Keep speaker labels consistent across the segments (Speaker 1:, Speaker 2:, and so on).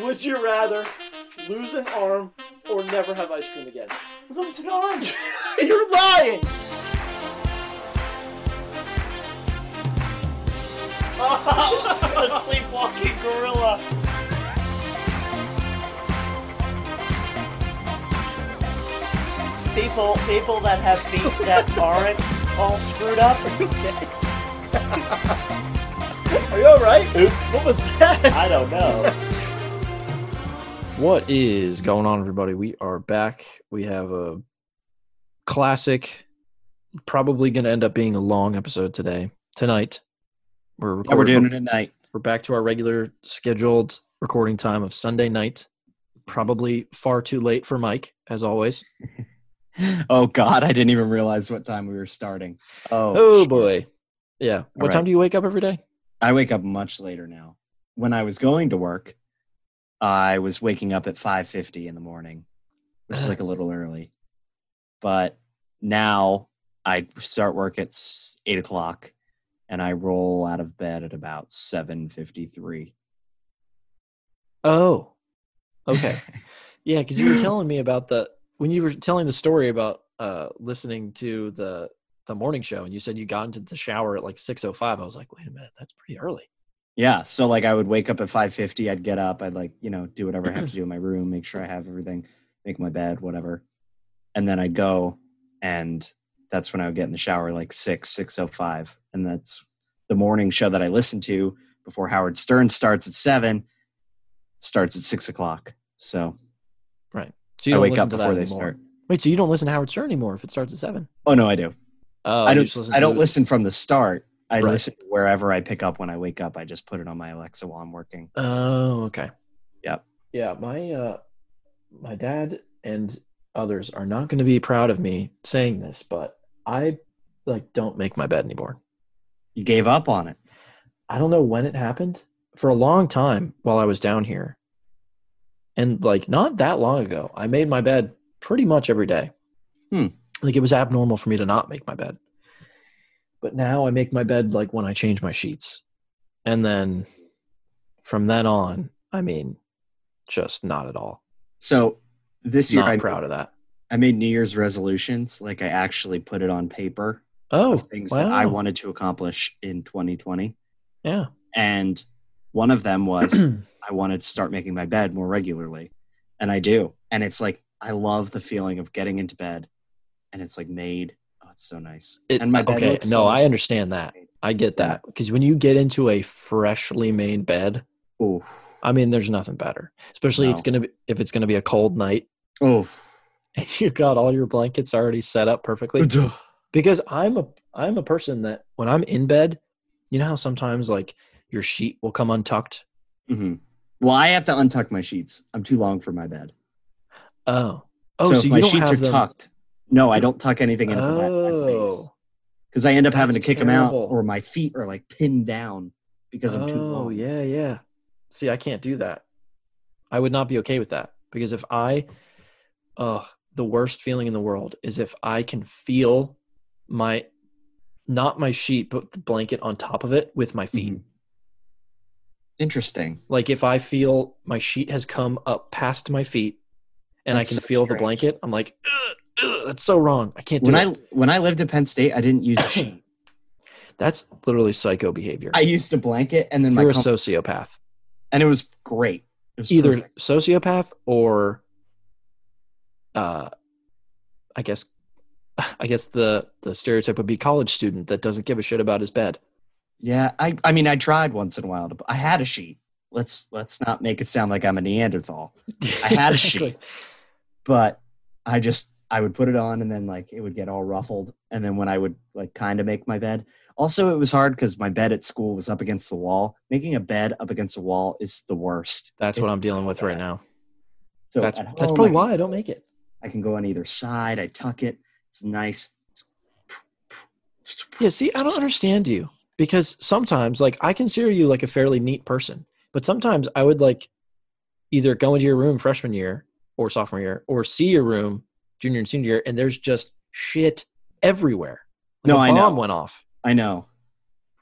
Speaker 1: Would you rather lose an arm or never have ice cream again?
Speaker 2: Lose an arm.
Speaker 1: You're lying.
Speaker 2: a sleepwalking gorilla. People, people that have feet that aren't all screwed up.
Speaker 1: Are you all right? What
Speaker 2: Oops.
Speaker 1: was that?
Speaker 2: I don't know.
Speaker 3: What is going on, everybody? We are back. We have a classic, probably going to end up being a long episode today, tonight. We're
Speaker 4: Yeah, we're
Speaker 3: recording.
Speaker 4: doing it at night.
Speaker 3: we're back to our regular scheduled recording time of Sunday night. Probably far too late for Mike, as always.
Speaker 4: Oh God, I didn't even realize what time we were starting. Oh,
Speaker 3: Oh boy, yeah. What
Speaker 4: right.
Speaker 3: time do you wake up every day?
Speaker 4: I wake up much later now. When I was going to work, I was waking up at five fifty in the morning, which is like a little early. But now I start work at s- eight o'clock, and I roll out of bed at about seven fifty three.
Speaker 3: Oh, okay. Yeah, because you were telling me about the when you were telling the story about uh listening to the the morning show, and you said you got into the shower at like six oh five. I was like, wait a minute, that's pretty early.
Speaker 4: Yeah. So like I would wake up at five fifty, I'd get up, I'd like, you know, do whatever I have to do in my room, make sure I have everything, make my bed, whatever. And then I'd go and that's when I would get in the shower like six, six oh five. And that's the morning show that I listen to before Howard Stern starts at seven, starts at six o'clock. So
Speaker 3: So you
Speaker 4: I
Speaker 3: don't
Speaker 4: wake
Speaker 3: listen
Speaker 4: up
Speaker 3: to
Speaker 4: before
Speaker 3: that
Speaker 4: they
Speaker 3: anymore.
Speaker 4: start.
Speaker 3: Wait, so you don't listen to Howard Stern anymore if it starts at seven?
Speaker 4: Oh no, I do.
Speaker 3: Oh,
Speaker 4: I
Speaker 3: you
Speaker 4: don't
Speaker 3: just
Speaker 4: I don't
Speaker 3: to-
Speaker 4: listen from the start. I
Speaker 3: Right.
Speaker 4: listen wherever I pick up when I wake up. I just put it on my Alexa while I'm working.
Speaker 3: Oh, okay.
Speaker 4: Yep.
Speaker 3: Yeah, my uh my dad and others are not going to be proud of me saying this, but I like don't make my bed anymore.
Speaker 4: You gave up on it.
Speaker 3: I don't know when it happened for a long time while I was down here. And like not that long ago, I made my bed pretty much every day.
Speaker 4: Hmm.
Speaker 3: Like it was abnormal for me to not make my bed. But now I make my bed like when I change my sheets. And then from then on, I mean, just not at all.
Speaker 4: So this year
Speaker 3: not
Speaker 4: I
Speaker 3: proud of that.
Speaker 4: I made New Year's resolutions. Like I actually put it on paper
Speaker 3: Oh,
Speaker 4: of things
Speaker 3: wow.
Speaker 4: that I wanted to accomplish in 2020.
Speaker 3: Yeah.
Speaker 4: And one of them was I wanted to start making my bed more regularly. And I do. And it's like I love the feeling of getting into bed and it's like made. Oh, it's so nice.
Speaker 3: It-
Speaker 4: and my bed
Speaker 3: okay,
Speaker 4: looks so
Speaker 3: no,
Speaker 4: much-
Speaker 3: I understand that. I get
Speaker 4: Yeah.
Speaker 3: that. Because when you get into a freshly made bed,
Speaker 4: Oof.
Speaker 3: I mean, there's nothing better. Especially it's
Speaker 4: No.
Speaker 3: gonna be if it's gonna be a cold night
Speaker 4: Oof.
Speaker 3: and you got all your blankets already set up perfectly. Because I'm a I'm a person that when I'm in bed, you know how sometimes like your sheet will come untucked.
Speaker 4: Mhm. Well, I have to untuck my sheets. I'm too long for my bed.
Speaker 3: Oh, oh,
Speaker 4: so,
Speaker 3: so,
Speaker 4: if
Speaker 3: you
Speaker 4: my
Speaker 3: don't
Speaker 4: sheets
Speaker 3: have
Speaker 4: are
Speaker 3: them.
Speaker 4: tucked. No, I don't tuck anything in for my, my face.
Speaker 3: Oh,
Speaker 4: because I end up having to
Speaker 3: That's
Speaker 4: kick them out,
Speaker 3: terrible.
Speaker 4: or my feet are like pinned down because I'm too
Speaker 3: oh,
Speaker 4: long.
Speaker 3: yeah, yeah. See, I can't do that. I would not be okay with that because if I, oh, the worst feeling in the world is if I can feel my, not my sheet, but the blanket on top of it with my feet.
Speaker 4: Mhm. Interesting.
Speaker 3: Like if I feel my sheet has come up past my feet and
Speaker 4: That's
Speaker 3: I can
Speaker 4: so
Speaker 3: feel the
Speaker 4: strange.
Speaker 3: blanket, I'm like, ugh, ugh, that's so wrong. I can't do
Speaker 4: When I
Speaker 3: it.
Speaker 4: when I lived at Penn State, I didn't use a sheet.
Speaker 3: That's literally psycho behavior.
Speaker 4: I used a blanket, and then my
Speaker 3: You're a
Speaker 4: com-
Speaker 3: sociopath.
Speaker 4: and it was great. It was
Speaker 3: either
Speaker 4: perfect.
Speaker 3: sociopath or uh i guess i guess the the stereotype would be college student that doesn't give a shit about his bed
Speaker 4: yeah. I I mean, I tried once in a while. To, I had a sheet. Let's let's not make it sound like I'm a Neanderthal, I had a sheet. but I just I would put it on, and then like it would get all ruffled, and then when I would like kind of make my bed. Also, it was hard because my bed at school was up against the wall. Making a bed up against a wall is the worst.
Speaker 3: that's what
Speaker 4: It's
Speaker 3: i'm dealing with right
Speaker 4: bad.
Speaker 3: now
Speaker 4: So
Speaker 3: that's
Speaker 4: at
Speaker 3: that's
Speaker 4: home,
Speaker 3: probably
Speaker 4: I
Speaker 3: why
Speaker 4: can-
Speaker 3: i don't make it
Speaker 4: I can go on either side. I tuck it. It's nice. It's-
Speaker 3: yeah see i don't understand you because sometimes like i consider you like a fairly neat person but sometimes i would like either go into your room freshman year or sophomore year or see your room junior and senior year and there's just shit everywhere like
Speaker 4: No,
Speaker 3: a
Speaker 4: I
Speaker 3: bomb
Speaker 4: know.
Speaker 3: went off
Speaker 4: I know.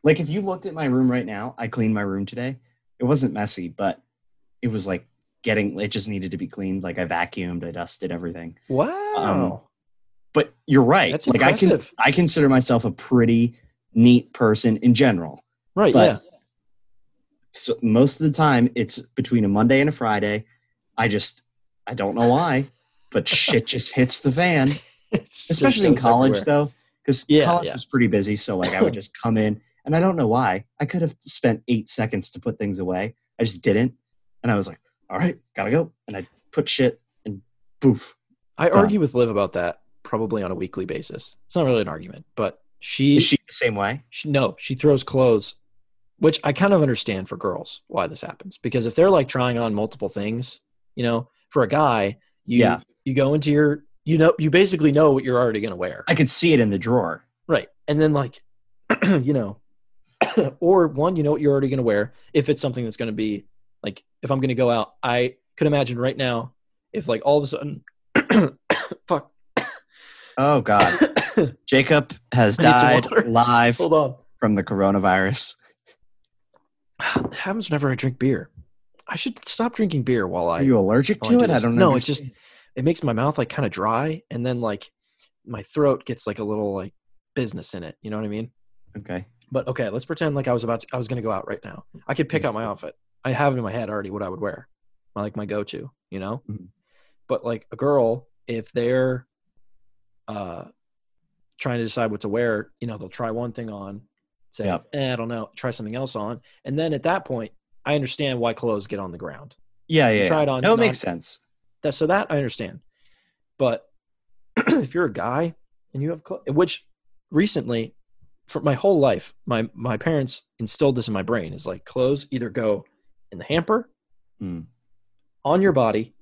Speaker 4: Like if you looked at my room right now, I cleaned my room today. It wasn't messy, but it was like getting it just needed to be cleaned. Like I vacuumed, I dusted everything.
Speaker 3: Um, Wow.
Speaker 4: But you're right.
Speaker 3: That's
Speaker 4: like
Speaker 3: impressive.
Speaker 4: I can I consider myself a pretty neat person in general.
Speaker 3: right.
Speaker 4: but-
Speaker 3: Yeah.
Speaker 4: So most of the time it's between a Monday and a Friday. I just I don't know why, but shit just hits the fan.
Speaker 3: It just
Speaker 4: especially in
Speaker 3: goes
Speaker 4: college
Speaker 3: everywhere.
Speaker 4: though because
Speaker 3: Yeah,
Speaker 4: college
Speaker 3: yeah.
Speaker 4: was pretty busy so like i would just come in and i don't know why i could have spent eight seconds to put things away i just didn't and i was like all right gotta go and i put shit and poof
Speaker 3: I
Speaker 4: Done.
Speaker 3: argue with Liv about that probably on a weekly basis. It's not really an argument, but she,
Speaker 4: is
Speaker 3: she,
Speaker 4: she the same way
Speaker 3: no, she throws clothes, which I kind of understand for girls why this happens because if they're like trying on multiple things, you know, for a guy, you
Speaker 4: Yeah.
Speaker 3: you go into your you know you basically know what you're already going to wear.
Speaker 4: i could see it in the drawer
Speaker 3: Right. And then like, you know, or one, you know what you're already going to wear. If it's something that's going to be like, if I'm going to go out, I could imagine right now if like all of a sudden, fuck,
Speaker 4: oh god jacob has
Speaker 3: I need some
Speaker 4: died
Speaker 3: water.
Speaker 4: live
Speaker 3: hold on.
Speaker 4: from the coronavirus
Speaker 3: It happens whenever I drink beer. I should stop drinking beer while I.
Speaker 4: are you allergic
Speaker 3: Well, I
Speaker 4: to
Speaker 3: do
Speaker 4: it i
Speaker 3: this.
Speaker 4: don't know
Speaker 3: No, it's just- It makes my mouth like kind of dry, and then like my throat gets like a little like business in it. You know what I mean?
Speaker 4: okay
Speaker 3: But okay, let's pretend like I was about to, I was going to go out right now. I could pick out my outfit. I have it in my head already what I would wear, my, like my go-to, you know.
Speaker 4: Mhm.
Speaker 3: But like a girl, if they're uh trying to decide what to wear, you know, they'll try one thing on, say,
Speaker 4: Yeah.
Speaker 3: eh, I don't know, try something else on, and then at that point, I understand why clothes get on the ground.
Speaker 4: yeah yeah, yeah.
Speaker 3: tried on
Speaker 4: no it
Speaker 3: non-
Speaker 4: makes sense
Speaker 3: That so that I understand. But if you're a guy and you have clothes, which recently, for my whole life, my my parents instilled this in my brain is like clothes either go in the hamper,
Speaker 4: Mm.
Speaker 3: on your body,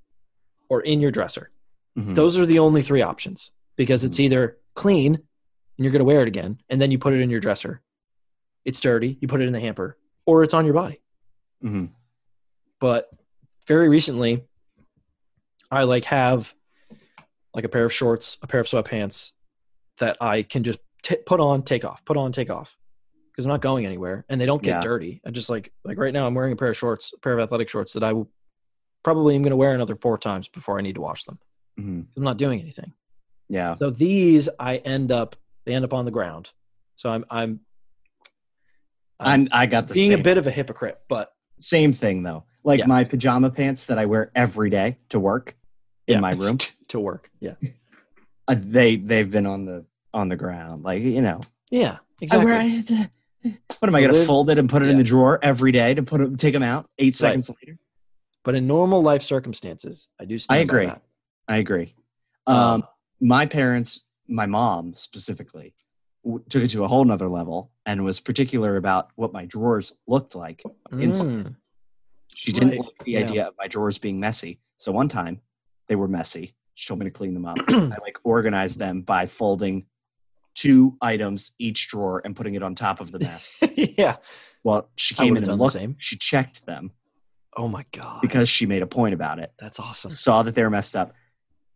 Speaker 3: or in your dresser.
Speaker 4: Mhm.
Speaker 3: Those are the only three options because it's
Speaker 4: Mhm.
Speaker 3: either clean and you're going to wear it again, and then you put it in your dresser. It's dirty, you put it in the hamper, or it's on your body
Speaker 4: Mhm.
Speaker 3: but very recently i like have like a pair of shorts a pair of sweatpants that i can just t- put on take off put on take off because i'm not going anywhere and they don't get
Speaker 4: Yeah.
Speaker 3: dirty i just like like right now i'm wearing a pair of shorts a pair of athletic shorts that i will probably am going to wear another four times before i need to wash them
Speaker 4: Mhm.
Speaker 3: i'm not doing anything
Speaker 4: yeah
Speaker 3: so these i end up they end up on the ground so i'm i'm
Speaker 4: I'm, i got the
Speaker 3: being
Speaker 4: same
Speaker 3: a bit of a hypocrite but
Speaker 4: same thing though. Like
Speaker 3: Yeah.
Speaker 4: my pajama pants that I wear every day to work in
Speaker 3: Yeah,
Speaker 4: my
Speaker 3: it's
Speaker 4: room.
Speaker 3: to work yeah
Speaker 4: uh, they they've been on the on the ground. Like you know,
Speaker 3: yeah exactly
Speaker 4: I wear. I, what am I
Speaker 3: So
Speaker 4: gonna
Speaker 3: they're-
Speaker 4: fold it and put it in
Speaker 3: yeah.
Speaker 4: the drawer every day to put it, take them out eight
Speaker 3: Right.
Speaker 4: seconds later?
Speaker 3: But in normal life circumstances, I do. Stand
Speaker 4: I
Speaker 3: by
Speaker 4: agree.
Speaker 3: that.
Speaker 4: I agree. Um,
Speaker 3: Um,
Speaker 4: my parents, my mom specifically, w- took it to a whole nother level and was particular about what my drawers looked like. Inside.
Speaker 3: Mm,
Speaker 4: She didn't
Speaker 3: Right.
Speaker 4: like the
Speaker 3: Yeah.
Speaker 4: idea of my drawers being messy. So one time they were messy. She told me to clean them up. I like organized them by folding two items each drawer and putting it on top of the mess.
Speaker 3: yeah.
Speaker 4: well, she
Speaker 3: I
Speaker 4: came
Speaker 3: would've
Speaker 4: in
Speaker 3: done
Speaker 4: and
Speaker 3: the
Speaker 4: looked.
Speaker 3: same.
Speaker 4: She checked them
Speaker 3: Oh my god.
Speaker 4: because she made a point about it.
Speaker 3: that's awesome.
Speaker 4: Saw that they were messed up.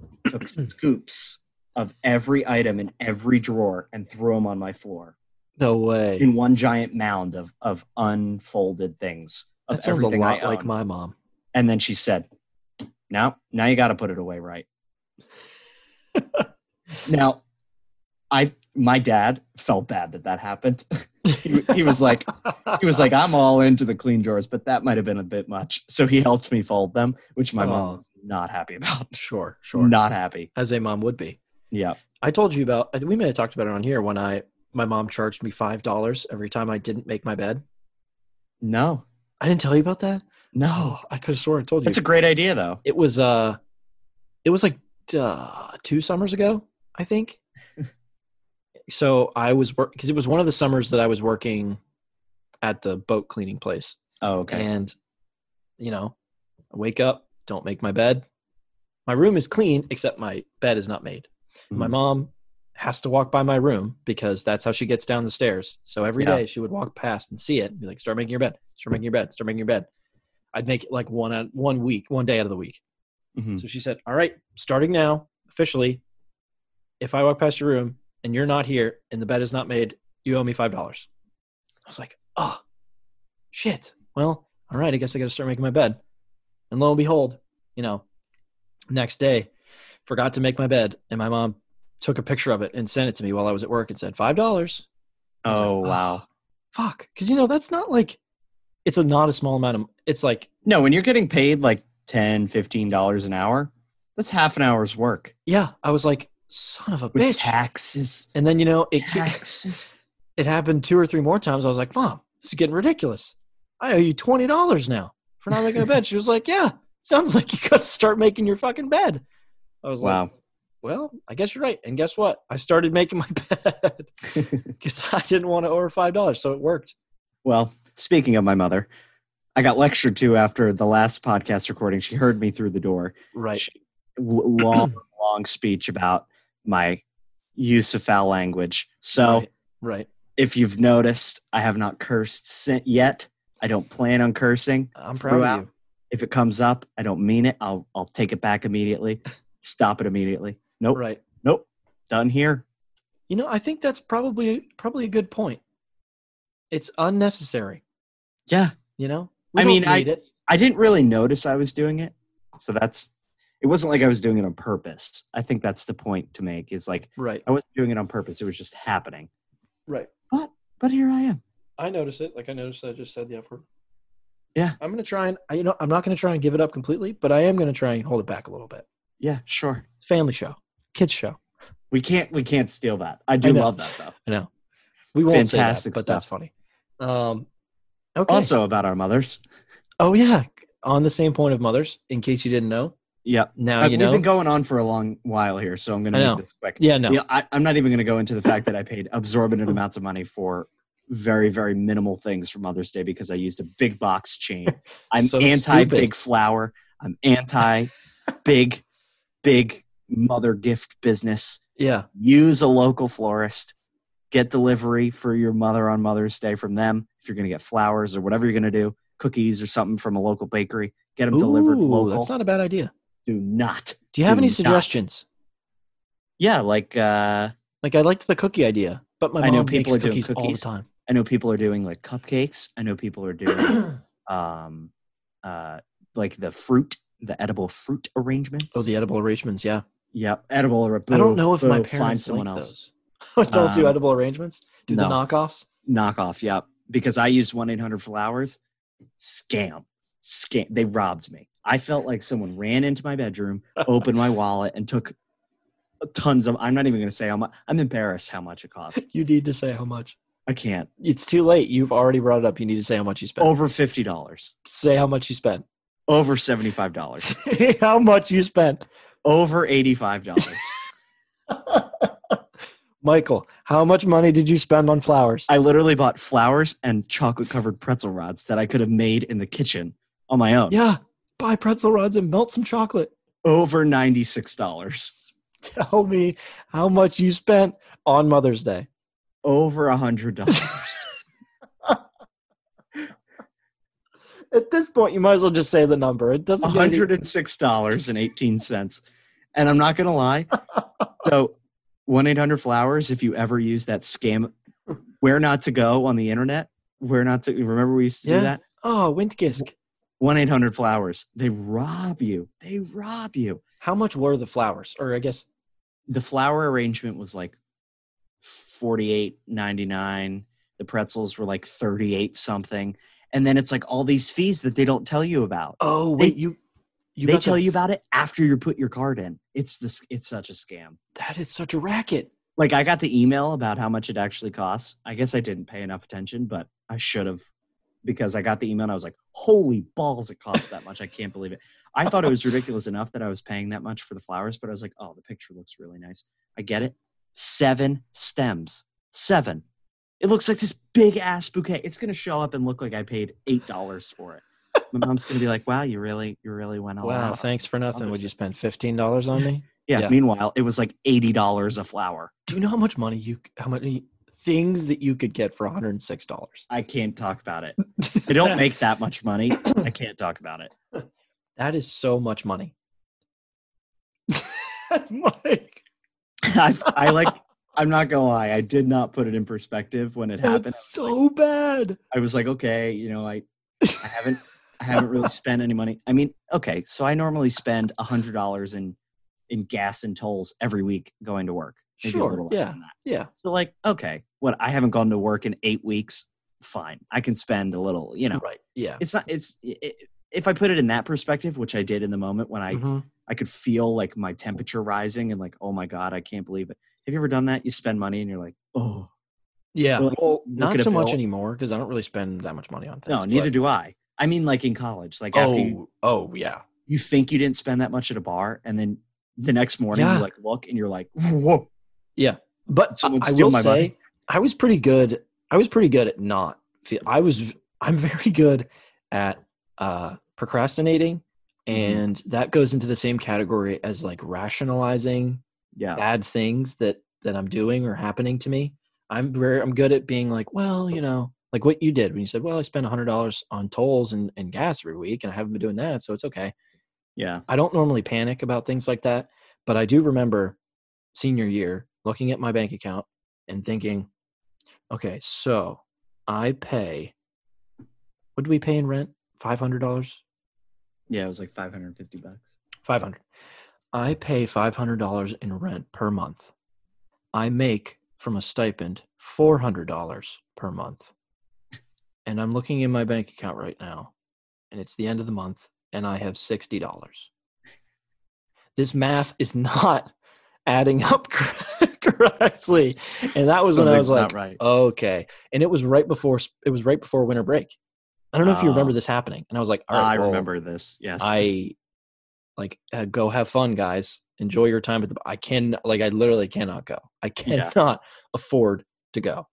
Speaker 4: Took scoops of every item in every drawer and threw them on my floor
Speaker 3: No way.
Speaker 4: in one giant mound of of unfolded things. Of
Speaker 3: That sounds a
Speaker 4: everything I
Speaker 3: lot like
Speaker 4: own.
Speaker 3: my mom.
Speaker 4: And then she said, "Now, now you got to put it away right." now, I my dad felt bad that that happened. he, he was like he was like I'm all into the clean drawers, but that might have been a bit much. So he helped me fold them, which my
Speaker 3: Oh.
Speaker 4: mom was not happy about.
Speaker 3: sure, sure.
Speaker 4: Not happy.
Speaker 3: As a mom would be.
Speaker 4: Yeah.
Speaker 3: I told you about. I think We may have talked about it on here when I my mom charged me five dollars every time I didn't make my bed.
Speaker 4: No.
Speaker 3: I didn't tell you about that. Oh,
Speaker 4: No.
Speaker 3: I could have sworn I told you.
Speaker 4: That's a great idea though.
Speaker 3: it was uh, it was like uh, two summers ago, I think. so I was work because it was one of the summers that I was working at the boat cleaning place,
Speaker 4: Oh, okay.
Speaker 3: and you know, I wake up, don't make my bed. My room is clean, except my bed is not made. My
Speaker 4: Mhm.
Speaker 3: mom has to walk by my room because that's how she gets down the stairs. So every day
Speaker 4: Yeah.
Speaker 3: she would walk past and see it and be like, "Start making your bed. Start making your bed. Start making your bed." I'd make it like one out, one week, one day out of the week.
Speaker 4: Mhm.
Speaker 3: So she said, All right, starting now, officially, if I walk past your room and you're not here and the bed is not made, you owe me $5. I was like, Oh, shit. Well, all right, I guess I got to start making my bed. And lo and behold, you know, next day, forgot to make my bed, and my mom took a picture of it and sent it to me while I was at work and said five dollars.
Speaker 4: Oh wow.
Speaker 3: Fuck, because you know that's not like it's a not a small amount of. It's like
Speaker 4: No, when you're getting paid like 10 dollars an hour, that's half an hour's work
Speaker 3: yeah, I was like son of a
Speaker 4: with
Speaker 3: bitch.
Speaker 4: taxes.
Speaker 3: and then you know it
Speaker 4: Taxes.
Speaker 3: it happened two or three more times. I was like, Mom, this is getting ridiculous. I owe you twenty dollars now for not making a bed. She was like, Yeah, sounds like you got to start making your fucking bed. I was like,
Speaker 4: Wow.
Speaker 3: well, I guess you're right. And guess what? I started making my bed because I didn't want to owe her five dollars, so it worked.
Speaker 4: Well, speaking of my mother, I got lectured to after the last podcast recording. She heard me through the door.
Speaker 3: Right.
Speaker 4: She- W- Long, long speech about my use of foul language. So
Speaker 3: Right. right.
Speaker 4: if you've noticed, I have not cursed sin- yet. I don't plan on cursing.
Speaker 3: I'm proud
Speaker 4: Throughout.
Speaker 3: of you.
Speaker 4: If it comes up, I don't mean it. I'll I'll take it back immediately. Stop it immediately. Nope.
Speaker 3: Right.
Speaker 4: Nope. Done here.
Speaker 3: You know, I think that's probably probably a good point. It's unnecessary.
Speaker 4: Yeah.
Speaker 3: You know.
Speaker 4: I mean,
Speaker 3: don't
Speaker 4: I-
Speaker 3: need it.
Speaker 4: I didn't really notice I was doing it. So that's it wasn't like I was doing it on purpose. I think that's the point to make is like
Speaker 3: Right.
Speaker 4: I wasn't doing it on purpose. It was just happening.
Speaker 3: Right.
Speaker 4: But here I am.
Speaker 3: I notice it. Like I noticed, I just said the F word.
Speaker 4: Yeah.
Speaker 3: I'm gonna try and I- you know I'm not gonna try and give it up completely, but I am gonna try and hold it back a little bit.
Speaker 4: Yeah, sure.
Speaker 3: It's a family show, kids show.
Speaker 4: We can't we can't steal that. I do
Speaker 3: I know.
Speaker 4: love that though.
Speaker 3: I know. We won't
Speaker 4: Fantastic
Speaker 3: say that, but that's
Speaker 4: stuff.
Speaker 3: funny. Um, okay.
Speaker 4: Also about our mothers.
Speaker 3: oh yeah. On the same point of mothers, in case you didn't know,
Speaker 4: Yep.
Speaker 3: now
Speaker 4: Uh,
Speaker 3: you
Speaker 4: we've
Speaker 3: know.
Speaker 4: been going on for a long while here, so I'm gonna
Speaker 3: I know.
Speaker 4: make this quick.
Speaker 3: yeah, no, Oh.
Speaker 4: Yeah, I, I'm not even going to go into the fact that I paid absorbent amounts of money for very, very minimal things for Mother's Day because I used a big box chain. I'm
Speaker 3: So
Speaker 4: anti
Speaker 3: stupid.
Speaker 4: big flower. I'm anti big, big mother gift business.
Speaker 3: yeah,
Speaker 4: Use a local florist. Get delivery for your mother on Mother's Day from them. If you're going to get flowers or whatever you're going to do, cookies or something from a local bakery, get them delivered
Speaker 3: Ooh,
Speaker 4: local.
Speaker 3: that's not a bad idea.
Speaker 4: do not.
Speaker 3: Do you have
Speaker 4: Do
Speaker 3: any
Speaker 4: not.
Speaker 3: suggestions?
Speaker 4: Yeah, like uh,
Speaker 3: Like I liked the cookie idea, but my
Speaker 4: I
Speaker 3: mom
Speaker 4: know people
Speaker 3: makes
Speaker 4: are doing
Speaker 3: cookies, all the
Speaker 4: cookies.
Speaker 3: time.
Speaker 4: I know people are doing like cupcakes. I know people are doing um uh like the fruit, the edible fruit arrangements.
Speaker 3: oh, the edible arrangements. Yeah,
Speaker 4: yep, edible. Or
Speaker 3: I don't know if my
Speaker 4: boo, find
Speaker 3: parents
Speaker 4: someone
Speaker 3: like
Speaker 4: else
Speaker 3: those. don't do
Speaker 4: Um,
Speaker 3: edible arrangements. Do the
Speaker 4: no.
Speaker 3: knockoffs.
Speaker 4: knockoff. Yep, because I used one eight hundred flowers. Scam, scam. They robbed me. I felt like someone ran into my bedroom, opened my wallet, and took tons of. I'm not even going to say how much. I'm embarrassed how much it cost.
Speaker 3: You need to say how much.
Speaker 4: I can't.
Speaker 3: It's too late. You've already brought it up. You need to say how much you spent.
Speaker 4: Over fifty dollars.
Speaker 3: Say how much you spent.
Speaker 4: Over seventy five dollars.
Speaker 3: Say how much you spent.
Speaker 4: Over eighty five dollars.
Speaker 3: Michael, how much money did you spend on flowers?
Speaker 4: I literally bought flowers and chocolate covered pretzel rods that I could have made in the kitchen on my own.
Speaker 3: yeah, buy pretzel rods and melt some chocolate.
Speaker 4: Over $96.
Speaker 3: Tell me how much you spent on Mother's Day.
Speaker 4: Over $100.
Speaker 3: At this point, you might as well just say the number. It doesn't. get any-
Speaker 4: $106.18. And I'm not going to lie. So, 1 800 Flowers, if you ever use that scam, where not to go on the internet, where not to remember we used to
Speaker 3: Yeah.
Speaker 4: do that?
Speaker 3: Oh, Wintgisk.
Speaker 4: 1 800 Flowers. They rob you. They rob you.
Speaker 3: How much were the flowers? Or I guess
Speaker 4: the flower arrangement was like 48.99 the pretzels were like 38 something and then it's like all these fees that they don't tell you about
Speaker 3: Oh
Speaker 4: They-
Speaker 3: wait, you you
Speaker 4: they
Speaker 3: got the
Speaker 4: tell you
Speaker 3: f-
Speaker 4: about it after you put your card in it's this it's such a scam
Speaker 3: that is such a racket.
Speaker 4: like i got the email about how much it actually costs i guess i didn't pay enough attention but i should have because i got the email and i was like holy balls it costs that much i can't believe it i thought it was ridiculous enough that i was paying that much for the flowers but i was like oh the picture looks really nice i get it seven stems seven it looks like this big ass bouquet it's going to show up and look like i paid eight dollars for it my mom's going to be like wow you really you really went all
Speaker 3: wow,
Speaker 4: out
Speaker 3: thanks for nothing. Would
Speaker 4: Understood.
Speaker 3: you spend fifteen dollars on me?
Speaker 4: yeah
Speaker 3: yeah.
Speaker 4: meanwhile it was like $80 a flower
Speaker 3: Do you know how much money you how many things that you could get for one hundred and six dollars?
Speaker 4: I can't talk about it. I don't make that much money. I can't talk about it.
Speaker 3: that is so much money. Mike,
Speaker 4: I, I like. I'm not gonna lie. I did not put it in perspective when it happened.
Speaker 3: that's so bad.
Speaker 4: I was like, okay, you know, I, I haven't, I haven't really spent any money. I mean, okay, so I normally spend a hundred dollars in in gas and tolls every week going to work. Maybe a
Speaker 3: Sure,
Speaker 4: little less than that.
Speaker 3: Yeah.
Speaker 4: So like, okay, what I haven't gone to work in eight weeks, fine. I can spend a little, you know.
Speaker 3: Right. Yeah.
Speaker 4: It's not it's it, if I put it in that perspective, which I did in the moment when I
Speaker 3: Mhm.
Speaker 4: I could feel like my temperature rising and like, oh my god, I can't believe it. Have you ever done that? You spend money and you're like, oh
Speaker 3: Yeah.
Speaker 4: Well,
Speaker 3: Well,
Speaker 4: look
Speaker 3: not
Speaker 4: at a
Speaker 3: so much
Speaker 4: bill.
Speaker 3: anymore because I don't really spend that much money on things.
Speaker 4: no, neither
Speaker 3: but-
Speaker 4: do I. I mean, like in college, like
Speaker 3: Oh.
Speaker 4: after you,
Speaker 3: oh yeah.
Speaker 4: you think you didn't spend that much at a bar, and then the next morning
Speaker 3: Yeah.
Speaker 4: you like look and you're like, whoa,
Speaker 3: But
Speaker 4: Someone
Speaker 3: I
Speaker 4: steal
Speaker 3: will
Speaker 4: my
Speaker 3: say,
Speaker 4: money.
Speaker 3: I was pretty good. I was pretty good at not. Feel, I was. I'm very good at uh, procrastinating,
Speaker 4: Mm-hmm.
Speaker 3: and that goes into the same category as like rationalizing
Speaker 4: yeah,
Speaker 3: bad things that that I'm doing or happening to me. I'm very. I'm good at being like, well, you know, like what you did when you said, well, I spend hundred dollars on tolls and, and gas every week, and I haven't been doing that, so it's okay.
Speaker 4: yeah,
Speaker 3: I don't normally panic about things like that, but I do remember senior year looking at my bank account and thinking, okay, so I pay, what do we pay in rent? $500?
Speaker 4: yeah. It was like 550 bucks.
Speaker 3: 500. I pay $500 in rent per month. I make from a stipend $400 per month. And I'm looking in my bank account right now, and it's the end of the month, and I have $60. This math is not adding up correctly. And that was when I was like,
Speaker 4: Something's not right.
Speaker 3: okay. And it was right before it was right before winter break. I don't know if you
Speaker 4: Ah.
Speaker 3: remember this happening. And I was like, all right,
Speaker 4: I
Speaker 3: well,
Speaker 4: remember this. Yes,
Speaker 3: I like uh, go have fun, guys. Enjoy your time at the. I can like I literally cannot go. I
Speaker 4: Yeah.
Speaker 3: cannot afford to go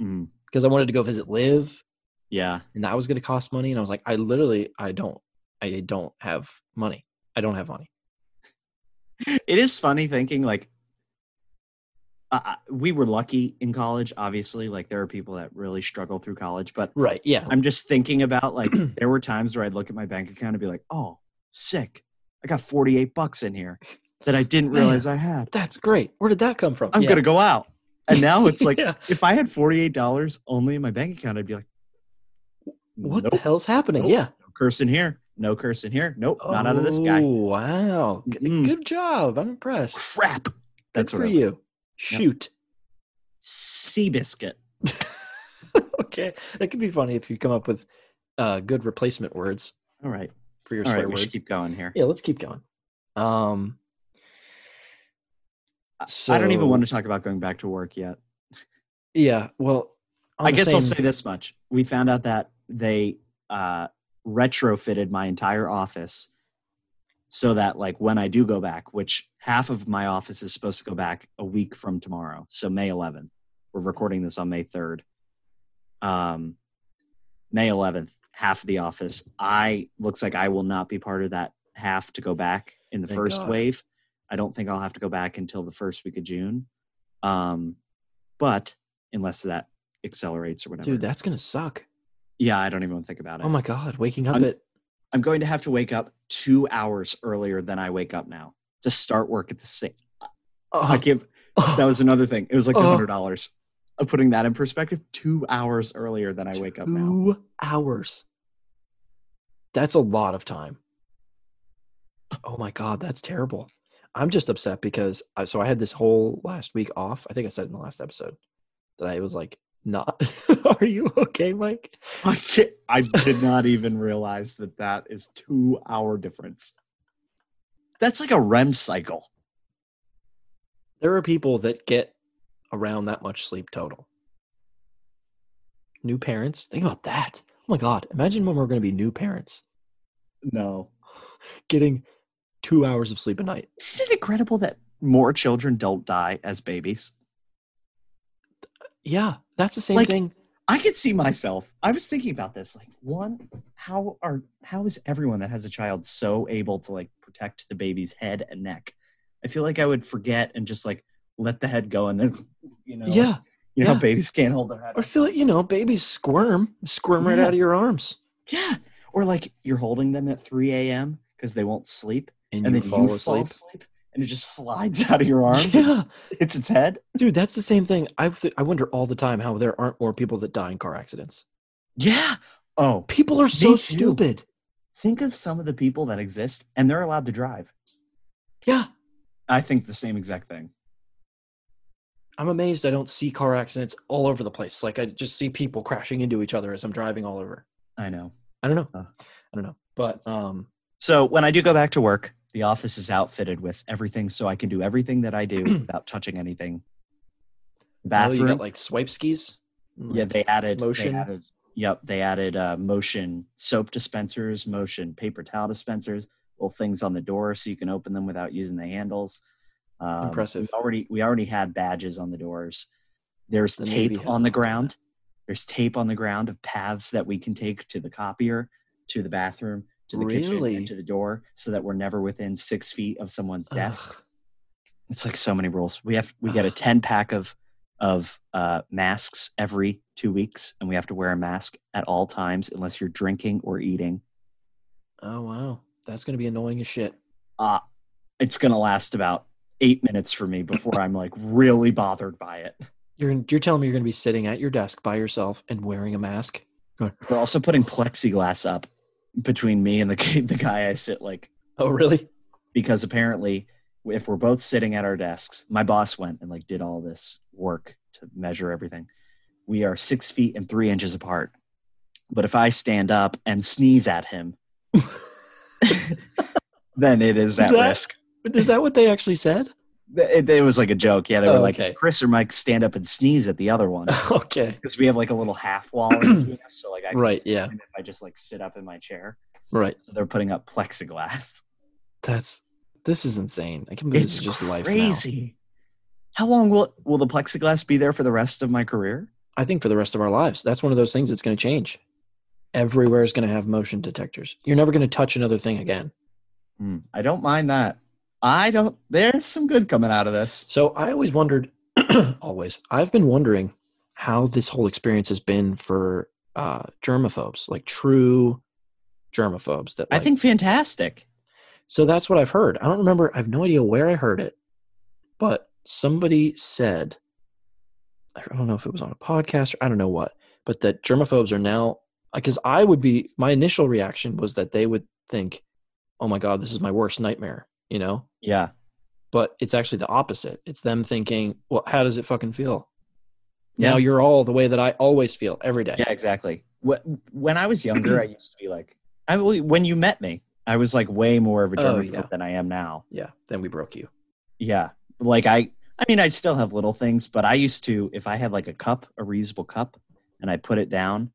Speaker 4: Mhm.
Speaker 3: because I wanted to go visit Liv,
Speaker 4: yeah,
Speaker 3: and that was going to cost money. And I was like, I literally, I don't, I don't have money. I don't have money.
Speaker 4: it is funny thinking like uh, uh, we were lucky in college. Obviously, like there are people that really struggle through college, but
Speaker 3: Right? Yeah.
Speaker 4: I'm just thinking about like there were times where I'd look at my bank account and be like, "Oh, sick! I got 48 bucks in here that I didn't
Speaker 3: Man.
Speaker 4: realize I had.
Speaker 3: That's great. Where did that come from?
Speaker 4: I'm
Speaker 3: Yeah.
Speaker 4: gonna go out." And now it's like,
Speaker 3: Yeah.
Speaker 4: if I had 48 dollars only in my bank account, I'd be like,
Speaker 3: what the
Speaker 4: nope,
Speaker 3: hell's happening?
Speaker 4: Nope.
Speaker 3: Yeah.
Speaker 4: no curse in here, no curse in here, nope, not out of this guy.
Speaker 3: Oh, Wow. G-
Speaker 4: Mm-mm.
Speaker 3: Good job. I'm impressed.
Speaker 4: Crap! That's
Speaker 3: Good for
Speaker 4: what I was.
Speaker 3: you. Shoot.
Speaker 4: Sea biscuit.
Speaker 3: okay. That could be funny if you come up with uh, good replacement words
Speaker 4: All right,
Speaker 3: for your
Speaker 4: all
Speaker 3: swear
Speaker 4: right, we
Speaker 3: words.
Speaker 4: should keep going here.
Speaker 3: yeah, let's keep going. Um,
Speaker 4: I- I don't even
Speaker 3: So-
Speaker 4: want to talk about going back to work yet.
Speaker 3: yeah. Well, on
Speaker 4: I
Speaker 3: the
Speaker 4: guess I'll
Speaker 3: same-
Speaker 4: say this much. We found out that they uh, retrofitted my entire office so that, like, when I do go back, which half of my office is supposed to go back a week from tomorrow, so May 11th. We're recording this on May 3rd. Um, May 11th, half of the office. I looks like I will not be part of that half to go back in the
Speaker 3: Thank
Speaker 4: first
Speaker 3: God.
Speaker 4: wave. I don't think I'll have to go back until the first week of June. Um, but unless that accelerates or whatever.
Speaker 3: dude. That's gonna suck.
Speaker 4: yeah, I don't even want to think about it.
Speaker 3: Oh my god, waking up
Speaker 4: I'm-
Speaker 3: at
Speaker 4: I'm going to have to wake up two hours earlier than I wake up now to start work at the same. I can't. That was another thing. It was like
Speaker 3: Oh.
Speaker 4: hundred dollars. Of putting that in perspective, two hours earlier than I wake up now.
Speaker 3: two hours. That's a lot of time. Oh my god, that's terrible. I'm just upset because I, so I had this whole last week off. I think I said in the last episode that I was like, "Not, are you okay, Mike?"
Speaker 4: I can't, I did not even realize that that is two hour difference. That's like a REM cycle.
Speaker 3: There are people that get around that much sleep total. New parents, think about that. Oh my God, imagine when we're going to be new parents
Speaker 4: No,
Speaker 3: getting two hours of sleep a night.
Speaker 4: isn't it incredible that more children don't die as babies?
Speaker 3: Yeah, that's the same
Speaker 4: Like-
Speaker 3: thing.
Speaker 4: I could see myself. I was thinking about this. Like, one, how are how is everyone that has a child so able to like protect the baby's head and neck? I feel like I would forget and just like let the head go and then you know
Speaker 3: yeah,
Speaker 4: you know how
Speaker 3: yeah.
Speaker 4: babies can't hold their head.
Speaker 3: or feel it, you know, babies squirm, squirm right
Speaker 4: Yeah.
Speaker 3: out of your arms.
Speaker 4: yeah. Or like you're holding them at 3 a.m. because they won't sleep
Speaker 3: And,
Speaker 4: and
Speaker 3: you
Speaker 4: then
Speaker 3: fall
Speaker 4: you fall
Speaker 3: asleep.
Speaker 4: asleep and it just slides out of your arm.
Speaker 3: Yeah.
Speaker 4: It's its head.
Speaker 3: Dude, that's the same thing. I, th- I wonder all the time how there aren't more people that die in car accidents.
Speaker 4: Yeah. Oh,
Speaker 3: People are
Speaker 4: Me
Speaker 3: so
Speaker 4: too.
Speaker 3: stupid.
Speaker 4: think of some of the people that exist and they're allowed to drive.
Speaker 3: Yeah.
Speaker 4: I think the same exact thing.
Speaker 3: I'm amazed I don't see car accidents all over the place. Like I just see people crashing into each other as I'm driving all over.
Speaker 4: I know.
Speaker 3: I don't know.
Speaker 4: Huh.
Speaker 3: I don't know. But um
Speaker 4: So when I do go back to work, the office is outfitted with everything so I can do everything that I do without touching anything.
Speaker 3: now that
Speaker 4: Bathroom.
Speaker 3: Oh, you got like swipe skis. Mm.
Speaker 4: yeah, they added they
Speaker 3: motion.
Speaker 4: added- yep, they added uh, motion soap dispensers, motion paper towel dispensers, little things on the door so you can open them without using the handles. Um,
Speaker 3: Impressive.
Speaker 4: We already we already had badges on the doors. There's
Speaker 3: The Navy
Speaker 4: tape
Speaker 3: has
Speaker 4: on
Speaker 3: a lot
Speaker 4: the
Speaker 3: of
Speaker 4: ground. There's tape on the ground of paths that we can take to the copier, to the bathroom, to the kitchen,
Speaker 3: Really?
Speaker 4: and to the door, so that we're never within six feet of someone's desk.
Speaker 3: Ugh.
Speaker 4: It's like so many rules. We have we get a
Speaker 3: Ugh.
Speaker 4: ten pack of of uh, masks every two weeks, and we have to wear a mask at all times unless you're drinking or eating.
Speaker 3: Oh wow. That's gonna be annoying as shit.
Speaker 4: Uh, it's gonna last about eight minutes for me before I'm like really bothered by it.
Speaker 3: You're you're telling me you're gonna be sitting at your desk by yourself and wearing a mask?
Speaker 4: We're also putting plexiglass up between me and the kid- the guy I sit like
Speaker 3: Oh really?
Speaker 4: because apparently if we're both sitting at our desks, my boss went and like did all this work to measure everything. We are six feet and three inches apart. But if I stand up and sneeze at him, then it is
Speaker 3: Is
Speaker 4: at
Speaker 3: that-
Speaker 4: risk.
Speaker 3: Is that what they actually said?
Speaker 4: It, it was like a joke. Yeah, they were
Speaker 3: Oh,
Speaker 4: like,
Speaker 3: okay.
Speaker 4: Chris or Mike, stand up and sneeze at the other one.
Speaker 3: okay.
Speaker 4: Because we have like a little half wall. in between us, so like I can
Speaker 3: Right,
Speaker 4: see
Speaker 3: yeah.
Speaker 4: him if I just like sit up in my chair.
Speaker 3: Right.
Speaker 4: So they're putting up plexiglass.
Speaker 3: That's this is insane. I can believe
Speaker 4: It's
Speaker 3: this is just life. now.
Speaker 4: crazy. How long will will the plexiglass be there for the rest of my career?
Speaker 3: I think for the rest of our lives. That's one of those things that's going to change. Everywhere is going to have motion detectors. You're never going to touch another thing again.
Speaker 4: Hmm, I don't mind that. I don't. There's some good coming out of this.
Speaker 3: So I always wondered, always, I've been wondering how this whole experience has been for uh, germaphobes, like true germaphobes. That
Speaker 4: I
Speaker 3: like-
Speaker 4: think fantastic.
Speaker 3: so. That's what I've heard. I don't remember. I have no idea where I heard it, but somebody said, I don't know if it was on a podcast or I don't know what, but that germaphobes are now because I would be my initial reaction was that they would think, "Oh my god, this is my worst nightmare," you know.
Speaker 4: Yeah,
Speaker 3: But it's actually the opposite. It's them thinking, "Well, how does it fucking feel?" Now
Speaker 4: Yeah.
Speaker 3: you're all the way that I always feel every day.
Speaker 4: yeah, exactly. Wh- When I was younger, I used to be like, I well, when you met me, I was like way more of a
Speaker 3: Oh,
Speaker 4: germaphobe
Speaker 3: yeah.
Speaker 4: than I am now.
Speaker 3: Yeah, Then we broke you.
Speaker 4: Yeah, like I, I mean, I still have little things, but I used to if I had like a cup, a reusable cup, and I put it down,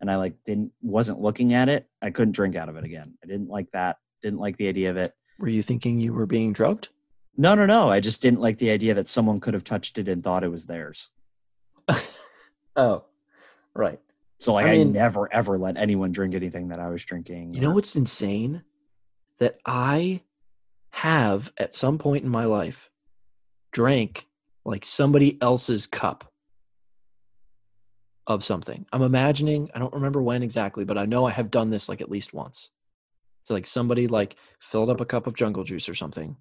Speaker 4: and I like didn't wasn't looking at it, I couldn't drink out of it again. I didn't like that. Didn't like the idea of it.
Speaker 3: Were you thinking you were being drugged?
Speaker 4: No, no, no. I just didn't like the idea that someone could have touched it and thought it was theirs.
Speaker 3: oh, right.
Speaker 4: So like I,
Speaker 3: I mean-
Speaker 4: never ever let anyone drink anything that I was drinking.
Speaker 3: You know
Speaker 4: or-
Speaker 3: what's insane? That I have at some point in my life drank like somebody else's cup of something. I'm imagining, I don't remember when exactly, but I know I have done this like at least once. So like somebody like filled up a cup of jungle juice or something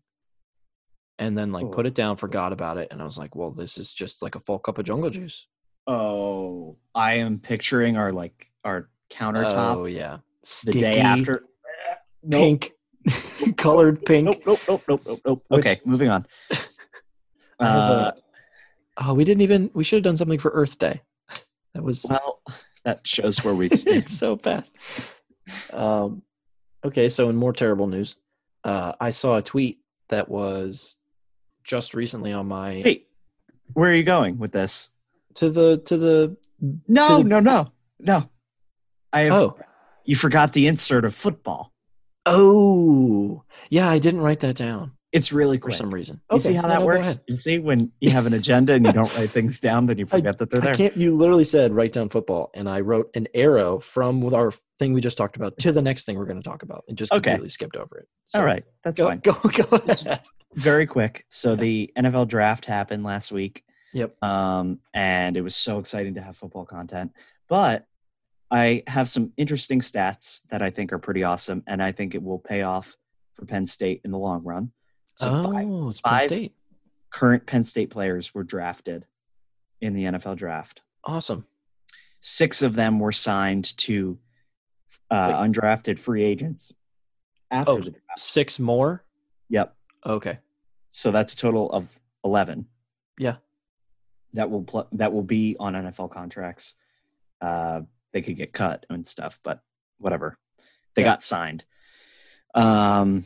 Speaker 3: and then like
Speaker 4: Oh.
Speaker 3: put it down, forgot about it, and I was like, well, this is just like a full cup of jungle juice.
Speaker 4: Oh, I am picturing our like our countertop
Speaker 3: Oh yeah.
Speaker 4: the
Speaker 3: Sticky,
Speaker 4: day after. Eh, Nope,
Speaker 3: pink, colored pink.
Speaker 4: Nope, nope, nope, nope, nope, nope.
Speaker 3: Which-
Speaker 4: okay, moving on.
Speaker 3: I have
Speaker 4: Uh,
Speaker 3: a- oh, we didn't even. We should have done something for Earth Day. That was
Speaker 4: well, that shows where we stand.
Speaker 3: it's so fast. Um, okay, so in more terrible news, uh, I saw a tweet that was just recently on my
Speaker 4: Wait, where are you going with this?
Speaker 3: to the to the
Speaker 4: No,
Speaker 3: To the-
Speaker 4: no, no, no. I have,
Speaker 3: oh
Speaker 4: you forgot the insert of football.
Speaker 3: oh yeah I didn't write that down
Speaker 4: It's really
Speaker 3: for
Speaker 4: quick.
Speaker 3: some reason.
Speaker 4: You see
Speaker 3: Okay,
Speaker 4: how
Speaker 3: no,
Speaker 4: that
Speaker 3: no, go
Speaker 4: works?
Speaker 3: ahead.
Speaker 4: You see when you have an agenda and you don't write things down, then you forget that they're
Speaker 3: I
Speaker 4: there.
Speaker 3: can't. You literally said write down football, and I wrote an arrow from with our thing we just talked about to the next thing we're going to talk about, and just
Speaker 4: Okay.
Speaker 3: completely skipped over it. So,
Speaker 4: All right, that's
Speaker 3: go
Speaker 4: fine.
Speaker 3: go go
Speaker 4: It's-
Speaker 3: ahead.
Speaker 4: Very quick. So the NFL draft happened last week.
Speaker 3: Yep.
Speaker 4: Um, and it was so exciting to have football content. But I have some interesting stats that I think are pretty awesome, and I think it will pay off for Penn State in the long run. So five
Speaker 3: oh, it's Penn
Speaker 4: five-
Speaker 3: State.
Speaker 4: current Penn State players were drafted in the NFL draft.
Speaker 3: Awesome.
Speaker 4: Six of them were signed to uh, undrafted free agents. After
Speaker 3: Oh.
Speaker 4: the draft.
Speaker 3: Six more.
Speaker 4: Yep.
Speaker 3: Okay.
Speaker 4: So that's a total of eleven.
Speaker 3: Yeah.
Speaker 4: That will pl- that will be on NFL contracts. Uh, they could get cut and stuff, but whatever. They
Speaker 3: Yeah.
Speaker 4: got signed. Um,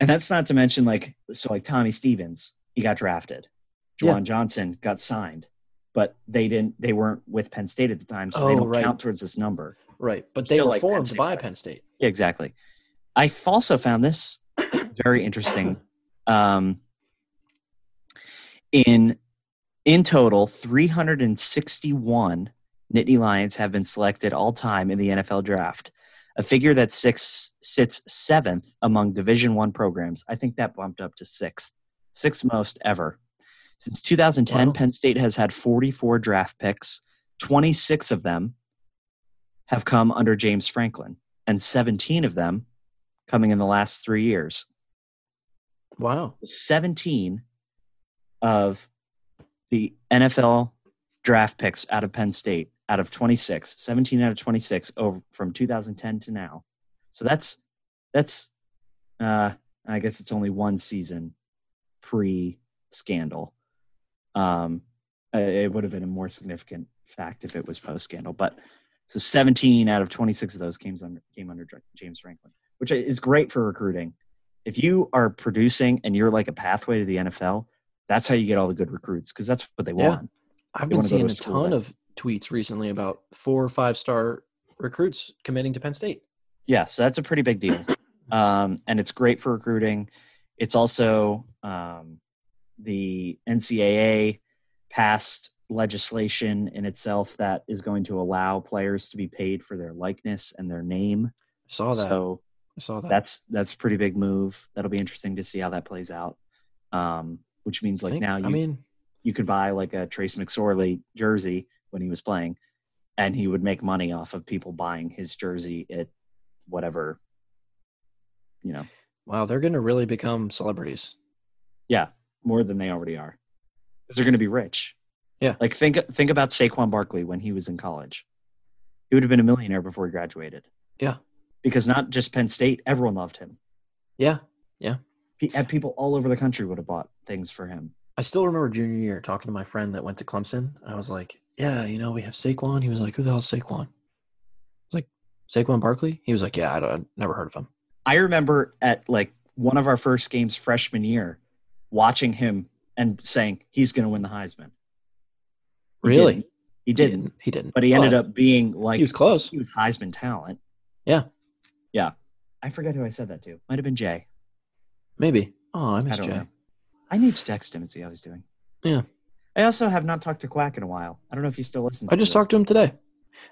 Speaker 4: and that's not to mention like so like Tommy Stevens, he got drafted.
Speaker 3: Yeah.
Speaker 4: Juwan Johnson got signed, but they didn't. They weren't with Penn State at the time, so they
Speaker 3: Oh,
Speaker 4: don't
Speaker 3: right.
Speaker 4: count towards this number.
Speaker 3: Right. But they
Speaker 4: Still
Speaker 3: were
Speaker 4: like Penn
Speaker 3: formed
Speaker 4: State
Speaker 3: by
Speaker 4: guys.
Speaker 3: Penn State.
Speaker 4: Yeah, exactly. I f- also found this very interesting. Um, in in total, 361 Nittany Lions have been selected all time in the NFL draft, a figure that six, sits seventh among Division One programs. I think that bumped up to sixth, sixth most ever. Since 2010,
Speaker 3: Wow.
Speaker 4: Penn State has had 44 draft picks. 26 of them have come under James Franklin, and 17 of them coming in the last three years.
Speaker 3: Wow.
Speaker 4: 17 of the NFL draft picks out of Penn State out of 26, 17 out of 26 over from 2010 to now. So that's that's uh I guess it's only one season pre scandal. Um uh, it would have been a more significant fact if it was post scandal, but so 17 out of 26 of those came under came under Dr- James Franklin, which is great for recruiting if you are producing and you're like a pathway to the NFL, that's how you get all the good recruits because that's what they
Speaker 3: Yeah.
Speaker 4: want.
Speaker 3: I've
Speaker 4: They
Speaker 3: been
Speaker 4: wanna go to
Speaker 3: seeing
Speaker 4: a
Speaker 3: a
Speaker 4: school
Speaker 3: ton
Speaker 4: that-
Speaker 3: of tweets recently about four or five star recruits committing to Penn State.
Speaker 4: Yeah, so that's a pretty big deal, um, and it's great for recruiting. It's also um, the NCAA passed legislation in itself that is going to allow players to be paid for their likeness and their name.
Speaker 3: I saw that.
Speaker 4: So
Speaker 3: I saw that.
Speaker 4: that's that's a pretty big move. That'll be interesting to see how that plays out. Um, which means
Speaker 3: I
Speaker 4: like
Speaker 3: think-
Speaker 4: now you
Speaker 3: I mean,
Speaker 4: you could buy like a Trace McSorley jersey when he was playing, and he would make money off of people buying his jersey at whatever, you know,
Speaker 3: wow, they're going to really become celebrities.
Speaker 4: more than they already are, because they're going to be rich.
Speaker 3: Yeah.
Speaker 4: like think think about Saquon Barkley when he was in college, he would have been a millionaire before he graduated.
Speaker 3: Yeah.
Speaker 4: because not just Penn State, everyone loved him.
Speaker 3: Yeah.
Speaker 4: Pe- and People all over the country would have bought things for him.
Speaker 3: I still remember junior year talking to my friend that went to Clemson. I was like, "Yeah, you know, we have Saquon." He was like, "Who the hell is Saquon?" I was like, "Saquon Barkley." He was like, "Yeah, I don't, I've never heard of him."
Speaker 4: I remember at like one of our first games freshman year, watching him and saying he's going to win the Heisman. He
Speaker 3: Really?
Speaker 4: didn't. He didn't,
Speaker 3: He didn't.
Speaker 4: but he ended up being like
Speaker 3: he was close.
Speaker 4: he was Heisman talent.
Speaker 3: Yeah.
Speaker 4: yeah. I forget who I said that to. Might have been Jay.
Speaker 3: Maybe. Oh, I
Speaker 4: I
Speaker 3: missed
Speaker 4: don't
Speaker 3: Jay.
Speaker 4: know. I need to text him and see how he's doing.
Speaker 3: Yeah.
Speaker 4: I also have not talked to Quack in a while. I don't know if he still listens.
Speaker 3: I just talked to him today.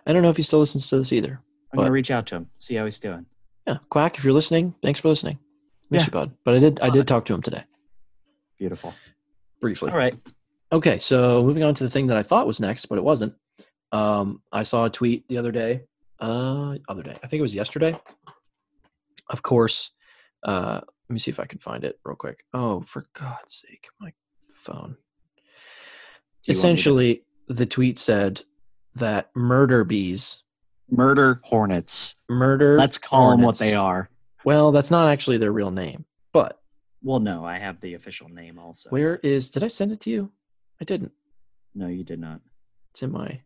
Speaker 3: I don't know if he still listens to this either.
Speaker 4: I'm gonna
Speaker 3: but-
Speaker 4: reach out to him, see how he's doing.
Speaker 3: Yeah, Quack, if you're listening, thanks for listening. Miss
Speaker 4: Yeah.
Speaker 3: you, bud. But I did. I
Speaker 4: Love
Speaker 3: did
Speaker 4: it.
Speaker 3: talk to him today
Speaker 4: Beautiful.
Speaker 3: briefly.
Speaker 4: All right.
Speaker 3: Okay, so moving on to the thing that I thought was next, but it wasn't. Um, I saw a tweet the other day. Uh, other day, I think it was yesterday. Of course, uh, let me see if I can find it real quick. Oh, for God's sake, my phone.
Speaker 4: Do you want me to-
Speaker 3: Essentially, the tweet said that murder bees,
Speaker 4: murder hornets.
Speaker 3: murder.
Speaker 4: Let's call them what
Speaker 3: hornets-
Speaker 4: they are.
Speaker 3: Well, that's not actually their real name, but
Speaker 4: Well, no, I have the official name also.
Speaker 3: where is? Did I send it to you? I didn't.
Speaker 4: No, you did not.
Speaker 3: It's in my.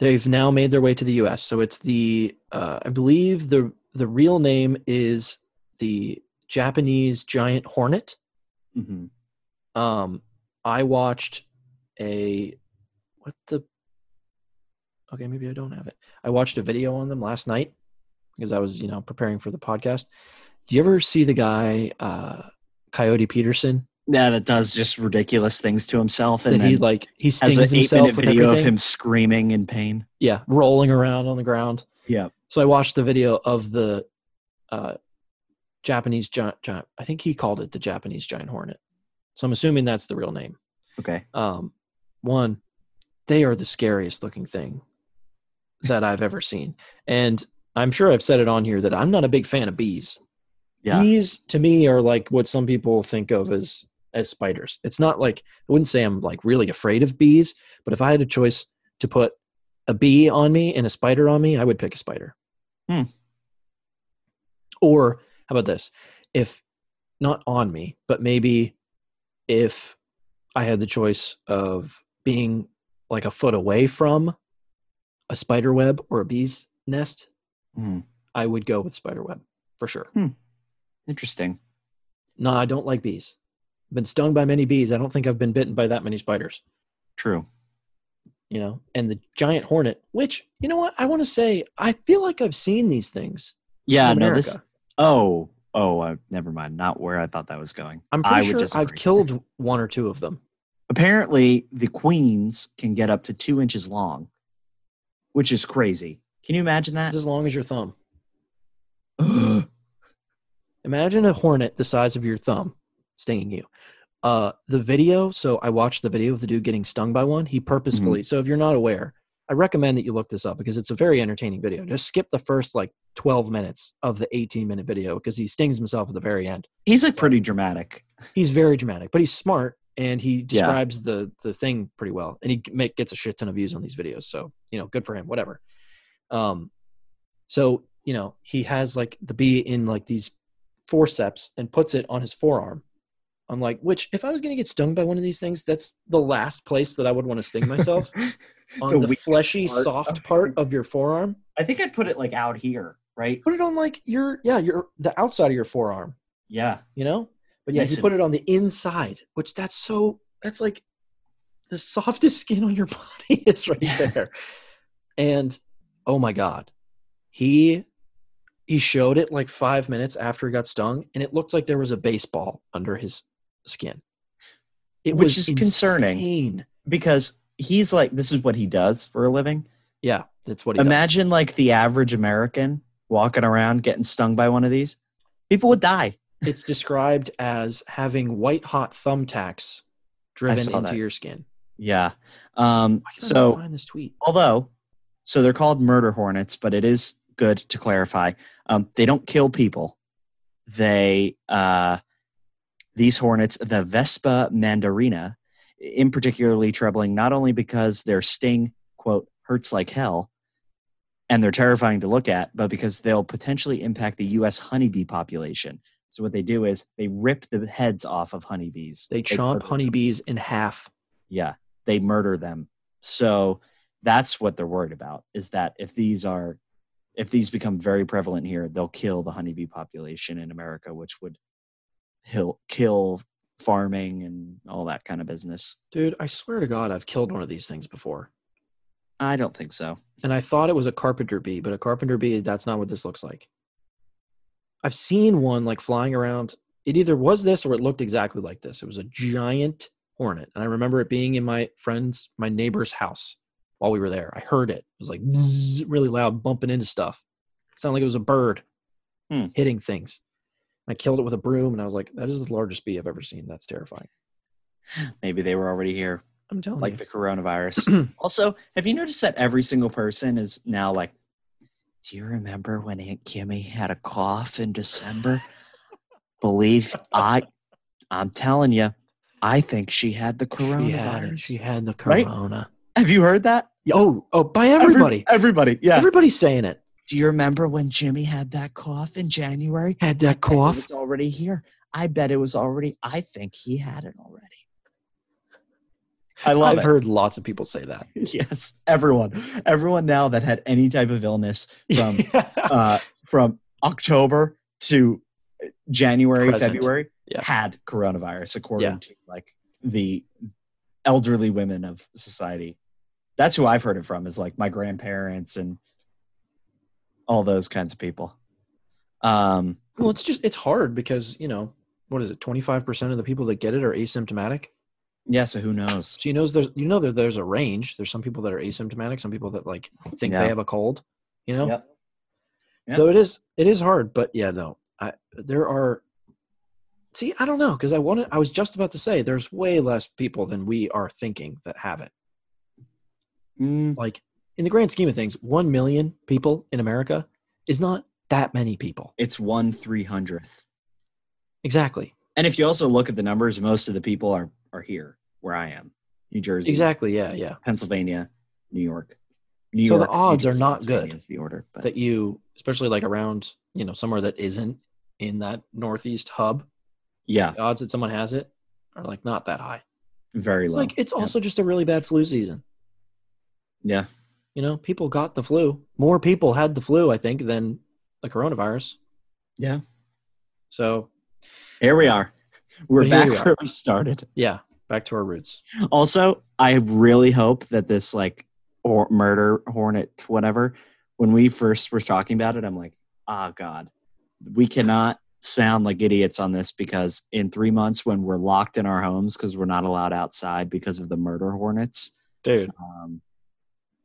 Speaker 3: They've now made their way to the U.S. So it's the uh, I believe the the real name is the Japanese giant hornet.
Speaker 4: hmm
Speaker 3: Um, I watched a what the okay maybe I don't have it. I watched a video on them last night because I was you know preparing for the podcast. Do you ever see the guy uh, Coyote Peterson
Speaker 4: Yeah, that does just ridiculous things to himself, and
Speaker 3: that
Speaker 4: then
Speaker 3: he like he
Speaker 4: has
Speaker 3: stings
Speaker 4: an
Speaker 3: himself
Speaker 4: eight-minute
Speaker 3: with
Speaker 4: video of
Speaker 3: everything?
Speaker 4: him screaming in pain.
Speaker 3: Yeah, rolling around on the ground.
Speaker 4: Yeah,
Speaker 3: So I watched the video of the uh, Japanese giant, giant. I think he called it the Japanese giant hornet. So I'm assuming that's the real name.
Speaker 4: okay.
Speaker 3: Um, one, they are the scariest looking thing that I've ever seen, and I'm sure I've said it on here that I'm not a big fan of bees.
Speaker 4: Yeah,
Speaker 3: Bees to me are like what some people think of as as spiders. It's not like I wouldn't say I'm like really afraid of bees, but if I had a choice to put a bee on me and a spider on me, I would pick a spider.
Speaker 4: Hmm.
Speaker 3: Or how about this? If not on me, but maybe if I had the choice of being like a foot away from a spider web or a bee's nest,
Speaker 4: Hmm.
Speaker 3: I would go with spider web for sure.
Speaker 4: Interesting.
Speaker 3: No, I don't like bees. I've been stung by many bees. I don't think I've been bitten by that many spiders.
Speaker 4: True.
Speaker 3: you know, and the giant hornet, which, you know what, I want to say, I feel like I've seen these things.
Speaker 4: Yeah.
Speaker 3: in
Speaker 4: No. This.
Speaker 3: America.
Speaker 4: Oh. Oh. Uh, never mind. Not where I thought that was going.
Speaker 3: I'm
Speaker 4: I
Speaker 3: pretty
Speaker 4: would
Speaker 3: sure I've
Speaker 4: disagree.
Speaker 3: killed one or two of them.
Speaker 4: Apparently, the queens can get up to two inches long, which is crazy. Can you imagine that?
Speaker 3: As long as your thumb. Imagine a hornet the size of your thumb stinging you. Uh, the video, so I watched the video of the dude getting stung by one. He purposefully, so if you're not aware, I recommend that you look this up because it's a very entertaining video. Just skip the first like 12 minutes of the 18 minute video because he stings himself at the very end.
Speaker 4: He's like pretty dramatic.
Speaker 3: he's very dramatic, but he's smart and he
Speaker 4: Yeah.
Speaker 3: describes the the thing pretty well. And he g- make, gets a shit ton of views on these videos, so you know, good for him. Whatever. Um, so you know, he has like the bee in like these forceps and puts it on his forearm. I'm like, which if I was gonna get stung by one of these things, that's the last place that I would want to sting myself on the,
Speaker 4: weak
Speaker 3: fleshy,
Speaker 4: part
Speaker 3: soft
Speaker 4: of-
Speaker 3: part of your forearm.
Speaker 4: I think I'd put it like out here, right?
Speaker 3: Put it on like your yeah, your the outside of your forearm
Speaker 4: Yeah.
Speaker 3: you know but yeah
Speaker 4: Nice
Speaker 3: you put it on the inside which that's so that's like the softest skin on your body is right
Speaker 4: Yeah.
Speaker 3: there and oh my god he he showed it like five minutes after he got stung and it looked like there was a baseball under his skin it
Speaker 4: Which is concerning.
Speaker 3: insane.
Speaker 4: Because he's like, this is what he does for a living.
Speaker 3: yeah that's what he does.
Speaker 4: Imagine like the average American walking around getting stung by one of these. People would die.
Speaker 3: it's described as having white hot thumbtacks driven
Speaker 4: saw
Speaker 3: into
Speaker 4: that.
Speaker 3: your skin
Speaker 4: Yeah. Um,
Speaker 3: Why can I not
Speaker 4: so,
Speaker 3: find this tweet
Speaker 4: although, so they're called murder hornets, but it is good to clarify. Um, they don't kill people. They, uh, these hornets, the Vespa mandarina, in particularly troubling, not only because their sting, quote, hurts like hell and they're terrifying to look at, but because they'll potentially impact the U.S. honeybee population. So, what they do is they rip the heads off of honeybees.
Speaker 3: they
Speaker 4: murder
Speaker 3: chomp
Speaker 4: them.
Speaker 3: honeybees in half
Speaker 4: Yeah, they murder them. So that's what they're worried about is that if these are if these become very prevalent here, they'll kill the honeybee population in America, which would hill, kill farming and all that kind of business.
Speaker 3: Dude, I swear to God, I've killed one of these things before.
Speaker 4: I don't think so.
Speaker 3: And I thought it was a carpenter bee, but a carpenter bee, that's not what this looks like. I've seen one like flying around. It either was this or it looked exactly like this. It was a giant hornet. And I remember it being in my friend's, my neighbor's house while we were there. I heard it. It was like bzzz, really loud, bumping into stuff. sounded like it was a bird
Speaker 4: Hmm.
Speaker 3: hitting things. I killed it with a broom and I was like, that is the largest bee I've ever seen. That's terrifying.
Speaker 4: Maybe they were already here,
Speaker 3: I'm telling
Speaker 4: like
Speaker 3: you.
Speaker 4: the coronavirus. also, have you noticed that every single person is now like, Do you remember when Aunt Kimmy had a cough in December? Believe I I'm telling you, I think she had the coronavirus.
Speaker 3: she, had it. she had the
Speaker 4: Right?
Speaker 3: corona.
Speaker 4: Have you heard that?
Speaker 3: Oh, oh, by
Speaker 4: Every-
Speaker 3: everybody.
Speaker 4: everybody, yeah.
Speaker 3: Everybody's saying it.
Speaker 4: Do you remember when Jimmy had that cough in January?
Speaker 3: Had that cough.
Speaker 4: It's already here. I bet it was already. I think he had it already. I love
Speaker 3: I've
Speaker 4: it.
Speaker 3: heard lots of people say that.
Speaker 4: Yes, everyone, everyone now that had any type of illness from uh, from October to uh, January,
Speaker 3: Present.
Speaker 4: February
Speaker 3: Yeah.
Speaker 4: had coronavirus, according
Speaker 3: Yeah.
Speaker 4: to like the elderly women of society. That's who I've heard it from is like my grandparents and all those kinds of people. Um,
Speaker 3: well, it's just it's hard because you know what is it? Twenty five percent of the people that get it are asymptomatic.
Speaker 4: yeah, so who knows?
Speaker 3: So you know there's you know that there's a range. There's some people that are asymptomatic, some people that like think
Speaker 4: Yeah.
Speaker 3: they have a cold. You know,
Speaker 4: Yep. Yep.
Speaker 3: so it is it is hard. But yeah, no, I there are. See, I don't know because I wanted. I was just about to say there's way less people than we are thinking that have it.
Speaker 4: Mm,
Speaker 3: like in the grand scheme of things, one million people in America is not that many people.
Speaker 4: it's one three hundredth.
Speaker 3: Exactly.
Speaker 4: And if you also look at the numbers, most of the people are are here where I am, New Jersey,
Speaker 3: Exactly. Yeah. Yeah.
Speaker 4: Pennsylvania, New York. New
Speaker 3: So the
Speaker 4: York, New
Speaker 3: odds are
Speaker 4: Jersey,
Speaker 3: not good.
Speaker 4: Pennsylvania Is the order, but
Speaker 3: that you, especially like around, you know, somewhere that isn't in that northeast hub,
Speaker 4: yeah,
Speaker 3: the odds that someone has it are like not that high.
Speaker 4: very
Speaker 3: It's
Speaker 4: low.
Speaker 3: like it's
Speaker 4: Yeah.
Speaker 3: also just a really bad flu season.
Speaker 4: yeah,
Speaker 3: You know, people got the flu. More people had the flu, I think, than the coronavirus.
Speaker 4: yeah.
Speaker 3: So
Speaker 4: Here we are. We're
Speaker 3: But here
Speaker 4: back
Speaker 3: we are.
Speaker 4: where we started.
Speaker 3: yeah, back to our roots.
Speaker 4: Also, I really hope that this like or murder hornet whatever. When we first were talking about it, I'm like, ah, god, we cannot sound like idiots on this because in three months when we're locked in our homes because we're not allowed outside because of the murder hornets,
Speaker 3: Dude,
Speaker 4: um,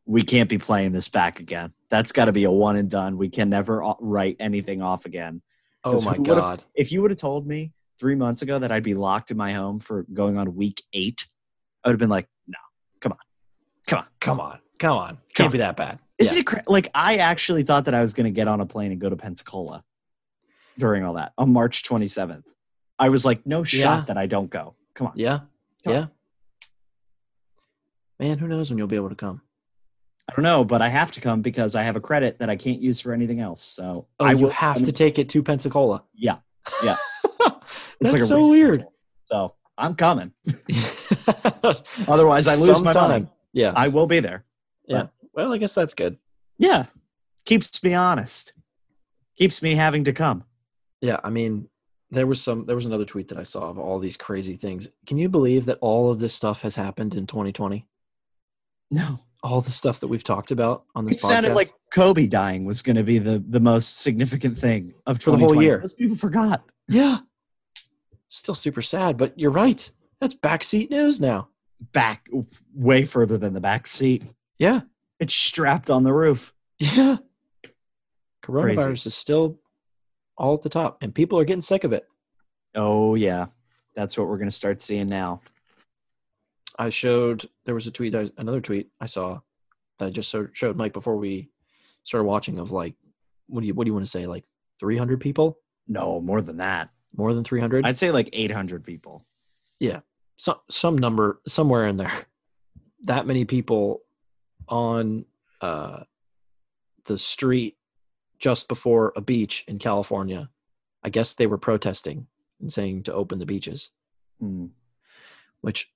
Speaker 4: we can't be playing this back again. That's got to be a one and done. We can never o- write anything off again.
Speaker 3: oh
Speaker 4: Because
Speaker 3: my
Speaker 4: who would've-
Speaker 3: god.
Speaker 4: If you would have told me three months ago that I'd be locked in my home for going on week eight, I would have been like, no,
Speaker 3: Come on. Come on. Can't
Speaker 4: Come
Speaker 3: be that bad.
Speaker 4: isn't
Speaker 3: Yeah.
Speaker 4: it cra- like I actually thought that I was going to get on a plane and go to Pensacola during all that on March 27th. I was like, no shot
Speaker 3: Yeah.
Speaker 4: that I don't go. Come on.
Speaker 3: Yeah.
Speaker 4: Come
Speaker 3: Yeah. Man, who knows when you'll be able to come?
Speaker 4: I don't know, but I have to come because I have a credit that I can't use for anything else. So
Speaker 3: Oh,
Speaker 4: I
Speaker 3: you
Speaker 4: will-
Speaker 3: have
Speaker 4: I mean,
Speaker 3: to take it to Pensacola.
Speaker 4: Yeah.
Speaker 3: That's
Speaker 4: like a
Speaker 3: so
Speaker 4: race
Speaker 3: weird.
Speaker 4: schedule. So I'm coming. Otherwise, I lose my
Speaker 3: Sometime.
Speaker 4: mind.
Speaker 3: Yeah.
Speaker 4: I will be there.
Speaker 3: Well, I guess that's good.
Speaker 4: Yeah. Keeps me honest. Keeps me having to come.
Speaker 3: Yeah, I mean, there was some there was another tweet that I saw of all these crazy things. Can you believe that all of this stuff has happened in 2020?
Speaker 4: No.
Speaker 3: All the stuff that we've talked about on this
Speaker 4: It sounded
Speaker 3: podcast?
Speaker 4: like Kobe dying was going to be the, the most significant thing of
Speaker 3: For the whole
Speaker 4: 2020.
Speaker 3: year.
Speaker 4: Most people forgot.
Speaker 3: Yeah. Still super sad, but you're right. That's backseat news now.
Speaker 4: Back way further than the back seat.
Speaker 3: Yeah.
Speaker 4: It's strapped on the roof.
Speaker 3: Yeah. Coronavirus
Speaker 4: Crazy.
Speaker 3: is still all at the top and people are getting sick of it.
Speaker 4: Oh, yeah. That's what we're going to start seeing now.
Speaker 3: I showed there was a tweet I- another tweet I saw that I just so- showed Mike before we started watching of like what do you what do you want to say like 300 people?
Speaker 4: No, more than that.
Speaker 3: More than 300?
Speaker 4: I'd say like 800 people.
Speaker 3: some some number somewhere in there that many people on uh the street just before a beach in California i guess they were protesting and saying to open the beaches
Speaker 4: Hmm.
Speaker 3: which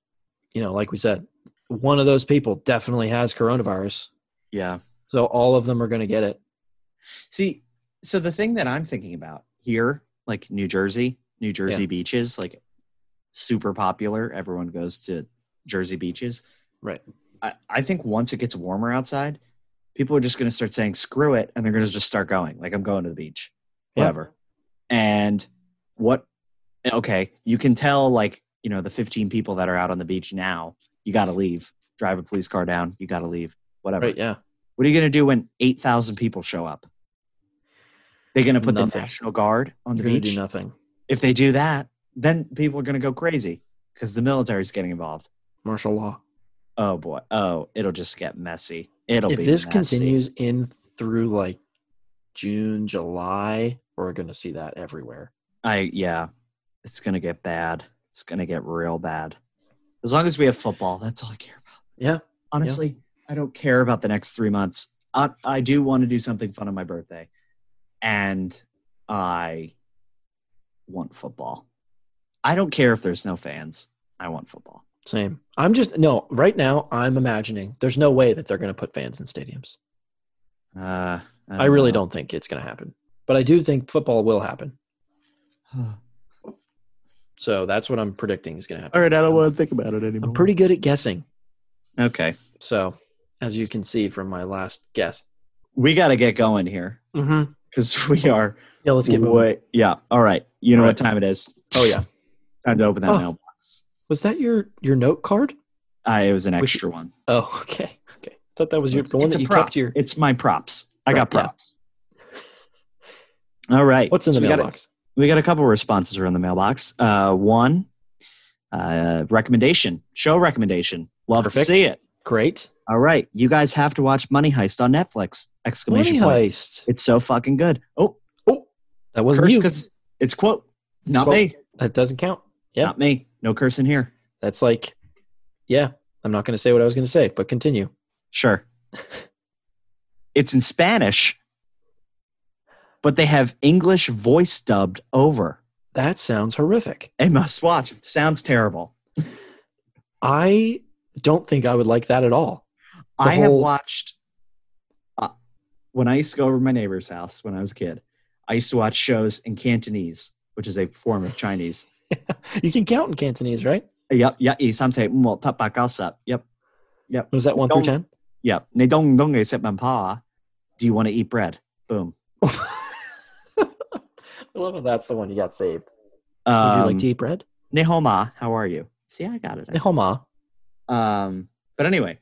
Speaker 3: you know like we said one of those people definitely has coronavirus
Speaker 4: Yeah.
Speaker 3: so all of them are going to get it
Speaker 4: See, so the thing that I'm thinking about here, like New Jersey, New Jersey beaches, like super popular. Everyone goes to Jersey beaches.
Speaker 3: Right.
Speaker 4: I, I think once it gets warmer outside, people are just going to start saying, screw it. And they're going to just start going, like, I'm going to the beach,
Speaker 3: Yeah.
Speaker 4: whatever. And what, okay, you can tell, like, you know, the 15 people that are out on the beach now, you got to leave. Drive a police car down, you got to leave, whatever.
Speaker 3: right yeah
Speaker 4: What are you going to do when 8,000 people show up? They're going to put the
Speaker 3: Nothing.
Speaker 4: National Guard on the
Speaker 3: you're going to
Speaker 4: beach?
Speaker 3: do nothing
Speaker 4: if they do that, then people are going to go crazy because the military's getting involved.
Speaker 3: martial law
Speaker 4: Oh, boy. Oh, it'll just get messy. It'll
Speaker 3: if
Speaker 4: be
Speaker 3: this
Speaker 4: messy.
Speaker 3: continues in through like june july we're going to see that everywhere
Speaker 4: I, yeah, it's going to get bad. It's going to get real bad. As long as we have football, that's all I care about.
Speaker 3: yeah
Speaker 4: Honestly, I don't care about the next three months. I, I do want to do something fun on my birthday, and I want football. I don't care if there's no fans. I want football.
Speaker 3: Same. I'm just no. Right now, I'm imagining there's no way that they're going to put fans in stadiums.
Speaker 4: Uh,
Speaker 3: I, really
Speaker 4: know.
Speaker 3: don't think it's going to happen, but I do think football will happen. So that's what I'm predicting is going to happen.
Speaker 4: all right, I don't want to think about it anymore.
Speaker 3: I'm pretty good at guessing.
Speaker 4: okay.
Speaker 3: So, as you can see from my last guess,
Speaker 4: We got to get going here
Speaker 3: mm-hmm.
Speaker 4: because we are.
Speaker 3: yeah, let's get moving.
Speaker 4: way, yeah. All right. You know
Speaker 3: All
Speaker 4: what time it is.
Speaker 3: Oh yeah,
Speaker 4: Time to open that
Speaker 3: Oh.
Speaker 4: mailbox.
Speaker 3: was that your your note card?
Speaker 4: Uh, it was an
Speaker 3: We should-
Speaker 4: extra one.
Speaker 3: Oh, okay, okay. Thought that was your
Speaker 4: It's-
Speaker 3: the one
Speaker 4: it's
Speaker 3: that
Speaker 4: a
Speaker 3: you
Speaker 4: prop.
Speaker 3: kept your.
Speaker 4: It's my props. I got
Speaker 3: Right, yeah.
Speaker 4: props. All right.
Speaker 3: What's in
Speaker 4: So
Speaker 3: the
Speaker 4: we got a-
Speaker 3: mailbox?
Speaker 4: we got a couple responses around the mailbox. Uh, one uh, recommendation, show recommendation. Love
Speaker 3: Perfect.
Speaker 4: to see it.
Speaker 3: Great.
Speaker 4: All right, you guys have to watch Money Heist on Netflix! Exclamation
Speaker 3: Money
Speaker 4: point!
Speaker 3: heist.
Speaker 4: It's so fucking good. Oh,
Speaker 3: That wasn't
Speaker 4: curse
Speaker 3: you.
Speaker 4: because it's quote, not
Speaker 3: quote.
Speaker 4: me,
Speaker 3: That doesn't count. Yeah.
Speaker 4: not me. No cursing here.
Speaker 3: That's like, yeah. I'm not going to say what I was going to say, but continue.
Speaker 4: Sure. It's in Spanish, but they have English voice dubbed over.
Speaker 3: That sounds horrific.
Speaker 4: A must watch. Sounds terrible.
Speaker 3: I don't think I would like that at all. The
Speaker 4: I have
Speaker 3: whole-
Speaker 4: watched uh, when I used to go over to my neighbor's house when I was a kid. I used to watch shows in Cantonese, which is a form of Chinese.
Speaker 3: You can count in Cantonese, right?
Speaker 4: Yep, yep, yeah, some say "Mo tap ba kao sup." Yep,
Speaker 3: Was that one through ten?
Speaker 4: yep. They don't don't accept my pa. Do you want to eat bread? Boom.
Speaker 3: I love if that's the one you got saved. Would you
Speaker 4: Um,
Speaker 3: like to eat bread?
Speaker 4: Nehoma, how are you? See, I got it. I
Speaker 3: Nihoma.
Speaker 4: Um, but anyway,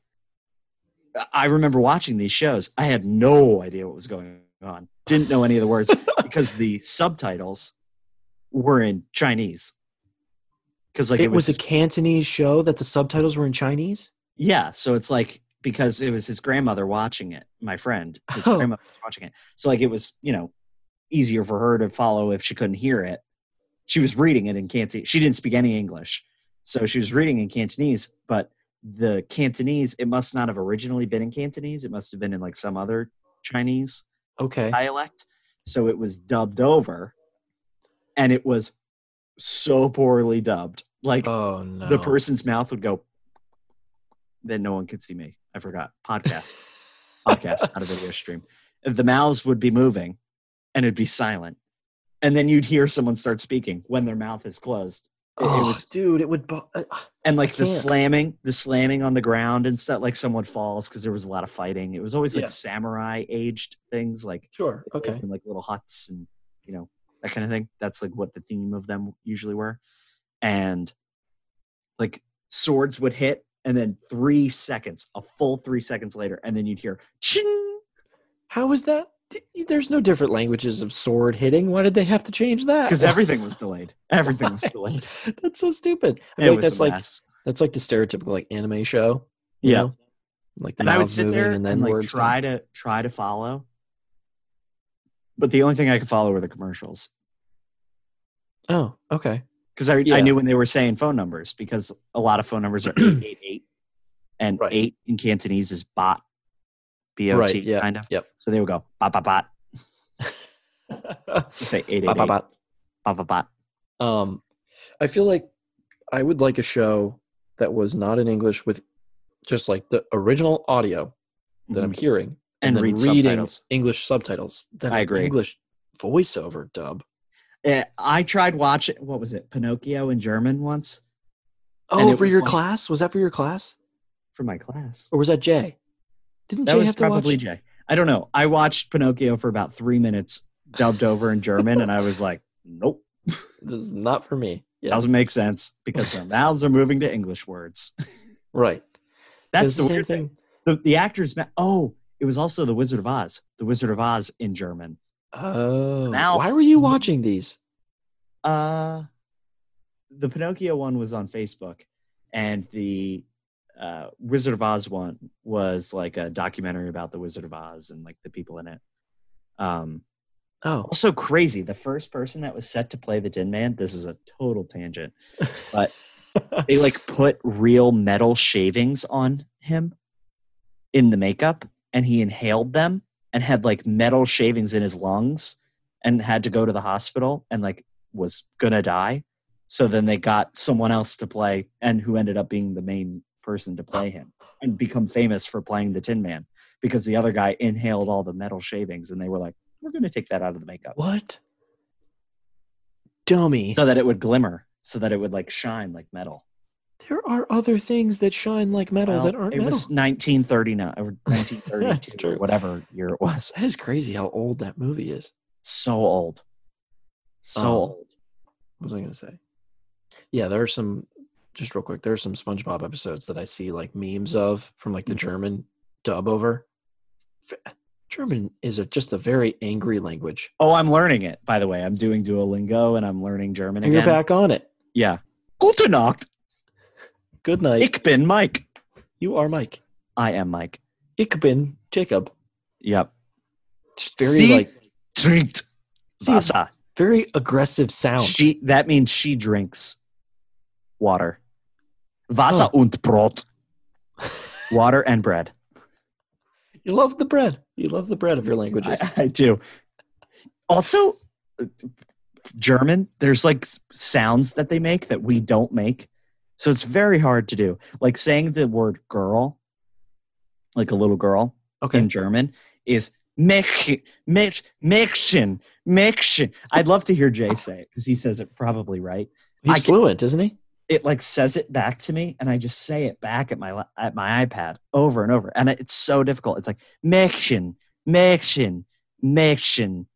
Speaker 4: I- I remember watching these shows. I had no idea what was going on. Didn't know any of the words because the subtitles were in Chinese. Because like
Speaker 3: it was a
Speaker 4: his,
Speaker 3: Cantonese show that the subtitles were in Chinese.
Speaker 4: yeah, so it's like because it was his grandmother watching it. My friend, his
Speaker 3: Oh.
Speaker 4: grandmother was watching it. So like it was you know easier for her to follow if she couldn't hear it. She was reading it in Cantonese. She didn't speak any English, so she was reading in Cantonese. But the Cantonese, it must not have originally been in Cantonese. It must have been in like some other Chinese
Speaker 3: Okay.
Speaker 4: dialect. So it was dubbed over, and it was so poorly dubbed. Like
Speaker 3: oh no.
Speaker 4: the person's mouth would go. Then no one could see me. I forgot podcast, podcast, not a video stream. The mouths would be moving, and it'd be silent, and then you'd hear someone start speaking when their mouth is closed. It- it
Speaker 3: Oh,
Speaker 4: was-
Speaker 3: dude, it would. bu- uh,
Speaker 4: and like the
Speaker 3: can't.
Speaker 4: slamming the slamming on the ground and stuff like someone falls because there was a lot of fighting it was always like
Speaker 3: Yeah.
Speaker 4: samurai aged things like
Speaker 3: Sure.
Speaker 4: they lived
Speaker 3: Okay.
Speaker 4: in like little huts and you know that kind of thing that's like what the theme of them usually were and like swords would hit and then three seconds a full three seconds later and then you'd hear ching
Speaker 3: How is that? D- There's no different languages of sword hitting. Why did they have to change that?
Speaker 4: because
Speaker 3: Why?
Speaker 4: everything was delayed everything was
Speaker 3: Why?
Speaker 4: delayed
Speaker 3: that's so stupid. I
Speaker 4: it
Speaker 3: feel like
Speaker 4: was
Speaker 3: that's
Speaker 4: a
Speaker 3: like
Speaker 4: mess.
Speaker 3: that's like the stereotypical like anime show. you
Speaker 4: yeah
Speaker 3: know? Like the
Speaker 4: and I would
Speaker 3: mouths
Speaker 4: sit
Speaker 3: moving
Speaker 4: there
Speaker 3: and
Speaker 4: and,
Speaker 3: then
Speaker 4: like
Speaker 3: words come.
Speaker 4: try to try to follow. But the only thing I could follow were the commercials
Speaker 3: Oh, okay.
Speaker 4: because I,
Speaker 3: Yeah.
Speaker 4: I knew when they were saying phone numbers because a lot of phone numbers are eight eight eight, and
Speaker 3: Right.
Speaker 4: eight in Cantonese is bot, b o
Speaker 3: Right,
Speaker 4: t
Speaker 3: yeah,
Speaker 4: kind of.
Speaker 3: yep.
Speaker 4: So they would go bot bot bot.
Speaker 3: Ba,
Speaker 4: Just Say eight eight
Speaker 3: ba,
Speaker 4: eight bot
Speaker 3: ba.
Speaker 4: bot bot.
Speaker 3: Um, I feel like I would like a show that was not in English with just like the original audio that I'm
Speaker 4: Mhm.
Speaker 3: hearing
Speaker 4: And
Speaker 3: then
Speaker 4: read
Speaker 3: reading
Speaker 4: subtitles.
Speaker 3: English subtitles. Then
Speaker 4: I
Speaker 3: an
Speaker 4: agree.
Speaker 3: English voiceover dub.
Speaker 4: Eh, I tried watching what was it Pinocchio in German once And
Speaker 3: Oh,
Speaker 4: it
Speaker 3: for
Speaker 4: was
Speaker 3: your
Speaker 4: like-
Speaker 3: class? Was that for your class?
Speaker 4: for my class.
Speaker 3: Or was that Jay? Didn't
Speaker 4: That
Speaker 3: Jay
Speaker 4: was
Speaker 3: have to
Speaker 4: probably
Speaker 3: watch?
Speaker 4: Jay. I don't know. I watched Pinocchio for about three minutes, dubbed over in German, and I was like, nope.
Speaker 3: This is not for me. Yeah.
Speaker 4: doesn't make sense because their mouths are moving to English words.
Speaker 3: right.
Speaker 4: That's
Speaker 3: It's
Speaker 4: the, weird thing. The, the actors, ma- oh, it was also The Wizard of Oz. The Wizard of Oz in German.
Speaker 3: Oh,
Speaker 4: Mouth.
Speaker 3: why were you watching these?
Speaker 4: Uh, the Pinocchio one was on Facebook, and the uh, Wizard of Oz one was like a documentary about the Wizard of Oz and like the people in it. Um,
Speaker 3: Oh,
Speaker 4: also crazy. The first person that was set to play the Tin Man. This is a total tangent, but they like put real metal shavings on him in the makeup, and he inhaled them and had like metal shavings in his lungs, and had to go to the hospital and like was gonna die. So then they got someone else to play, and who ended up being the main person to play him and become famous for playing the Tin Man because the other guy inhaled all the metal shavings, and they were like, "We're gonna take that out of the makeup."
Speaker 3: what? Dummy.
Speaker 4: so that it would glimmer, so that it would like shine like metal.
Speaker 3: There are other things that shine like metal
Speaker 4: Well,
Speaker 3: that aren't
Speaker 4: it
Speaker 3: metal.
Speaker 4: was 1939 or
Speaker 3: That's
Speaker 4: 1932 or
Speaker 3: true.
Speaker 4: whatever year it was.
Speaker 3: That is crazy how old that movie is.
Speaker 4: So old, so
Speaker 3: Um,
Speaker 4: old.
Speaker 3: What was I going to say? Yeah, there are some, just real quick, there are some SpongeBob episodes that I see like memes of from like the
Speaker 4: Mhm.
Speaker 3: German dub over. F- German is a, just a very angry language.
Speaker 4: Oh, I'm learning it. By the way, I'm doing Duolingo and I'm learning German
Speaker 3: And
Speaker 4: again.
Speaker 3: Oh, you're back on it.
Speaker 4: Yeah. Gute Nacht.
Speaker 3: Good night.
Speaker 4: Ich bin Mike.
Speaker 3: you are Mike.
Speaker 4: I am Mike.
Speaker 3: Ich bin Jacob.
Speaker 4: Yep.
Speaker 3: Just very
Speaker 4: Sie
Speaker 3: like
Speaker 4: Trinkt
Speaker 3: Sie-
Speaker 4: Wasser.
Speaker 3: very aggressive sound.
Speaker 4: She. That means she drinks water.
Speaker 3: Oh.
Speaker 4: Wasser und Brot. Water and bread.
Speaker 3: you love the bread. You love the bread of your languages.
Speaker 4: I, I do. Also, uh, German, there's like s- sounds that they make that we don't make. So it's very hard to do. Like saying the word girl, like a little girl
Speaker 3: okay.
Speaker 4: in German, is Mädchen, Mädchen, Mädchen, Mädchen. I'd love to hear Jay say it because he says it probably right.
Speaker 3: He's
Speaker 4: I can-
Speaker 3: fluent, isn't he?
Speaker 4: It like says it back to me, and I just say it back at my la- at my iPad over and over, and it's so difficult. It's like Mädchen, Mädchen, Mädchen,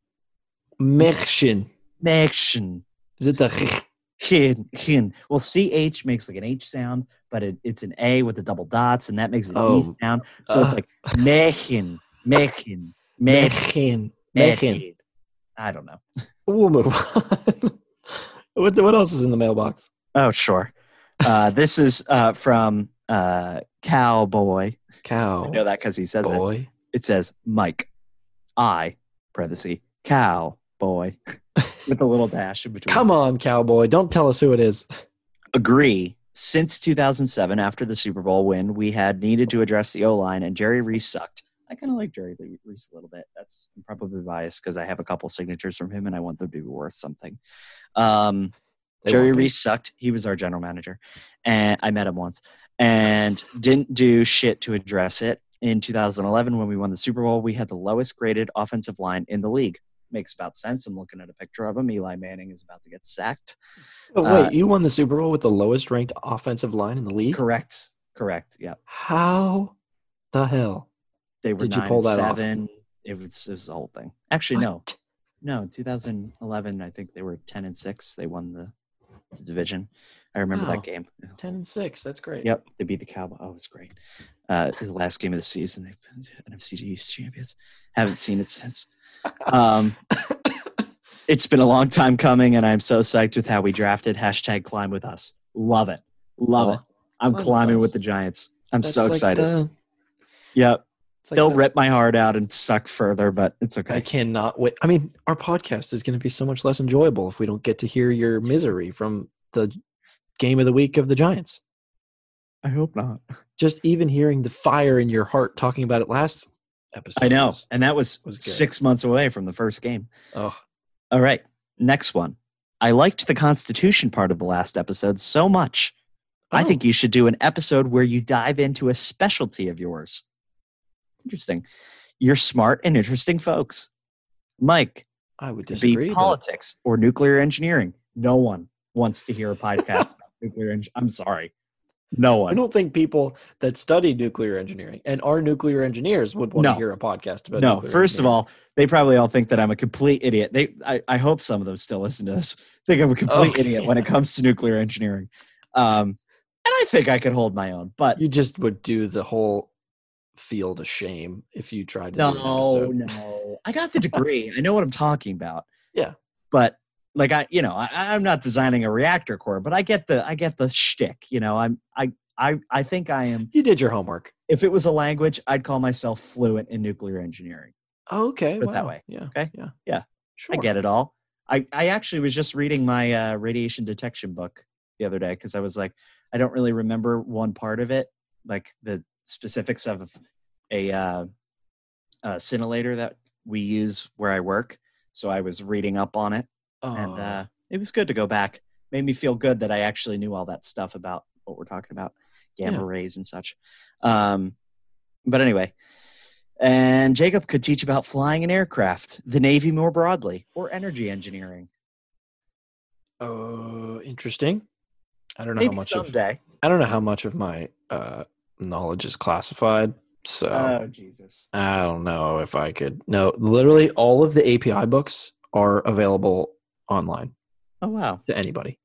Speaker 3: Märchen.
Speaker 4: Mädchen.
Speaker 3: Is it the
Speaker 4: Hin, hin. Well, CH makes like an H sound, but it, it's an A with the double dots, and that makes an
Speaker 3: Oh,
Speaker 4: E sound. So it's
Speaker 3: uh.
Speaker 4: like Mächen, Mächen, Mächen,
Speaker 3: Märchen? Märchen.
Speaker 4: Mächen. I don't know.
Speaker 3: We'll move on. what, the- what else is in the mailbox?
Speaker 4: Oh, sure. Uh, this is uh, from uh, Cowboy. I
Speaker 3: Cow.
Speaker 4: know that because he says it.
Speaker 3: Boy.
Speaker 4: It says Mike, I, parenthesis, Cowboy, with a little dash in between.
Speaker 3: Come on, cowboy. Don't tell us who it is.
Speaker 4: agree. Since 2007, after the Super Bowl win, we had needed to address the O line, and Jerry Reese sucked. I kind of like Jerry Lee- Reese a little bit. That's I'm probably biased because I have a couple signatures from him, and I want them to be worth something. Um,
Speaker 3: They
Speaker 4: Jerry
Speaker 3: won't be.
Speaker 4: Reese sucked. He was our general manager, and I met him once, and didn't do shit to address it. In 2011, when we won the Super Bowl, we had the lowest graded offensive line in the league. Makes about sense. I'm looking at a picture of him. Eli Manning is about to get sacked.
Speaker 3: Oh,
Speaker 4: Uh,
Speaker 3: wait, you won the Super Bowl with the lowest ranked offensive line in the league?
Speaker 4: Correct. Correct. Yeah.
Speaker 3: How the hell?
Speaker 4: they were
Speaker 3: Did you
Speaker 4: nine
Speaker 3: pull
Speaker 4: and
Speaker 3: that off?
Speaker 4: seven. It was it was the whole thing. Actually, no,
Speaker 3: What?
Speaker 4: no. in 2011, I think they were 10 and six. They won the, the division. I remember
Speaker 3: Wow.
Speaker 4: that game.
Speaker 3: 10 and 6. That's great.
Speaker 4: Yep, they beat the Cowboys. Oh, it was great. Uh, the last game of the season, they been NFC East champions. Haven't seen it since. Um, it's been a long time coming, and I'm so psyched with how we drafted. Hashtag climb with us. Love it.
Speaker 3: Oh,
Speaker 4: Love it.
Speaker 3: climb
Speaker 4: I'm
Speaker 3: with
Speaker 4: climbing
Speaker 3: us.
Speaker 4: with the Giants. I'm
Speaker 3: That's
Speaker 4: so
Speaker 3: like
Speaker 4: excited.
Speaker 3: the-
Speaker 4: yep.
Speaker 3: it's like
Speaker 4: They'll
Speaker 3: the-
Speaker 4: rip my heart out and suck further, but it's okay.
Speaker 3: I cannot wait. I mean, our podcast is going to be so much less enjoyable if we don't get to hear your misery from the game of the week of the Giants.
Speaker 4: I hope not.
Speaker 3: Just even hearing the fire in your heart talking about it last episode.
Speaker 4: I know.
Speaker 3: is-
Speaker 4: And that was,
Speaker 3: was good.
Speaker 4: six months away from the first game.
Speaker 3: Oh,
Speaker 4: All right. Next one. I liked the Constitution part of the last episode so much. I
Speaker 3: Oh.
Speaker 4: think you should do an episode where you dive into a specialty of yours. Interesting. You're smart and interesting folks. Mike,
Speaker 3: oh, I would
Speaker 4: could be
Speaker 3: disagree. but-
Speaker 4: politics or nuclear engineering. No one wants to hear a podcast about nuclear engineering. I'm sorry. No
Speaker 3: I
Speaker 4: one.
Speaker 3: don't think people that study nuclear engineering and are nuclear engineers would want
Speaker 4: No.
Speaker 3: to hear a podcast about
Speaker 4: no
Speaker 3: nuclear
Speaker 4: first of
Speaker 3: engineering.
Speaker 4: all they probably all think that i'm a complete idiot they i, I hope some of them still listen to this think i'm a complete
Speaker 3: Oh,
Speaker 4: idiot when it comes to nuclear engineering um and i think i could hold my own but
Speaker 3: you just would do the whole field of shame if you tried to do an
Speaker 4: no
Speaker 3: episode.
Speaker 4: no i got the degree i know what i'm talking about
Speaker 3: Yeah.
Speaker 4: but like i you know I, i'm not designing a reactor core but i get the i get the shtick you know i'm i i i think i am
Speaker 3: You did your homework.
Speaker 4: if it was a language i'd call myself fluent in nuclear engineering
Speaker 3: Oh, okay.
Speaker 4: Put it that
Speaker 3: wow.
Speaker 4: way.
Speaker 3: Yeah.
Speaker 4: Okay?
Speaker 3: Yeah.
Speaker 4: Yeah.
Speaker 3: Sure.
Speaker 4: I get it all. I, I actually was just reading my uh, radiation detection book the other day because I was like, I don't really remember one part of it, like the specifics of a, uh, a scintillator that we use where I work. So I was reading up on it, and
Speaker 3: Oh,
Speaker 4: uh, it was good to go back. Made me feel good that I actually knew all that stuff about what we're talking about, gamma
Speaker 3: Yeah.
Speaker 4: rays and such. Um, but anyway, and Jacob could teach about flying an aircraft, the Navy more broadly, or energy engineering.
Speaker 3: oh, interesting. I don't know how
Speaker 4: uh Maybe
Speaker 3: much of
Speaker 4: someday.
Speaker 3: I don't know how much of my uh, knowledge is classified. So
Speaker 4: Oh Jesus!
Speaker 3: I don't know if I could. No, literally all of the API books are available online
Speaker 4: Oh wow!
Speaker 3: to anybody.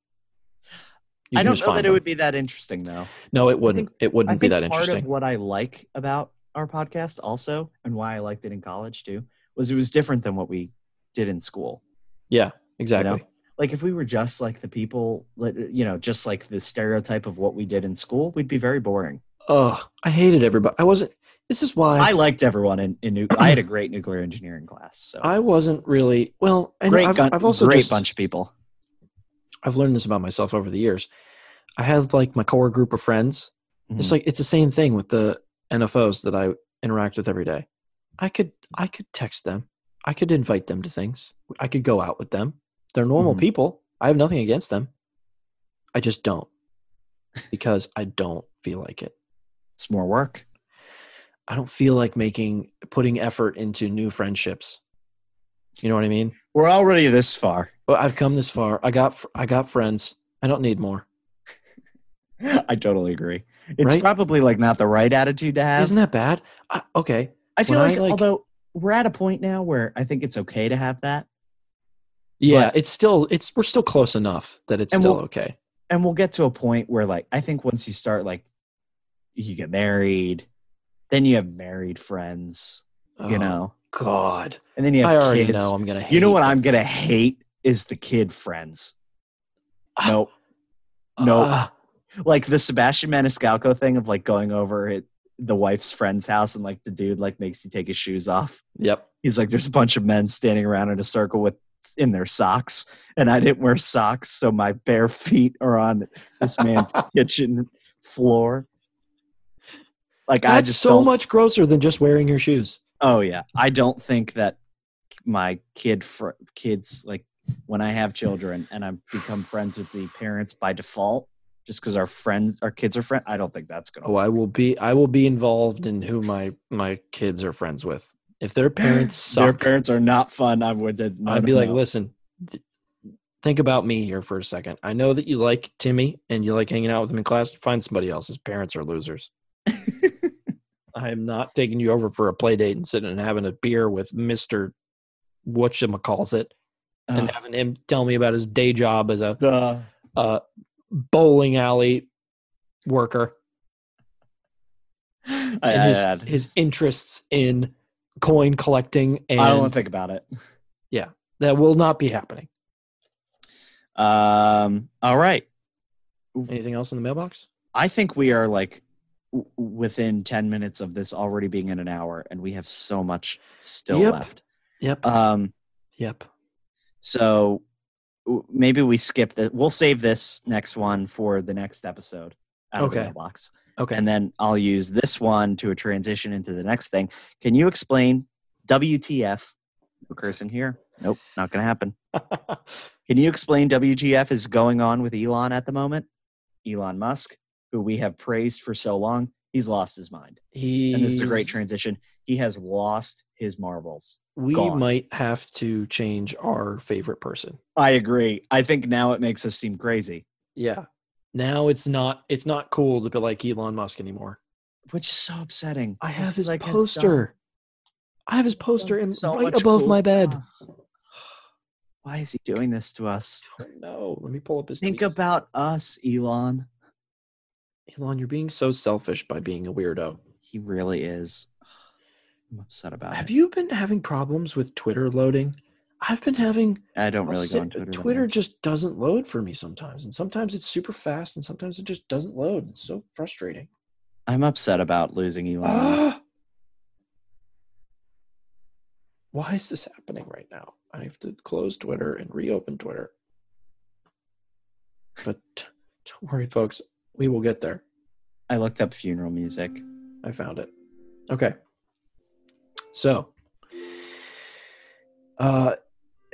Speaker 3: You
Speaker 4: I
Speaker 3: can
Speaker 4: don't
Speaker 3: just
Speaker 4: know that
Speaker 3: find
Speaker 4: it
Speaker 3: them.
Speaker 4: would be that interesting though.
Speaker 3: No, it wouldn't. it
Speaker 4: I
Speaker 3: wouldn't be
Speaker 4: think
Speaker 3: that
Speaker 4: part of
Speaker 3: interesting.
Speaker 4: what I like about our podcast, also, and why I liked it in college too, was it was different than what we did in school.
Speaker 3: yeah, exactly.
Speaker 4: like if we were just like the people like, you know just like the stereotype of what we did in school we'd be very boring
Speaker 3: Oh, I hated everybody. I wasn't. This is why
Speaker 4: i liked everyone in, in nu- i had a great nuclear engineering class so
Speaker 3: I wasn't really well. And
Speaker 4: great
Speaker 3: I've,
Speaker 4: gun-
Speaker 3: I've also
Speaker 4: great
Speaker 3: just,
Speaker 4: bunch of people
Speaker 3: I've learned this about myself over the years. I have like my core group
Speaker 4: Mm-hmm.
Speaker 3: of friends. It's like it's the same thing with the NFOs that I interact with every day. I could I could text them. I could invite them to things. I could go out with them. They're normal
Speaker 4: Mhm.
Speaker 3: people. I have nothing against them. I just don't because I don't feel like it.
Speaker 4: It's more work.
Speaker 3: I don't feel like making putting effort into new friendships. You know what I mean?
Speaker 4: We're already this far.
Speaker 3: Well, I've come this far. I got fr- I got friends. I don't need more.
Speaker 4: I totally agree. It's
Speaker 3: Right?
Speaker 4: probably like not the right attitude to have.
Speaker 3: Isn't that bad? I, okay,
Speaker 4: I feel
Speaker 3: when I,
Speaker 4: like,
Speaker 3: like-
Speaker 4: although we're at a point now where I think it's okay to have that,
Speaker 3: Yeah,
Speaker 4: But-
Speaker 3: it's still it's we're still close enough that it's
Speaker 4: And
Speaker 3: still
Speaker 4: we'll-
Speaker 3: okay.
Speaker 4: and we'll get to a point where like I think once you start like you get married, then you have married friends, you
Speaker 3: Oh,
Speaker 4: know,
Speaker 3: God,
Speaker 4: and then you
Speaker 3: I
Speaker 4: have
Speaker 3: already
Speaker 4: kids.
Speaker 3: know I'm gonna. Hate
Speaker 4: You know what
Speaker 3: it.
Speaker 4: I'm gonna hate is the kid friends.
Speaker 3: Ah.
Speaker 4: No, no.
Speaker 3: Ah,
Speaker 4: like the Sebastian Maniscalco thing of like going over at the wife's friend's house and like the dude like makes you take his shoes off.
Speaker 3: yep.
Speaker 4: He's like, there's a bunch of men standing around in a circle with in their socks, and I didn't wear socks, so my bare feet are on this man's kitchen floor. Like I
Speaker 3: That's
Speaker 4: just
Speaker 3: so
Speaker 4: don't-
Speaker 3: much grosser than just wearing your shoes.
Speaker 4: Oh yeah, I don't think that my kid fr- kids like when I have children and I become friends with the parents by default, just because our friends, our kids are friends. I don't think that's gonna.
Speaker 3: Oh, I will be I will be involved in who my my kids are friends with. If their parents
Speaker 4: Their
Speaker 3: suck,
Speaker 4: parents are not fun. I would. uh, No,
Speaker 3: I'd be
Speaker 4: no,
Speaker 3: like,
Speaker 4: no.
Speaker 3: listen, th- think about me here for a second. I know that you like Timmy and you like hanging out with him in class. Find somebody else. His parents are losers. I am not taking you over for a play date and sitting and having a beer with Mister whatchamacallit and
Speaker 4: Ugh,
Speaker 3: having him tell me about his day job as a
Speaker 4: no.
Speaker 3: uh, bowling alley worker
Speaker 4: I,
Speaker 3: and
Speaker 4: I-
Speaker 3: his,
Speaker 4: I-
Speaker 3: his interests in coin collecting and
Speaker 4: I don't want to think about it.
Speaker 3: that will not be happening.
Speaker 4: Um, all right.
Speaker 3: Anything else in the mailbox?
Speaker 4: I think we are like w- within 10 minutes of this already being in an hour, and we have so much still
Speaker 3: yep.
Speaker 4: left.
Speaker 3: Yep.
Speaker 4: Um,
Speaker 3: yep.
Speaker 4: so w- maybe we skip that. We'll save this next one for the next episode out of the
Speaker 3: Okay.
Speaker 4: mailbox.
Speaker 3: Okay.
Speaker 4: And then I'll use this one to a transition into the next thing. Can you explain WTF? No curse in here. Nope, not going to happen. Can you explain WGF is going on with Elon at the moment? Elon Musk, who we have praised for so long, he's lost his mind.
Speaker 3: He
Speaker 4: And this is a great transition. He has lost his marbles.
Speaker 3: We
Speaker 4: Gone.
Speaker 3: might have to change our favorite person.
Speaker 4: I agree. I think now it makes us seem crazy,
Speaker 3: Yeah. Now it's not it's not cool to be like Elon Musk anymore.
Speaker 4: which is so upsetting.
Speaker 3: I
Speaker 4: 'cause
Speaker 3: have
Speaker 4: he,
Speaker 3: his
Speaker 4: like, has done-
Speaker 3: poster. I have his poster
Speaker 4: done
Speaker 3: in,
Speaker 4: so
Speaker 3: right
Speaker 4: much
Speaker 3: above
Speaker 4: cool
Speaker 3: my bed.
Speaker 4: stuff. Why is he doing this to us?
Speaker 3: No, let me pull up his.
Speaker 4: Think
Speaker 3: tweets.
Speaker 4: about us, Elon.
Speaker 3: Elon. You're being so selfish by being a weirdo.
Speaker 4: He really is. I'm upset about
Speaker 3: Have
Speaker 4: it.
Speaker 3: you been having problems with Twitter loading? I've been having
Speaker 4: I don't
Speaker 3: I'll
Speaker 4: really
Speaker 3: sit-
Speaker 4: go on Twitter. that much.
Speaker 3: just doesn't load for me sometimes, and sometimes it's super fast, and sometimes it just doesn't load. It's so frustrating.
Speaker 4: I'm upset about losing Elon. Musk.
Speaker 3: Ah! Why is this happening right now? I have to close Twitter and reopen Twitter. But don't worry, folks. We will get there.
Speaker 4: I looked up funeral music.
Speaker 3: I found it. Okay. So, uh,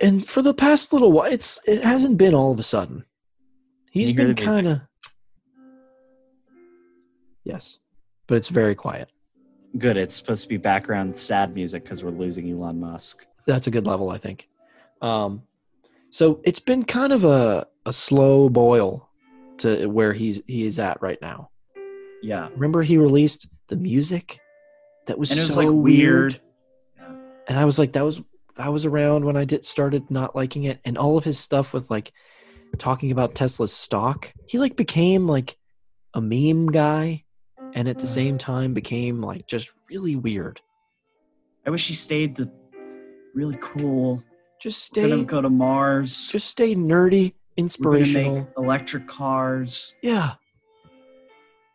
Speaker 3: and for the past little while, it's it hasn't been all of a sudden. He's
Speaker 4: you hear
Speaker 3: been
Speaker 4: the music?
Speaker 3: kind of. Yes, but it's very quiet.
Speaker 4: Good. It's supposed to be background sad music because we're losing Elon Musk.
Speaker 3: That's a good level, I think. Um, so it's been kind of a a slow boil to where he's he is at right now.
Speaker 4: Yeah.
Speaker 3: Remember, he released the music that was
Speaker 4: And it was
Speaker 3: so
Speaker 4: like
Speaker 3: weird.
Speaker 4: weird.
Speaker 3: and I was like, that was I was around when I did started not liking it, and all of his stuff with like talking about Tesla's stock. He like became like a meme guy, and
Speaker 4: Mm.
Speaker 3: at the same time became like just really weird.
Speaker 4: I wish he stayed the really cool.
Speaker 3: Just
Speaker 4: We're gonna
Speaker 3: stay,
Speaker 4: go to Mars.
Speaker 3: just stay nerdy,
Speaker 4: we're gonna
Speaker 3: inspirational.
Speaker 4: make electric cars.
Speaker 3: yeah.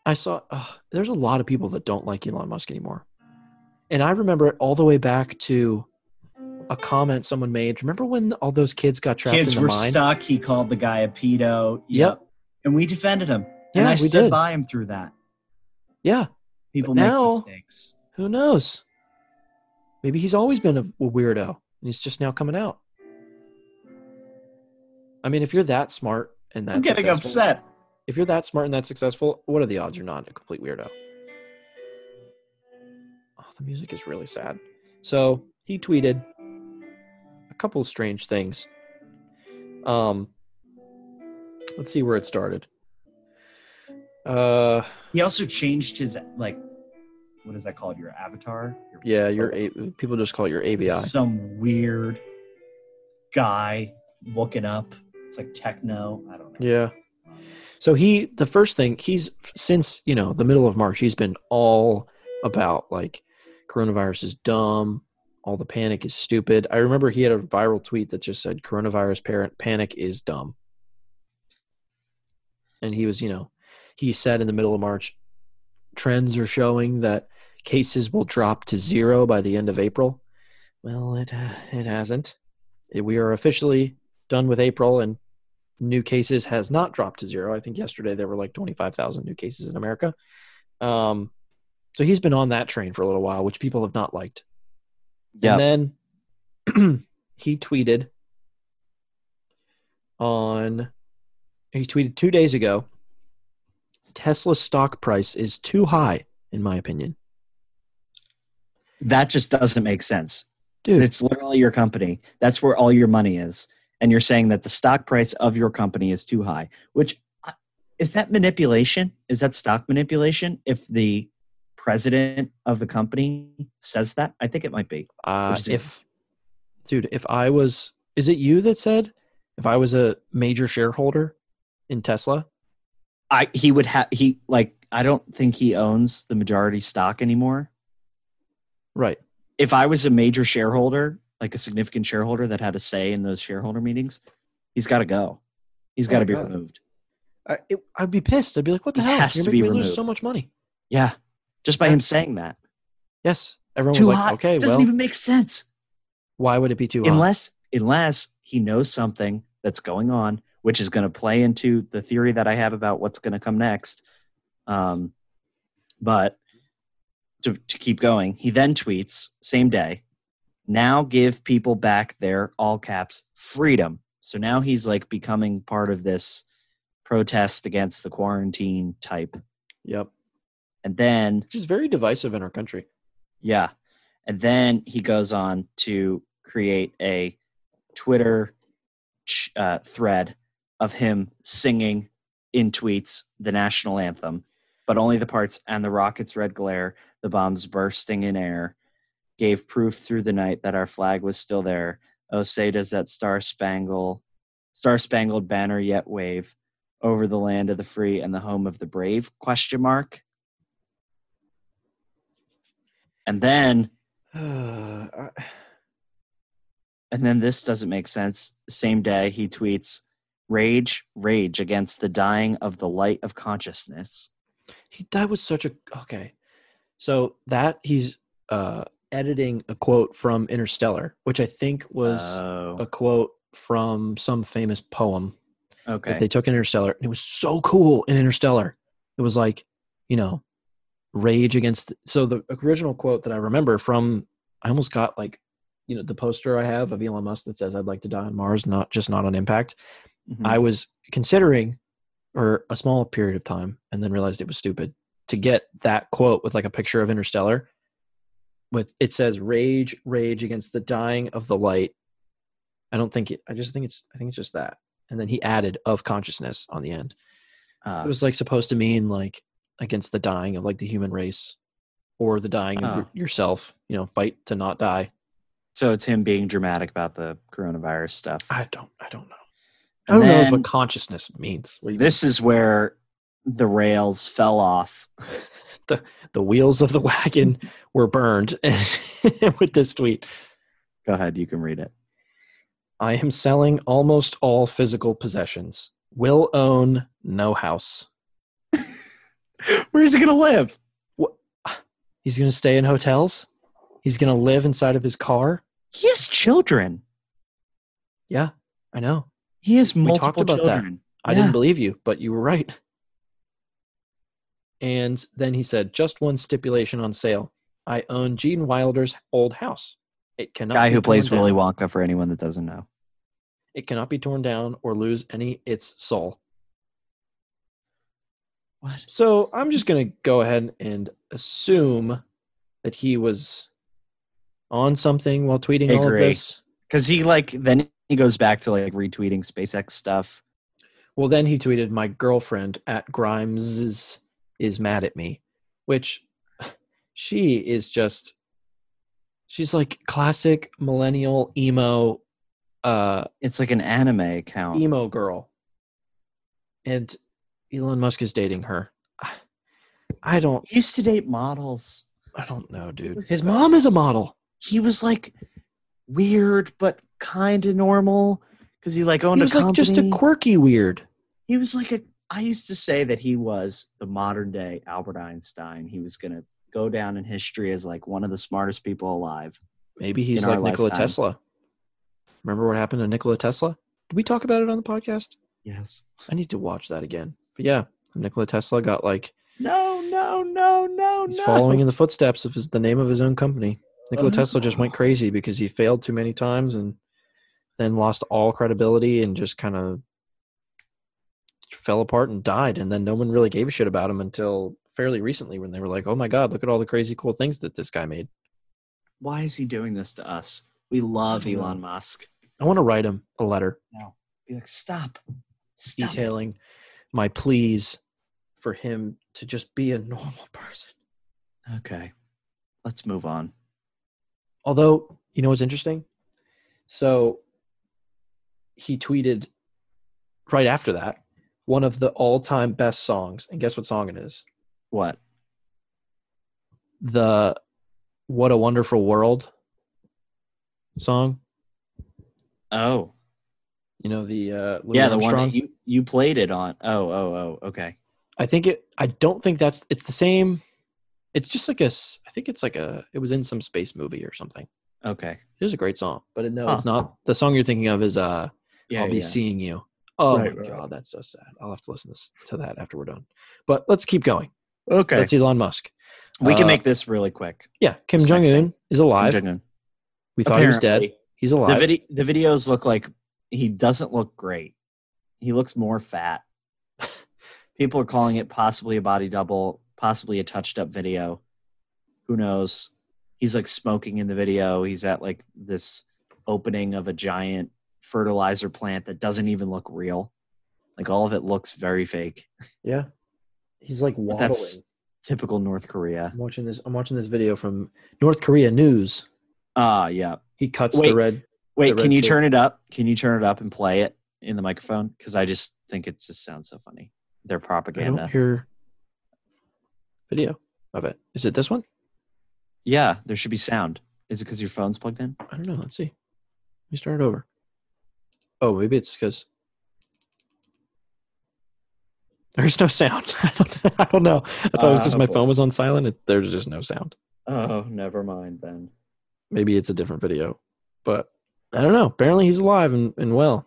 Speaker 3: I saw. ugh, there's a lot of people that don't like Elon Musk anymore, and I remember it all the way back to a comment someone made. Remember when all those kids got trapped
Speaker 4: Kids
Speaker 3: in the
Speaker 4: were
Speaker 3: mine?
Speaker 4: stuck. He called the guy a pedo.
Speaker 3: Yep.
Speaker 4: And we defended him.
Speaker 3: Yeah,
Speaker 4: and I
Speaker 3: we
Speaker 4: stood
Speaker 3: did.
Speaker 4: by him through that.
Speaker 3: yeah.
Speaker 4: People
Speaker 3: now-
Speaker 4: make mistakes.
Speaker 3: Who knows? Maybe he's always been a, a weirdo and he's just now coming out. I mean, if you're that smart and that
Speaker 4: I'm getting
Speaker 3: successful-
Speaker 4: upset.
Speaker 3: if you're that smart and that successful, what are the odds you're not a complete weirdo? Oh, the music is really sad. So he tweeted a couple of strange things. Um, let's see where it started. Uh,
Speaker 4: He also changed his like, what is that called? Your avatar? Your
Speaker 3: yeah, your A- people just call it your ABI.
Speaker 4: some weird guy looking up. It's like techno. I don't know.
Speaker 3: Yeah. So he, the first thing he's since you know the middle of March, he's been all about like coronavirus is dumb, all the panic is stupid. I remember he had a viral tweet that just said coronavirus parent panic is dumb, and he was you know he said in the middle of March, trends are showing that cases will drop to zero by the end of April. Well, it uh, it hasn't. We are officially done with April and new cases has not dropped to zero. I think yesterday there were like 25,000 new cases in America. Um, so he's been on that train for a little while, which people have not liked. And then he tweeted on he tweeted 2 days ago Tesla's stock price is too high in my opinion.
Speaker 4: That just doesn't make sense.
Speaker 3: Dude,
Speaker 4: It's literally your company. That's where all your money is. And you're saying that the stock price of your company is too high, which I- is that manipulation? Is that stock manipulation if the president of the company says that? I think it might be.
Speaker 3: Uh,
Speaker 4: Which is-
Speaker 3: if, dude, if I was, is it you that said if I was a major shareholder in Tesla?
Speaker 4: I he would have he like I don't think he owns the majority stock anymore.
Speaker 3: Right.
Speaker 4: if I was a major shareholder, like a significant shareholder that had a say in those shareholder meetings, he's got to go. He's got to
Speaker 3: Oh,
Speaker 4: be
Speaker 3: God.
Speaker 4: removed.
Speaker 3: I, it, I'd be pissed. I'd be like, what the
Speaker 4: It
Speaker 3: hell?
Speaker 4: has
Speaker 3: You're
Speaker 4: to be
Speaker 3: making me lose
Speaker 4: removed.
Speaker 3: so much money.
Speaker 4: Yeah, just by him saying that.
Speaker 3: Yes. Everyone
Speaker 4: Too
Speaker 3: was like,
Speaker 4: high.
Speaker 3: okay,
Speaker 4: doesn't
Speaker 3: well,
Speaker 4: even make sense
Speaker 3: why would it be too high?
Speaker 4: unless unless he knows something that's going on, which is going to play into the theory that I have about what's going to come next. Um, but to, to keep going, he then tweets same day. Now give people back their all caps freedom. So now he's like becoming part of this protest against the quarantine type.
Speaker 3: Yep.
Speaker 4: And then
Speaker 3: Which is very divisive in our country.
Speaker 4: yeah. And then he goes on to create a Twitter ch- uh, thread of him singing in tweets the national anthem, but only the parts and the rocket's red glare, the bombs bursting in air, gave proof through the night that our flag was still there. Oh, say does that star spangle, star spangled banner yet wave over the land of the free and the home of the brave? Question mark. And then
Speaker 3: Uh,
Speaker 4: And then this doesn't make sense. Same day, he tweets, Rage, rage against the dying of the light of consciousness.
Speaker 3: he that was such a okay so that he's uh editing a quote from interstellar which i think was a
Speaker 4: oh,
Speaker 3: quote from some famous poem
Speaker 4: okay.
Speaker 3: that they took in Interstellar, and it was so cool in Interstellar. It was like, you know, rage against. So the original quote that I remember from, I almost got like, you know, the poster I have of Elon Musk that says, "I'd like to die on Mars, not just not on impact."
Speaker 4: Mhm.
Speaker 3: I was considering for a small period of time, and then realized it was stupid to get that quote with like a picture of Interstellar. With it says, "Rage, rage against the dying of the light." I don't think it. I just think it's. I think it's just that and then he added of consciousness on the end.
Speaker 4: Uh,
Speaker 3: It was like supposed to mean like against the dying of like the human race or the dying of
Speaker 4: Oh.
Speaker 3: yourself, you know, fight to not die.
Speaker 4: so it's him being dramatic about the coronavirus stuff.
Speaker 3: I don't I don't know. I
Speaker 4: And
Speaker 3: don't know
Speaker 4: then-
Speaker 3: what consciousness means. What do you mean?
Speaker 4: This is where the rails fell off.
Speaker 3: The wheels of the wagon were burned with this tweet.
Speaker 4: Go ahead, you can read it.
Speaker 3: I am selling almost all physical possessions. Will own no house.
Speaker 4: Where is he going to live?
Speaker 3: He's going to stay in hotels. He's going to live inside of his car.
Speaker 4: He has children.
Speaker 3: Yeah, I know.
Speaker 4: He has
Speaker 3: We
Speaker 4: multiple
Speaker 3: talked about that.
Speaker 4: children.
Speaker 3: I didn't
Speaker 4: Yeah.
Speaker 3: believe you, but you were right. And then he said, just one stipulation on sale. I own Gene Wilder's old house. It cannot
Speaker 4: Guy
Speaker 3: be
Speaker 4: who plays
Speaker 3: torn down.
Speaker 4: Willy Wonka for anyone that doesn't know.
Speaker 3: It cannot be torn down or lose any its soul.
Speaker 4: What?
Speaker 3: So I'm just going to go ahead and assume that he was on something while tweeting all of
Speaker 4: Agree.
Speaker 3: this.
Speaker 4: Because he like then he goes back to like retweeting SpaceX stuff.
Speaker 3: Well, then he tweeted, "My girlfriend at Grimes is, is mad at me," which she is just. She's like classic millennial emo, uh,
Speaker 4: It's like an anime account.
Speaker 3: emo girl, and Elon Musk is dating her. I don't,
Speaker 4: He used to date models.
Speaker 3: I don't know, dude.
Speaker 4: was
Speaker 3: His
Speaker 4: so-
Speaker 3: mom is a model.
Speaker 4: He was like weird but kind of normal because he like owned
Speaker 3: He was
Speaker 4: a
Speaker 3: like
Speaker 4: company.
Speaker 3: just a quirky weird.
Speaker 4: he was like a. I used to say that he was the modern day Albert Einstein. He was gonna go down in history as like one of the smartest people alive.
Speaker 3: Maybe he's
Speaker 4: In our
Speaker 3: like Nikola
Speaker 4: lifetime.
Speaker 3: Tesla. Remember what happened to Nikola Tesla? Did we talk about it on the podcast?
Speaker 4: Yes.
Speaker 3: I need to watch that again. But yeah, Nikola Tesla got like
Speaker 4: No, no, no, no,
Speaker 3: he's
Speaker 4: Oh, no.
Speaker 3: following in the footsteps of his the name of his own company. Nikola
Speaker 4: Uh-huh.
Speaker 3: Tesla just went crazy because he failed too many times and then lost all credibility and just kind of fell apart and died. And then no one really gave a shit about him until fairly recently when they were like, "Oh my God, look at all the crazy cool things that this guy made."
Speaker 4: Why is he doing this to us? We love
Speaker 3: I don't know.
Speaker 4: Elon Musk.
Speaker 3: I want to write him a letter
Speaker 4: Be like, stop. Stop. it.
Speaker 3: detailing my pleas for him to just be a normal person.
Speaker 4: Okay. Let's move on.
Speaker 3: Although, you know what's interesting? So he tweeted right after that one of the all time best songs. And guess what song it is?
Speaker 4: What?
Speaker 3: The What a Wonderful World song.
Speaker 4: Oh,
Speaker 3: You know, the uh, Louis
Speaker 4: yeah, the
Speaker 3: Armstrong.
Speaker 4: one that you you played it on. Oh, oh, oh. Okay.
Speaker 3: I think it, I don't think that's, it's the same. It's just like a, s- I think it's like a, it was in some space movie or something.
Speaker 4: Okay.
Speaker 3: It is a great song, but no,
Speaker 4: Huh.
Speaker 3: it's not. The song you're thinking of is, uh,
Speaker 4: Yeah.
Speaker 3: I'll be
Speaker 4: yeah.
Speaker 3: seeing you. Oh
Speaker 4: Right,
Speaker 3: my
Speaker 4: right.
Speaker 3: god, that's so sad. I'll have to listen to, s- to that after we're done. But let's keep going.
Speaker 4: Okay.
Speaker 3: That's Elon Musk.
Speaker 4: We
Speaker 3: uh,
Speaker 4: can make this really quick.
Speaker 3: Yeah, Kim
Speaker 4: Just
Speaker 3: Jong
Speaker 4: next
Speaker 3: Un is alive.
Speaker 4: Jong-un.
Speaker 3: we thought he was dead.
Speaker 4: Apparently,
Speaker 3: He's alive.
Speaker 4: The vid- the videos look like he doesn't look great. He looks more fat. People are calling it possibly a body double, possibly a touched up video. Who knows? He's like smoking in the video. He's at like this opening of a giant fertilizer plant that doesn't even look real. Like all of it looks very fake.
Speaker 3: yeah, he's like
Speaker 4: But
Speaker 3: waddling.
Speaker 4: that's typical North Korea.
Speaker 3: I'm watching this. I'm watching this video from North Korea News.
Speaker 4: Ah, yeah.
Speaker 3: He cuts
Speaker 4: Wait.
Speaker 3: the red.
Speaker 4: Wait,
Speaker 3: The
Speaker 4: can
Speaker 3: red
Speaker 4: you
Speaker 3: tape.
Speaker 4: turn it up? Can you turn it up and play it in the microphone? Because I just think it just sounds so funny. Their
Speaker 3: I don't
Speaker 4: propaganda.
Speaker 3: hear video of it. Is it this one?
Speaker 4: Yeah, there should be sound. Is it because your phone's plugged in?
Speaker 3: I don't know. Let's see. Let me start it over. Oh, maybe it's because there's no sound. I don't, I don't know. I thought it was because my
Speaker 4: Uh,
Speaker 3: phone was on silent. It, there's just no sound.
Speaker 4: Oh, never mind then.
Speaker 3: Maybe it's a different video, but I don't know. Apparently, he's alive and, and well.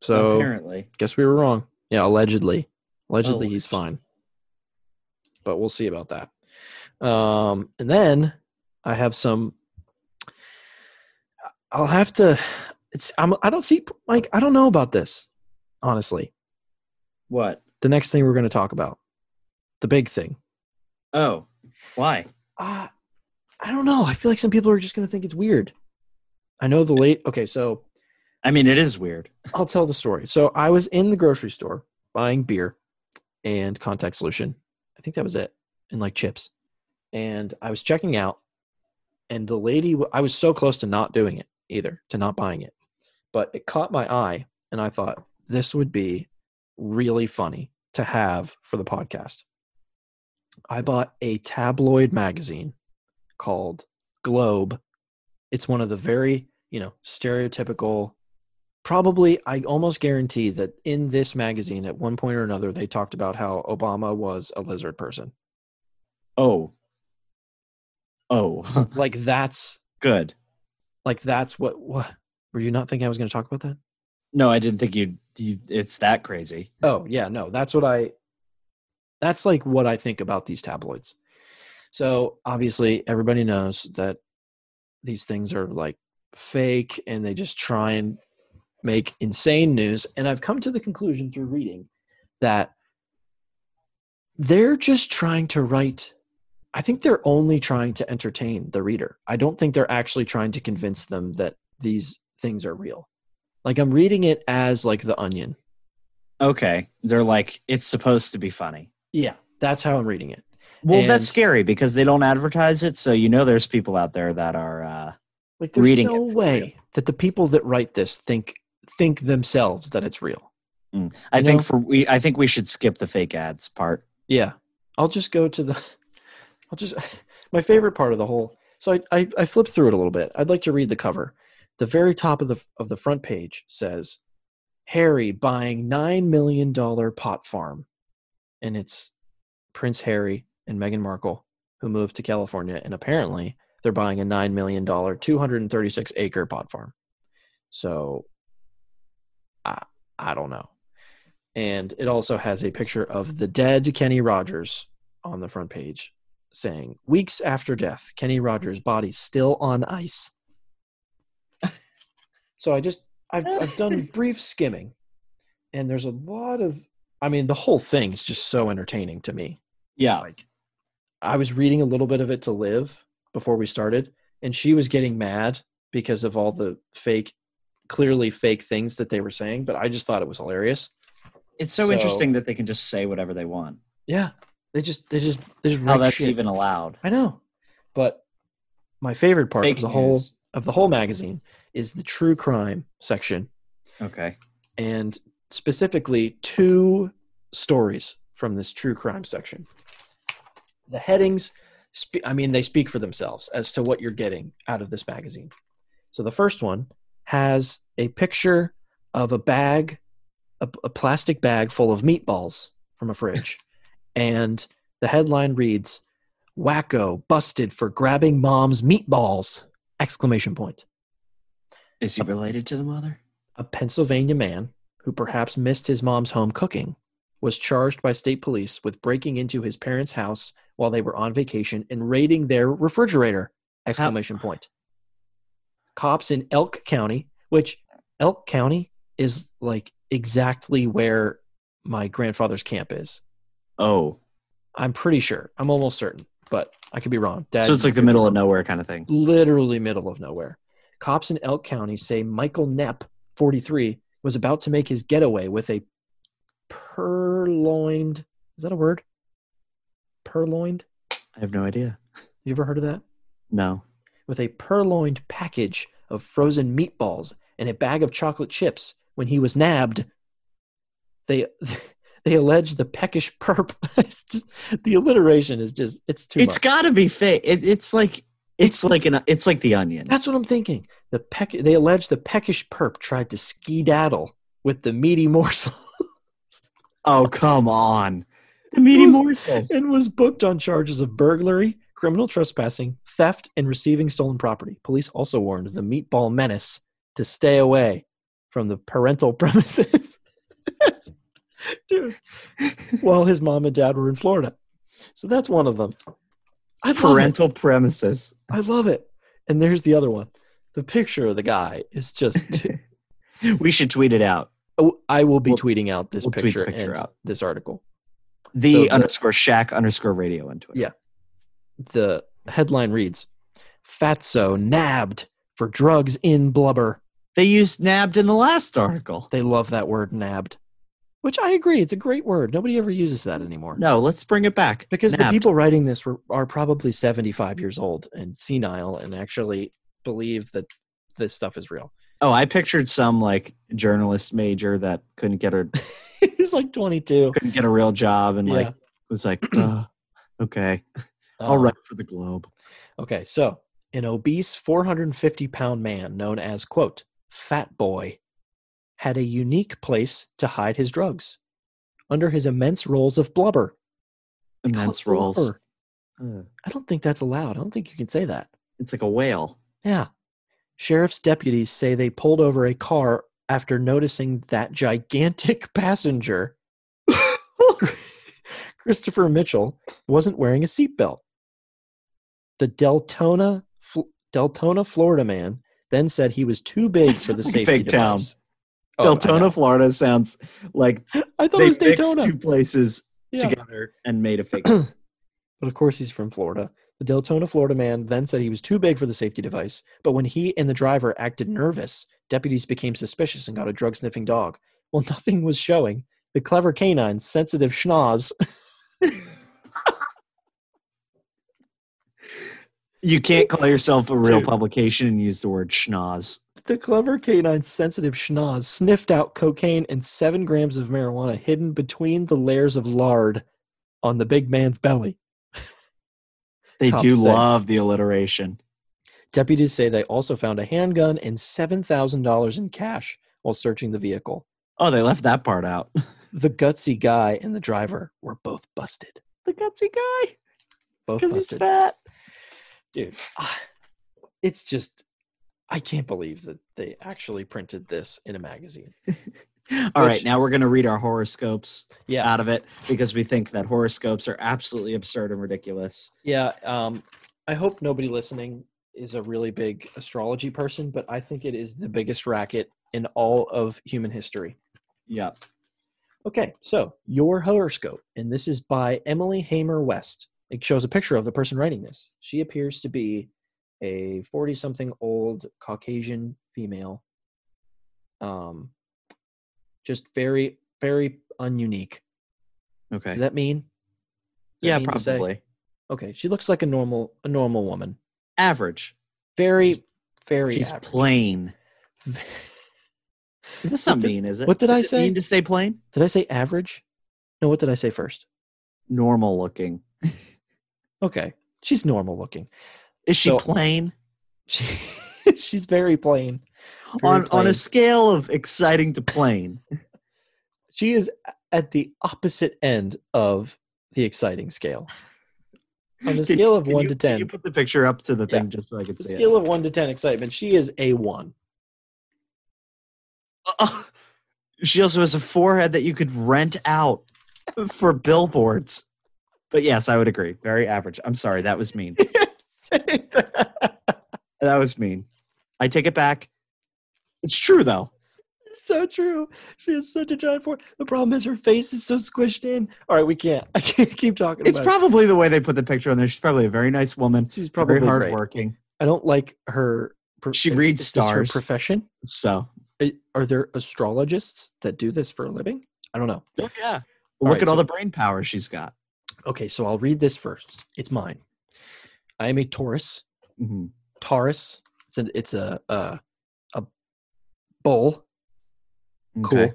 Speaker 3: So
Speaker 4: apparently,
Speaker 3: guess we were wrong. Yeah, allegedly. Allegedly, he's
Speaker 4: Alleged.
Speaker 3: fine. But we'll see about that. Um, and then I have some. I'll have to. It's. I'm. I don't see. Like I don't know about this. Honestly,
Speaker 4: what?
Speaker 3: the next thing we're going to talk about, the big thing.
Speaker 4: Oh, why?
Speaker 3: Uh, I don't know. I feel like some people are just going to think it's weird. I know the late. Okay, so
Speaker 4: I mean, it is weird.
Speaker 3: I'll tell the story. So I was in the grocery store buying beer and contact solution. I think that was it, and like chips. And I was checking out, and the lady, w- I was so close to not doing it either, to not buying it. But it caught my eye, and I thought this would be really funny to have for the podcast. I bought a tabloid magazine called Globe. It's one of the very, you know, stereotypical probably i almost guarantee that in this magazine at one point or another they talked about how obama was a lizard person
Speaker 4: Oh. Oh,
Speaker 3: like that's
Speaker 4: good.
Speaker 3: like that's what what were you not thinking i was going to talk about that
Speaker 4: No, I didn't think you'd. You, it's that crazy.
Speaker 3: oh yeah no that's what i that's like what i think about these tabloids So obviously, everybody knows that these things are like fake and they just try and make insane news. And I've come to the conclusion through reading that they're just trying to write. I think they're only trying to entertain the reader. I don't think they're actually trying to convince them that these things are real. Like I'm reading it as like the onion.
Speaker 4: Okay. They're like, it's supposed to be funny.
Speaker 3: Yeah, that's how I'm reading it.
Speaker 4: Well,
Speaker 3: And-
Speaker 4: that's scary because they don't advertise it, so you know there's people out there that are uh
Speaker 3: Like there's
Speaker 4: Reading
Speaker 3: no
Speaker 4: it.
Speaker 3: way that the people that write this think think themselves that it's real.
Speaker 4: I
Speaker 3: You
Speaker 4: think
Speaker 3: know?
Speaker 4: for we I think we should skip the fake ads part.
Speaker 3: Yeah. I'll just go to the I'll just my favorite part of the whole. So I I, I flipped through it a little bit. I'd like to read the cover. The very top of the of the front page says Harry buying 9 million dollar pot farm. And it's Prince Harry and Meghan Markle who moved to California and apparently they're buying a 9 million dollar 236 acre pot farm. So I I don't know and it also has a picture of the dead Kenny Rogers on the front page saying weeks after death Kenny Rogers body still on ice so i just I've, I've done brief skimming and there's a lot of i mean the whole thing's just so entertaining to me
Speaker 4: Yeah.
Speaker 3: like i was reading a little bit of it to live before we started and she was getting mad because of all the fake clearly fake things that they were saying but i just thought it was hilarious
Speaker 4: It's so,
Speaker 3: So-
Speaker 4: interesting that they can just say whatever they want.
Speaker 3: Yeah, they just they just they just
Speaker 4: How
Speaker 3: wreck
Speaker 4: Oh, that's
Speaker 3: shit.
Speaker 4: even allowed.
Speaker 3: I know, but my favorite part
Speaker 4: fake
Speaker 3: of the whole
Speaker 4: news.
Speaker 3: of the whole magazine is the true crime section,
Speaker 4: Okay.
Speaker 3: and specifically two stories from this true crime section. The headings, spe- I mean, they speak for themselves as to what you're getting out of this magazine. So the first one has a picture of a bag, a, a plastic bag full of meatballs from a fridge. and the headline reads, Wacko busted for grabbing mom's meatballs! Exclamation point
Speaker 4: Is he related to the mother?
Speaker 3: a Pennsylvania man who perhaps missed his mom's home cooking was charged by state police with breaking into his parents' house while they were on vacation and raiding their refrigerator exclamation point cops in elk county which elk county is like exactly where my grandfather's camp is
Speaker 4: Oh.
Speaker 3: i'm pretty sure i'm almost certain but i could be wrong Dad,
Speaker 4: So it's like the middle of nowhere kind of thing.
Speaker 3: literally middle of nowhere. Cops in Elk County say Michael Knepp, 43, was about to make his getaway with a purloined. Is that a word? Purloined?
Speaker 4: I have no idea.
Speaker 3: You ever heard of that?
Speaker 4: No.
Speaker 3: With a purloined package of frozen meatballs and a bag of chocolate chips when he was nabbed. They. They allege the peckish perp. It's just the alliteration is just it's too
Speaker 4: It's
Speaker 3: much.
Speaker 4: got to be fake. It, it's like it's like an it's like the onion.
Speaker 3: That's what I'm thinking. The peck they allege the peckish perp tried to skedaddle with the meaty morsel
Speaker 4: Oh come on, the meaty
Speaker 3: Those-
Speaker 4: morsels.
Speaker 3: and was booked on charges of burglary, criminal trespassing, theft, and receiving stolen property. Police also warned the meatball menace to stay away from the parental premises. Dude. While his mom and dad were in Florida. So that's one of them. I love it.
Speaker 4: Parental premises.
Speaker 3: I love it. And there's the other one. The picture of the guy is just
Speaker 4: we should tweet it out.
Speaker 3: Oh, I will be
Speaker 4: We'll-
Speaker 3: tweeting out this
Speaker 4: we'll tweet
Speaker 3: picture,
Speaker 4: the picture
Speaker 3: and
Speaker 4: out.
Speaker 3: this article.
Speaker 4: The
Speaker 3: So the-
Speaker 4: underscore Shack underscore radio on Twitter.
Speaker 3: Yeah. The headline reads Fatso nabbed for drugs in blubber.
Speaker 4: They used nabbed in the last article.
Speaker 3: They love that word nabbed, which I agree. It's a great word. Nobody ever uses that anymore.
Speaker 4: No, let's bring it back
Speaker 3: Because the
Speaker 4: Nabbed.
Speaker 3: people writing this were, are probably 75 years old and senile and actually believe that this stuff is real.
Speaker 4: Oh, I pictured some like journalist major that couldn't get a
Speaker 3: He's like 22.
Speaker 4: couldn't get a real job and
Speaker 3: Yeah.
Speaker 4: like was like, "Ugh, okay, I'll
Speaker 3: Um,
Speaker 4: write for the Globe.
Speaker 3: Okay, so an obese 450 pound man known as, quote, Fat Boy had a unique place to hide his drugs under his immense rolls of blubber. They call
Speaker 4: Immense
Speaker 3: it blubber.
Speaker 4: rolls. Ugh.
Speaker 3: I don't think that's allowed. I don't think you can say that.
Speaker 4: It's like a whale.
Speaker 3: Yeah. Sheriff's deputies say they pulled over a car after noticing that gigantic passenger, Christopher Mitchell, wasn't wearing a seatbelt. The Deltona, Fl- Deltona, Florida man then said he was too big for the
Speaker 4: Sounds
Speaker 3: safety
Speaker 4: like fake town.
Speaker 3: device. Oh, I know.
Speaker 4: Deltona, Florida sounds like
Speaker 3: I thought
Speaker 4: they
Speaker 3: it was
Speaker 4: mixed
Speaker 3: Daytona.
Speaker 4: two places
Speaker 3: Yeah.
Speaker 4: together and made a fake.
Speaker 3: But of course, he's from Florida. The Deltona, Florida man then said he was too big for the safety device. But when he and the driver acted nervous, deputies became suspicious and got a drug sniffing dog. Well, nothing was showing. The clever canine's sensitive schnoz.
Speaker 4: you can't call yourself a real
Speaker 3: Dude.
Speaker 4: publication and use the word schnoz.
Speaker 3: The clever canine's sensitive schnoz sniffed out cocaine and seven grams of marijuana hidden between the layers of lard on the big man's belly.
Speaker 4: They
Speaker 3: Top
Speaker 4: do
Speaker 3: said.
Speaker 4: love the alliteration.
Speaker 3: Deputies say they also found a handgun and $7,000 in cash while searching the vehicle.
Speaker 4: Oh, they left that part out.
Speaker 3: the gutsy guy and the driver were both busted.
Speaker 4: The gutsy guy,
Speaker 3: Both
Speaker 4: because he's
Speaker 3: busted.
Speaker 4: fat.
Speaker 3: Dude, ah, it's just, I can't believe that they actually printed this in a magazine.
Speaker 4: All right,
Speaker 3: Which-
Speaker 4: now we're gonna read our horoscopes
Speaker 3: Yeah.
Speaker 4: out of it because we think that horoscopes are absolutely absurd and ridiculous.
Speaker 3: Yeah. Um, I hope nobody listening is a really big astrology person, but I think it is the biggest racket in all of human history.
Speaker 4: Yep.
Speaker 3: Okay. So, your horoscope, and this is by Emily Hamer West. It shows a picture of the person writing this. She appears to be a 40 something old Caucasian female. Um, just very, very ununique.
Speaker 4: Okay.
Speaker 3: Does that mean? does that
Speaker 4: yeah,
Speaker 3: mean to say?
Speaker 4: probably
Speaker 3: Okay. She looks like a normal, a normal woman.
Speaker 4: average.
Speaker 3: Very, very.
Speaker 4: She's
Speaker 3: average.
Speaker 4: plain. That's not
Speaker 3: What did-
Speaker 4: mean, is it?
Speaker 3: what did I
Speaker 4: Does it
Speaker 3: say?
Speaker 4: Mean to say plain?
Speaker 3: Did I say average? No, what did I say first?
Speaker 4: Normal looking.
Speaker 3: Okay. She's normal looking.
Speaker 4: Is she
Speaker 3: So-
Speaker 4: plain?
Speaker 3: She, she's very plain. Very
Speaker 4: on on
Speaker 3: plain.
Speaker 4: a scale of exciting to plain.
Speaker 3: She is at the opposite end of the exciting scale. On a
Speaker 4: Can-
Speaker 3: scale of
Speaker 4: can
Speaker 3: 1
Speaker 4: you-
Speaker 3: to
Speaker 4: can you
Speaker 3: 10.
Speaker 4: put the picture up to the
Speaker 3: Yeah.
Speaker 4: thing just so I can
Speaker 3: The
Speaker 4: see
Speaker 3: scale
Speaker 4: it.
Speaker 3: of 1 to 10 excitement, she is a 1.
Speaker 4: Ugh. she also has a forehead that you could rent out for billboards. But yes, I would agree. Very average. I'm sorry, that was mean. That was mean. I take it back. It's true though.
Speaker 3: so true. She has such a giant forehead. The problem is her face is so squished in. All right, we can't. I can't keep talking
Speaker 4: It's
Speaker 3: about it.
Speaker 4: probably the way they put the picture on there. She's probably a very nice woman.
Speaker 3: She's probably
Speaker 4: very
Speaker 3: great.
Speaker 4: hardworking.
Speaker 3: I don't like her. pro-
Speaker 4: She
Speaker 3: is-
Speaker 4: reads
Speaker 3: is this her
Speaker 4: stars.
Speaker 3: profession.
Speaker 4: So
Speaker 3: I- Are there astrologists that do this for a living? I don't know.
Speaker 4: Oh, yeah.
Speaker 3: All
Speaker 4: Look
Speaker 3: right,
Speaker 4: at all
Speaker 3: so-
Speaker 4: the brain power she's got.
Speaker 3: Okay, so I'll read this first. It's mine. I am a Taurus.
Speaker 4: Mhm.
Speaker 3: Taurus. It's an, it's a a, a bull. Cool.
Speaker 4: Okay.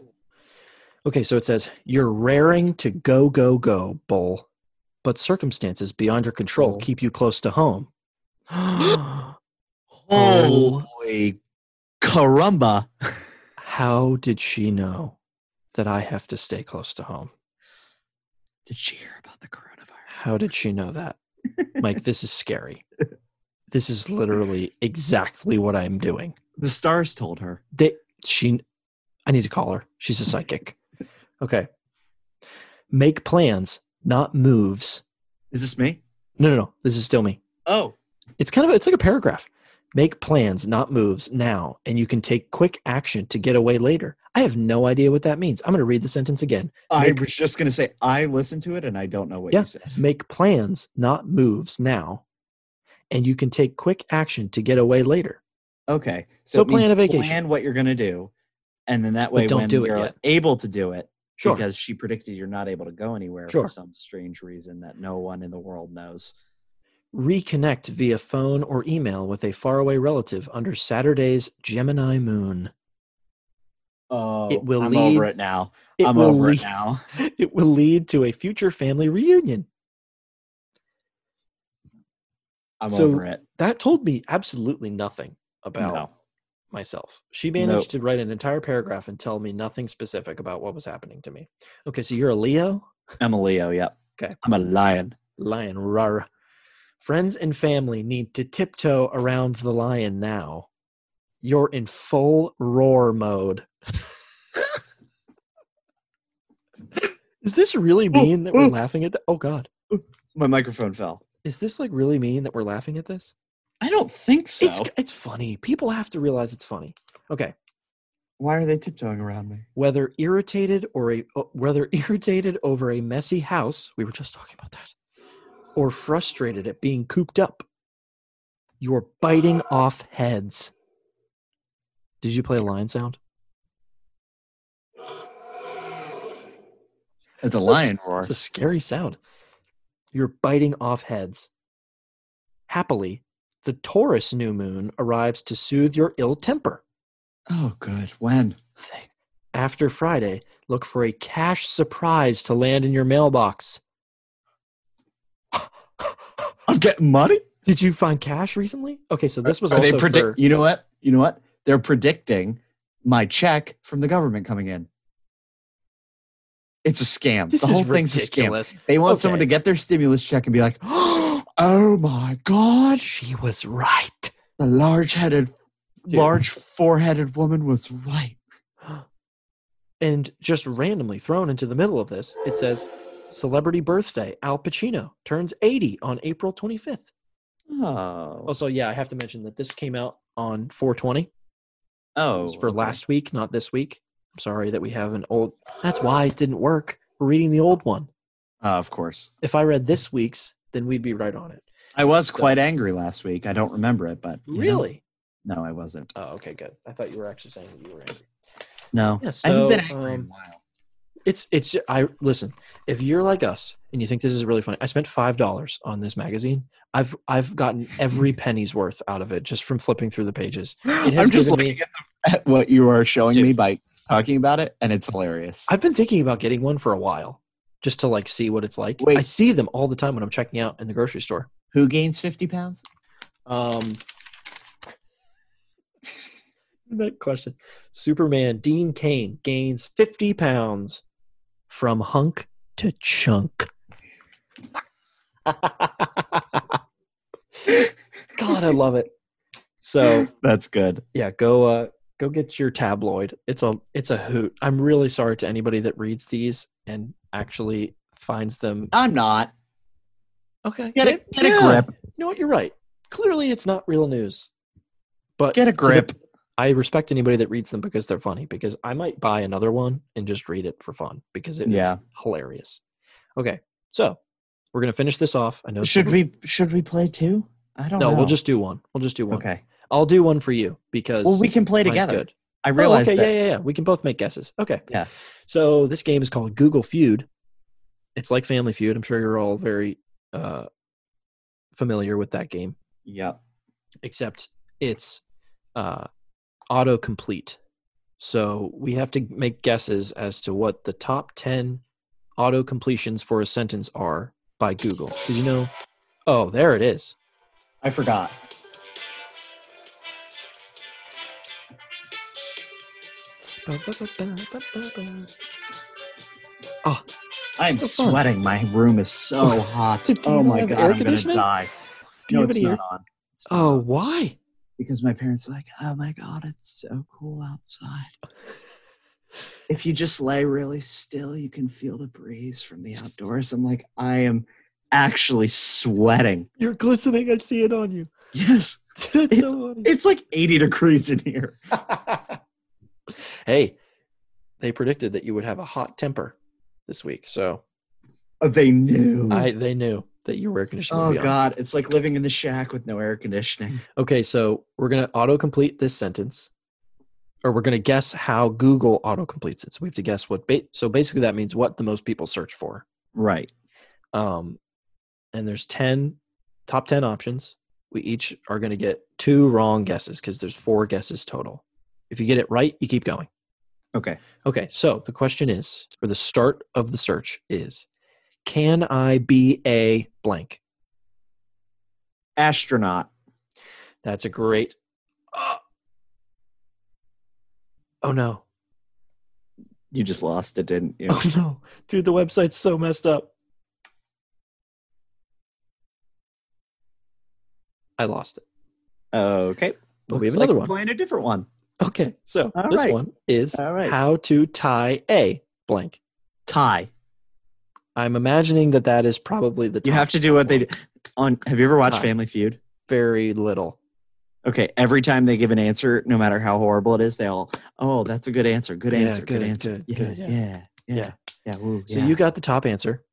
Speaker 3: Okay. so it says you're raring to go go go bull, but circumstances beyond your control
Speaker 4: Bull.
Speaker 3: keep you close to home.
Speaker 4: Holy caramba.
Speaker 3: How did she know that I have to stay close to home?
Speaker 4: Did she hear about the coronavirus?
Speaker 3: How did she know that? Mike, this is scary. This is literally exactly what I'm doing.
Speaker 4: The stars told her.
Speaker 3: They, she, I need to call her. She's a psychic. Okay. Make plans, not moves.
Speaker 4: Is this me?
Speaker 3: No, no, no. This is still me.
Speaker 4: Oh.
Speaker 3: It's kind of, it's like a paragraph. Make plans, not moves now, and you can take quick action to get away later. I have no idea what that means. I'm going to read the sentence again.
Speaker 4: I
Speaker 3: Make-
Speaker 4: was just going to say, I listened to it and I don't know what
Speaker 3: Yeah.
Speaker 4: you said.
Speaker 3: Make plans, not moves now, and you can take quick action to get away later.
Speaker 4: Okay.
Speaker 3: So
Speaker 4: it
Speaker 3: plan
Speaker 4: means
Speaker 3: a vacation.
Speaker 4: Plan what you're going to do. And then that way,
Speaker 3: don't
Speaker 4: when
Speaker 3: do it
Speaker 4: you're
Speaker 3: yet.
Speaker 4: able to do it,
Speaker 3: Sure.
Speaker 4: because she predicted you're not able to go anywhere
Speaker 3: Sure.
Speaker 4: for some strange reason that no one in the world knows.
Speaker 3: reconnect via phone or email with a faraway relative under Saturday's Gemini moon.
Speaker 4: Oh,
Speaker 3: It will
Speaker 4: I'm
Speaker 3: lead-
Speaker 4: over it now.
Speaker 3: It
Speaker 4: I'm
Speaker 3: will
Speaker 4: over
Speaker 3: lead,
Speaker 4: it now.
Speaker 3: It will lead to a future family reunion.
Speaker 4: I'm
Speaker 3: So,
Speaker 4: over it.
Speaker 3: That told me absolutely nothing about
Speaker 4: No.
Speaker 3: myself. She managed to write an entire paragraph and tell me nothing specific about what was happening to me. Okay, so you're a Leo?
Speaker 4: I'm a Leo. Yep.
Speaker 3: Okay.
Speaker 4: I'm a lion.
Speaker 3: Lion, rar. Friends and family need to tiptoe around the lion now. You're in full roar mode. Does this really mean that we're laughing at the? Oh God!
Speaker 4: My microphone fell.
Speaker 3: is this like really mean that we're laughing at this?
Speaker 4: I don't think so.
Speaker 3: It's it's funny. People have to realize it's funny. Okay.
Speaker 4: Why are they tiptoeing around me?
Speaker 3: Whether irritated or a uh, whether irritated over a messy house, we were just talking about that, or frustrated at being cooped up, you're biting off heads. Did you play a lion sound?
Speaker 4: It's a lion roar.
Speaker 3: It's a scary sound. You're biting off heads. Happily, the Taurus new moon arrives to soothe your ill temper.
Speaker 4: Oh, good. When?
Speaker 3: Thing. After Friday, look for a cash surprise to land in your mailbox.
Speaker 4: I'm getting money.
Speaker 3: Did you find cash recently? Okay, so this was
Speaker 4: Are
Speaker 3: also
Speaker 4: they predict?
Speaker 3: for-
Speaker 4: You know what? You know what? They're predicting my check from the government coming in. It's a scam.
Speaker 3: this
Speaker 4: the whole
Speaker 3: is
Speaker 4: thing's a scam.
Speaker 3: ridiculous.
Speaker 4: They want someone
Speaker 3: Okay.
Speaker 4: to get their stimulus check and be like, "Oh my god,
Speaker 3: She was right.
Speaker 4: the large-headed,
Speaker 3: Dude.
Speaker 4: large four-headed woman was right."
Speaker 3: And just randomly thrown into the middle of this, it says celebrity birthday Al Pacino turns 80 on April 25th.
Speaker 4: Oh,
Speaker 3: Also, yeah, I have to mention that this came out on 420. It
Speaker 4: oh,
Speaker 3: was for
Speaker 4: okay.
Speaker 3: last week, not this week. I'm sorry that we have an old. That's why it didn't work. We're reading the old one.
Speaker 4: Uh, of course,
Speaker 3: If I read this week's, then we'd be right on it.
Speaker 4: I was quite angry last week. I don't remember it, but you know-
Speaker 3: Really?
Speaker 4: no, I wasn't.
Speaker 3: Oh, okay, good. I thought you were actually saying that you were angry.
Speaker 4: No,
Speaker 3: Yeah,
Speaker 4: I haven't
Speaker 3: so,
Speaker 4: been angry in
Speaker 3: um,
Speaker 4: a while.
Speaker 3: It's it's I listen. If you're like us and you think this is really funny, I spent five dollars on this magazine. I've I've gotten every penny's worth out of it just from flipping through the pages. It has
Speaker 4: I'm just
Speaker 3: given me-
Speaker 4: looking at, the, at what you are showing
Speaker 3: Dude.
Speaker 4: me by talking about it, and it's hilarious.
Speaker 3: I've been thinking about getting one for a while, just to like see what it's like.
Speaker 4: Wait.
Speaker 3: I see them all the time when I'm checking out in the grocery store.
Speaker 4: Who gains 50 pounds?
Speaker 3: Um, that question: Superman Dean Kane gains 50 pounds from hunk to chunk. God, I love it. So
Speaker 4: That's good.
Speaker 3: yeah go uh go get your tabloid it's a it's a hoot i'm really sorry to anybody that reads these and actually finds them
Speaker 4: I'm not.
Speaker 3: okay
Speaker 4: Get a, get a
Speaker 3: yeah.
Speaker 4: grip.
Speaker 3: you know what you're right clearly it's not real news but
Speaker 4: Get a
Speaker 3: to the-
Speaker 4: grip.
Speaker 3: i respect anybody that reads them because they're funny because i might buy another one and just read it for fun because it's
Speaker 4: Yeah.
Speaker 3: hilarious okay so we're gonna finish this off i know it's-
Speaker 4: Should we should we play two? I don't
Speaker 3: no
Speaker 4: know.
Speaker 3: we'll just do one we'll just do one
Speaker 4: Okay.
Speaker 3: i'll do one for you because
Speaker 4: Well, we can play
Speaker 3: mine's
Speaker 4: together.
Speaker 3: good.
Speaker 4: I realize
Speaker 3: oh, okay,
Speaker 4: that.
Speaker 3: yeah, yeah, yeah. We can both make guesses. Okay.
Speaker 4: Yeah.
Speaker 3: So this game is called Google Feud. It's like Family Feud. I'm sure you're all very uh, familiar with that game,
Speaker 4: Yep.
Speaker 3: except it's uh, autocomplete. So we have to make guesses as to what the top 10 auto completions for a sentence are by Google. Did you know? Oh, there it is.
Speaker 4: I forgot. I'm
Speaker 3: Have Oh, fun.
Speaker 4: sweating. My room is so hot.
Speaker 3: Do you
Speaker 4: oh
Speaker 3: not
Speaker 4: my
Speaker 3: have
Speaker 4: god,
Speaker 3: air
Speaker 4: I'm gonna
Speaker 3: conditioning?
Speaker 4: die.
Speaker 3: Do you
Speaker 4: no,
Speaker 3: have
Speaker 4: it's
Speaker 3: any air-
Speaker 4: not on. It's not
Speaker 3: Oh,
Speaker 4: on.
Speaker 3: why?
Speaker 4: because my parents are like, oh my god, it's so cool outside. If you just lay really still, you can feel the breeze from the outdoors. I'm like, I am actually sweating.
Speaker 3: You're glistening. I see it on you.
Speaker 4: Yes,
Speaker 3: That's
Speaker 4: It's-
Speaker 3: so funny.
Speaker 4: it's like 80 degrees in here.
Speaker 3: hey, they predicted that you would have a hot temper this week, so
Speaker 4: Oh, They knew.
Speaker 3: I they knew that your air conditioning.
Speaker 4: oh
Speaker 3: would be On.
Speaker 4: god, it's like living in the shack with no air conditioning.
Speaker 3: Okay, so we're gonna autocomplete this sentence, or we're gonna guess how Google autocompletes it. So we have to guess what. Ba- so basically, that means what the most people search for.
Speaker 4: Right.
Speaker 3: Um, and there's ten top ten options. We each are gonna get two wrong guesses because there's four guesses total. If you get it right, you keep going.
Speaker 4: Okay.
Speaker 3: Okay, so the question is, or the start of the search is, can I be a blank?
Speaker 4: Astronaut.
Speaker 3: That's a great. Ah. Oh no!
Speaker 4: You just lost it, didn't you?
Speaker 3: Oh no! Dude, the website's so messed up. I lost it.
Speaker 4: okay.
Speaker 3: But we
Speaker 4: Looks
Speaker 3: have another
Speaker 4: we're
Speaker 3: one.
Speaker 4: Playing a different one.
Speaker 3: Okay, so
Speaker 4: All
Speaker 3: this
Speaker 4: right.
Speaker 3: one is
Speaker 4: All right.
Speaker 3: how to tie a blank.
Speaker 4: Tie.
Speaker 3: I'm imagining that that is probably the
Speaker 4: You
Speaker 3: top
Speaker 4: have to do what they do. on. Have you ever watched
Speaker 3: Time.
Speaker 4: Family Feud?
Speaker 3: very little.
Speaker 4: Okay, every time they give an answer, no matter how horrible it is, they all, oh, that's a good answer, good
Speaker 3: Yeah,
Speaker 4: answer, good,
Speaker 3: good,
Speaker 4: answer,
Speaker 3: good,
Speaker 4: yeah,
Speaker 3: good,
Speaker 4: yeah,
Speaker 3: yeah.
Speaker 4: yeah, yeah,
Speaker 3: Yeah.
Speaker 4: woo,
Speaker 3: So
Speaker 4: yeah.
Speaker 3: you got the top answer.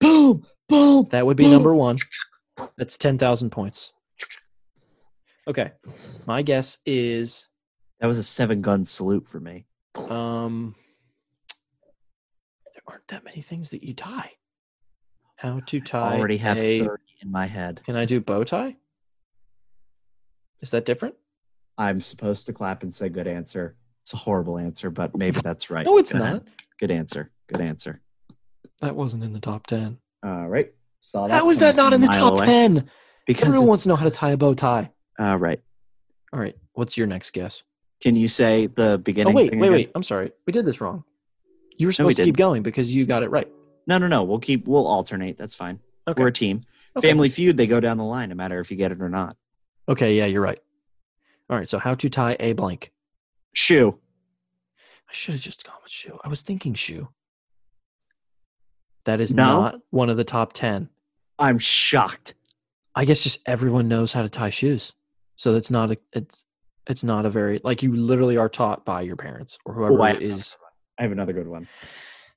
Speaker 4: boom, boom.
Speaker 3: That would be number one. That's ten thousand points. Okay, my guess is
Speaker 4: That was a seven gun salute for me.
Speaker 3: um, there aren't that many things that you tie. How to tie?
Speaker 4: I already have
Speaker 3: a-
Speaker 4: thirty in my head.
Speaker 3: Can I do bow tie? Is that different?
Speaker 4: I'm supposed to clap and say good answer. It's a horrible answer, but maybe that's right.
Speaker 3: No, it's
Speaker 4: Good-
Speaker 3: not.
Speaker 4: Good answer. Good answer.
Speaker 3: That wasn't in the top ten.
Speaker 4: All right. Saw
Speaker 3: How is that
Speaker 4: coming
Speaker 3: not in
Speaker 4: from
Speaker 3: the
Speaker 4: a Oh, mile
Speaker 3: top
Speaker 4: away.
Speaker 3: ten?
Speaker 4: Because
Speaker 3: Everyone wants to
Speaker 4: no.
Speaker 3: know how to tie a bow tie.
Speaker 4: All right.
Speaker 3: All right, what's your next guess?
Speaker 4: Can you say the
Speaker 3: Oh
Speaker 4: beginning?
Speaker 3: wait,
Speaker 4: thing
Speaker 3: wait,
Speaker 4: again?
Speaker 3: wait. I'm sorry, we did this wrong. You were
Speaker 4: we
Speaker 3: supposed to
Speaker 4: didn't.
Speaker 3: keep going because you got it right.
Speaker 4: No, no, no. We'll keep. We'll alternate. That's fine.
Speaker 3: Okay.
Speaker 4: We're a team.
Speaker 3: Okay.
Speaker 4: Family Feud. They go down the line, no matter if you get it or not.
Speaker 3: Okay, yeah, you're right. All right, so how to tie a blank.
Speaker 4: Shoe.
Speaker 3: I should have just gone with shoe. I was thinking shoe. That is
Speaker 4: No?
Speaker 3: not one of the top 10.
Speaker 4: I'm shocked.
Speaker 3: I guess just everyone knows how to tie shoes. So that's not a it's it's not a very like you literally are taught by your parents or whoever
Speaker 4: Oh, I-
Speaker 3: is
Speaker 4: I have another good one.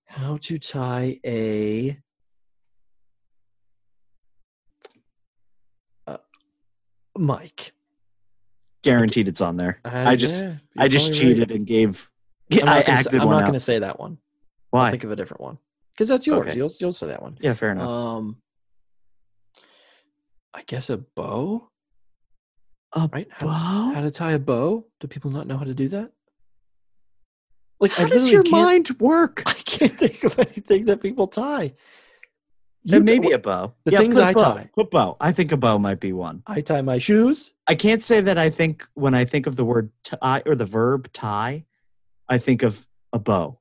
Speaker 3: how to tie a uh, mic. Uh,
Speaker 4: Guaranteed, it's on there. I just-
Speaker 3: yeah,
Speaker 4: I
Speaker 3: you're
Speaker 4: just
Speaker 3: probably right.
Speaker 4: cheated and gave.
Speaker 3: I'm
Speaker 4: I
Speaker 3: not gonna, say,
Speaker 4: acted
Speaker 3: I'm
Speaker 4: one
Speaker 3: not
Speaker 4: out.
Speaker 3: gonna say that one. I'll
Speaker 4: Why?
Speaker 3: think of a different one because that's yours.
Speaker 4: Okay.
Speaker 3: You'll you'll say that one.
Speaker 4: Yeah, fair enough.
Speaker 3: Um, I guess a bow,
Speaker 4: A
Speaker 3: right? How,
Speaker 4: bow?
Speaker 3: how to tie a bow? Do people not know how to do that? Like,
Speaker 4: How
Speaker 3: I
Speaker 4: does
Speaker 3: literally
Speaker 4: your
Speaker 3: can't-
Speaker 4: mind work?
Speaker 3: I can't think of anything that people tie.
Speaker 4: That may
Speaker 3: t-
Speaker 4: be a bow.
Speaker 3: the things
Speaker 4: put
Speaker 3: I
Speaker 4: bow.
Speaker 3: tie.
Speaker 4: Put bow. I think a bow might be one.
Speaker 3: I tie my shoes.
Speaker 4: I can't say that I think when I think of the word tie or the verb tie, I think of a bow.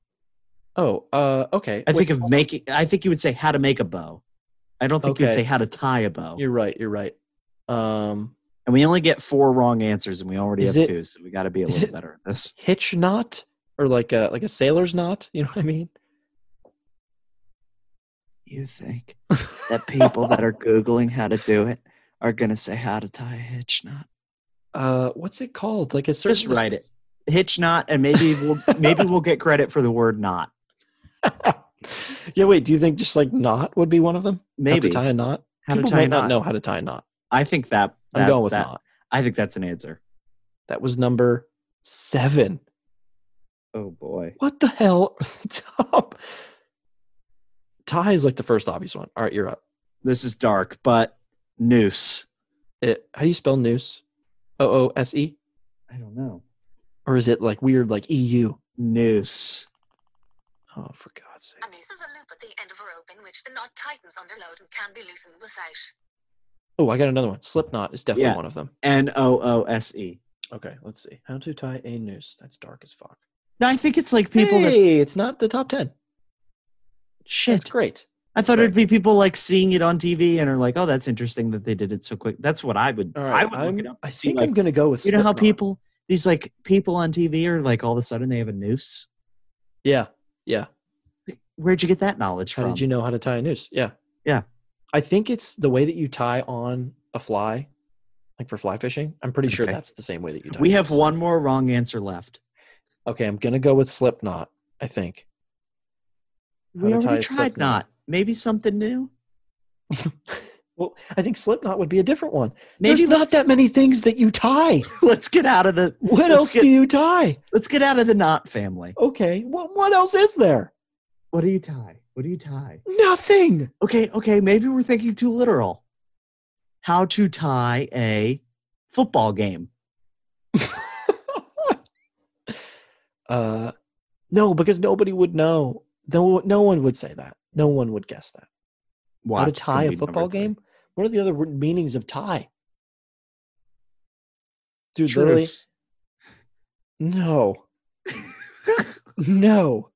Speaker 3: Oh, uh, okay.
Speaker 4: I
Speaker 3: Wait,
Speaker 4: think of making. I think you would say how to make a bow. I don't think you'd
Speaker 3: Okay.
Speaker 4: say how to tie a bow.
Speaker 3: you're right. You're right. Um,
Speaker 4: and we only get four wrong answers, and we already
Speaker 3: Is
Speaker 4: have
Speaker 3: it-
Speaker 4: two, so we got to be a
Speaker 3: is
Speaker 4: little
Speaker 3: it-
Speaker 4: better at this.
Speaker 3: hitch knot or like a like a sailor's knot. You know what I mean?
Speaker 4: You think that people that are googling how to do it are going to say how to tie a hitch knot?
Speaker 3: Uh, what's it called? Like a certain
Speaker 4: Just write it, hitch knot, and maybe we'll maybe we'll get credit for the word knot.
Speaker 3: yeah, wait. Do you think just like knot would be one of them?
Speaker 4: Maybe
Speaker 3: how to tie a knot.
Speaker 4: How to
Speaker 3: People
Speaker 4: tie
Speaker 3: might
Speaker 4: a knot.
Speaker 3: not know how to tie a knot.
Speaker 4: I think that,
Speaker 3: I'm
Speaker 4: that-
Speaker 3: going with
Speaker 4: that-
Speaker 3: knot.
Speaker 4: I think that's an answer.
Speaker 3: That was number seven.
Speaker 4: Oh boy.
Speaker 3: What the hell? are the Top tie is like the first obvious one. All right, you're up.
Speaker 4: This is dark, but noose.
Speaker 3: It, how do you spell noose? O O S E,
Speaker 4: I don't know.
Speaker 3: or is it like weird like E U?
Speaker 4: Noose.
Speaker 3: Oh, for God's sake!
Speaker 5: A noose is a loop at the end of a rope in which the knot tightens under load and can be loosened without.
Speaker 3: Oh, I got another one. Slipknot is definitely
Speaker 4: Yeah.
Speaker 3: one of them.
Speaker 4: N O O S E.
Speaker 3: Okay, let's see. How to tie a noose? That's dark as fuck.
Speaker 4: No, I think it's like people that
Speaker 3: hey, it's not the top ten.
Speaker 4: shit.
Speaker 3: That's great.
Speaker 4: I thought
Speaker 3: great.
Speaker 4: it'd be people like seeing it on TV and are like, "Oh, that's interesting that they did it so quick." That's what I would.
Speaker 3: All
Speaker 4: I
Speaker 3: right,
Speaker 4: would
Speaker 3: I'm-
Speaker 4: look it up.
Speaker 3: I
Speaker 4: to see,
Speaker 3: think
Speaker 4: like,
Speaker 3: I'm gonna go with.
Speaker 4: you know how
Speaker 3: Slipknot.
Speaker 4: people these like people on TV are like all of a sudden they have a noose.
Speaker 3: Yeah.
Speaker 4: Where'd you get that knowledge
Speaker 3: How
Speaker 4: from?
Speaker 3: did you know how to tie a noose? Yeah.
Speaker 4: Yeah.
Speaker 3: I think it's the way that you tie on a fly, like for fly fishing. I'm pretty sure
Speaker 4: Okay.
Speaker 3: that's the same way that you tie.
Speaker 4: we
Speaker 3: a
Speaker 4: have
Speaker 3: noose.
Speaker 4: one more wrong answer left.
Speaker 3: Okay, I'm gonna go with slip knot. I think. How
Speaker 4: we
Speaker 3: to tie
Speaker 4: already
Speaker 3: a
Speaker 4: tried
Speaker 3: slip
Speaker 4: knot.
Speaker 3: knot.
Speaker 4: Maybe something new.
Speaker 3: Well, I think slip knot would be a different one.
Speaker 4: Maybe
Speaker 3: There's not that many things that you tie.
Speaker 4: let's get out of the
Speaker 3: What
Speaker 4: Let's
Speaker 3: else
Speaker 4: get-
Speaker 3: do you tie?
Speaker 4: let's get out of the knot family.
Speaker 3: Okay. What what else is there?
Speaker 4: What do you tie? What do you tie?
Speaker 3: Nothing.
Speaker 4: Okay, okay, maybe we're thinking too literal. How to tie a football game.
Speaker 3: Uh, no, because nobody would know. No, no one would say that. No one would guess that.
Speaker 4: Watch,
Speaker 3: How to
Speaker 4: it's gonna
Speaker 3: tie
Speaker 4: be
Speaker 3: a
Speaker 4: number
Speaker 3: football
Speaker 4: three.
Speaker 3: game? What are the other word- meanings of tie? Dude, literally,
Speaker 4: Truce.
Speaker 3: no, no.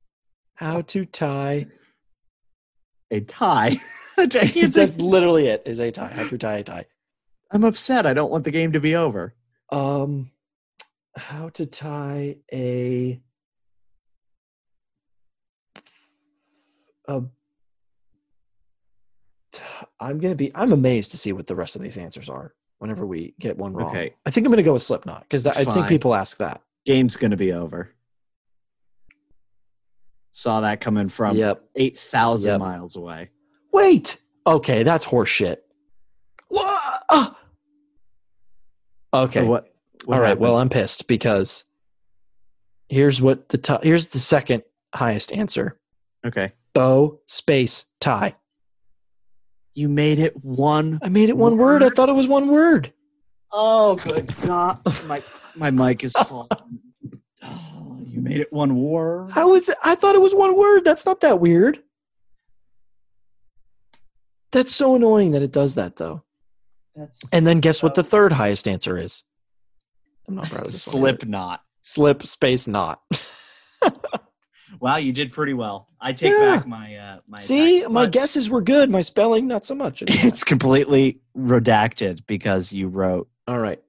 Speaker 3: How to tie?
Speaker 4: a tie. I can't
Speaker 3: That's
Speaker 4: say-
Speaker 3: literally it. Is a tie. How to tie a tie?
Speaker 4: I'm upset. I don't want the game to be over.
Speaker 3: Um, how to tie a a I'm gonna be. I'm amazed to see what the rest of these answers are. Whenever we get one wrong,
Speaker 4: Okay.
Speaker 3: I think I'm gonna go with Slipknot because I think
Speaker 4: Fine.
Speaker 3: people ask that.
Speaker 4: Game's gonna be over. Saw that coming from
Speaker 3: Yep.
Speaker 4: eight thousand
Speaker 3: Yep.
Speaker 4: miles away.
Speaker 3: Wait. Okay, that's horseshit. What? Ah. Okay.
Speaker 4: So what? what
Speaker 3: All right. Well,
Speaker 4: happened?
Speaker 3: I'm pissed because here's what the t- here's the second highest answer.
Speaker 4: okay.
Speaker 3: Bow space tie.
Speaker 4: You made it one.
Speaker 3: I made it one word. I
Speaker 4: Word?
Speaker 3: thought it was one word.
Speaker 4: Oh, good God! My my mic is full. Oh, you made it one war.
Speaker 3: How is it? I thought it was one word. That's not that weird. That's so annoying that it does that though.
Speaker 4: That's
Speaker 3: And then guess what the third highest answer is? I'm not proud of this. one either.
Speaker 4: Slipknot.
Speaker 3: Slip space not.
Speaker 4: Wow, you did pretty well. I take
Speaker 3: Yeah.
Speaker 4: back my uh, my.
Speaker 3: See,
Speaker 4: attack,
Speaker 3: my
Speaker 4: but
Speaker 3: guesses were good. My spelling, not so much.
Speaker 4: It's completely redacted because you wrote
Speaker 3: All right.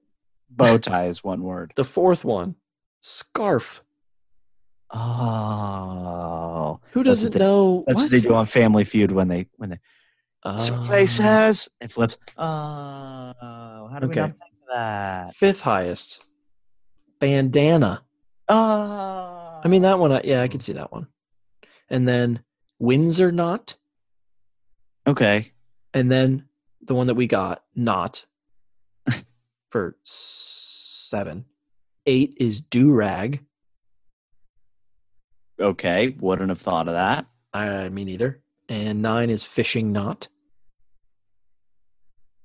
Speaker 4: bow tie is one word.
Speaker 3: The fourth one, scarf.
Speaker 4: Oh,
Speaker 3: Who
Speaker 4: That's
Speaker 3: doesn't
Speaker 4: the-
Speaker 3: know?
Speaker 4: that's what they do on Family Feud when they when they
Speaker 3: Oh.
Speaker 4: surfaces it flips. Oh, how do we
Speaker 3: Okay.
Speaker 4: not think of that?
Speaker 3: Fifth highest, bandana.
Speaker 4: Oh,
Speaker 3: I mean that one. I, yeah, I could see that one. And then Windsor knot,
Speaker 4: okay.
Speaker 3: and then the one that we got knot for seven. Eight is do rag.
Speaker 4: Okay, wouldn't have thought of that.
Speaker 3: I mean either. And nine is fishing knot.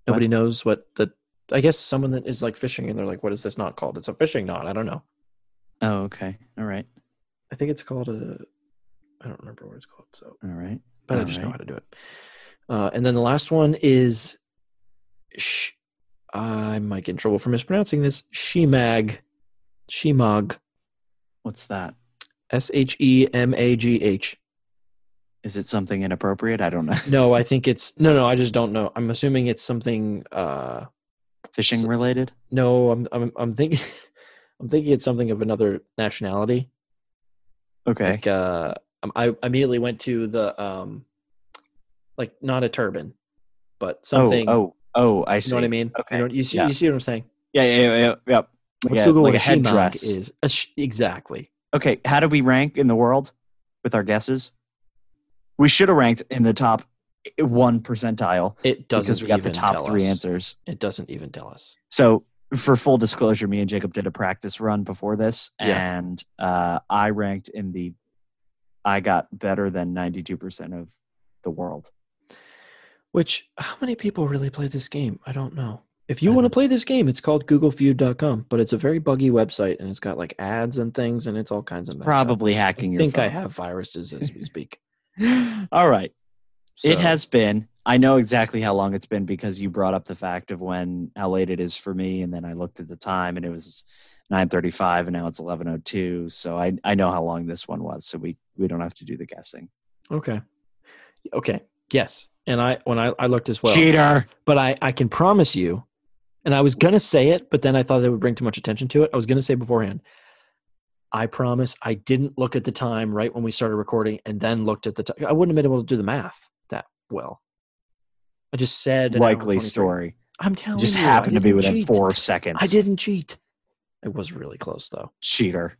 Speaker 3: Nobody knows what the. I guess someone that is like fishing and they're like, "What is this knot called?" It's a fishing knot. I don't know.
Speaker 4: Oh, okay. All right.
Speaker 3: I think it's called a. I don't remember what it's called. So,
Speaker 4: All right.
Speaker 3: but I just know
Speaker 4: Alright.
Speaker 3: how to do it. Uh, and then the last one is, sh- I might get in trouble for mispronouncing this. Shemag, Shemag,
Speaker 4: What's that?
Speaker 3: S H E M A G H.
Speaker 4: Is it something inappropriate? I don't know.
Speaker 3: No, I think it's no, no. I just don't know. I'm assuming it's something. Uh,
Speaker 4: Fishing related?
Speaker 3: no, I'm, I'm, I'm thinking, I'm thinking it's something of another nationality.
Speaker 4: Okay.
Speaker 3: like uh um, i immediately went to the um like not a turban but something
Speaker 4: Oh, oh, oh, I see.
Speaker 3: you know what i mean
Speaker 4: Okay,
Speaker 3: you, know, you see,
Speaker 4: yeah.
Speaker 3: you see what i'm saying
Speaker 4: Yeah, yeah, yeah. yeah, yeah. Like
Speaker 3: let's
Speaker 4: a-
Speaker 3: google
Speaker 4: like
Speaker 3: what
Speaker 4: a
Speaker 3: a shemag
Speaker 4: headdress.
Speaker 3: is A sh- exactly
Speaker 4: Okay, how do we rank in the world with our guesses? We should have ranked in the top one percentile
Speaker 3: it doesn't
Speaker 4: because we got the
Speaker 3: even tell
Speaker 4: top three
Speaker 3: us.
Speaker 4: answers.
Speaker 3: it doesn't even tell us
Speaker 4: So, for full disclosure, me and Jacob did a practice run before this,
Speaker 3: Yeah.
Speaker 4: and uh, I ranked in the. I got better than ninety-two percent of the world.
Speaker 3: which how many people really play this game i don't know if you
Speaker 4: I
Speaker 3: want to
Speaker 4: don't-
Speaker 3: play this game it's called googlefeud.com but it's a very buggy website and it's got like ads and things and it's all kinds of messed up.
Speaker 4: Probably
Speaker 3: i
Speaker 4: hacking your
Speaker 3: think
Speaker 4: phone.
Speaker 3: i have viruses as we speak
Speaker 4: All right. It
Speaker 3: So-
Speaker 4: has been. I know exactly how long it's been because you brought up the fact of when how late it is for me, and then I looked at the time and it was nine thirty-five, and now it's eleven oh two. So I I know how long this one was, so we we don't have to do the guessing.
Speaker 3: Okay. Okay. Yes. And I when I, I looked as well.
Speaker 4: Cheater!
Speaker 3: But I, I can promise you, and I was gonna say it, but then I thought that would bring too much attention to it. I was gonna say beforehand. I promise I didn't look at the time right when we started recording and then looked at the time. I wouldn't have been able to do the math that well. I just said an hour and
Speaker 4: Likely
Speaker 3: 23.
Speaker 4: story.
Speaker 3: I'm telling
Speaker 4: Just
Speaker 3: you. I
Speaker 4: happened to be
Speaker 3: didn't
Speaker 4: within
Speaker 3: cheat.
Speaker 4: four seconds.
Speaker 3: I didn't cheat. It was really close though.
Speaker 4: cheater.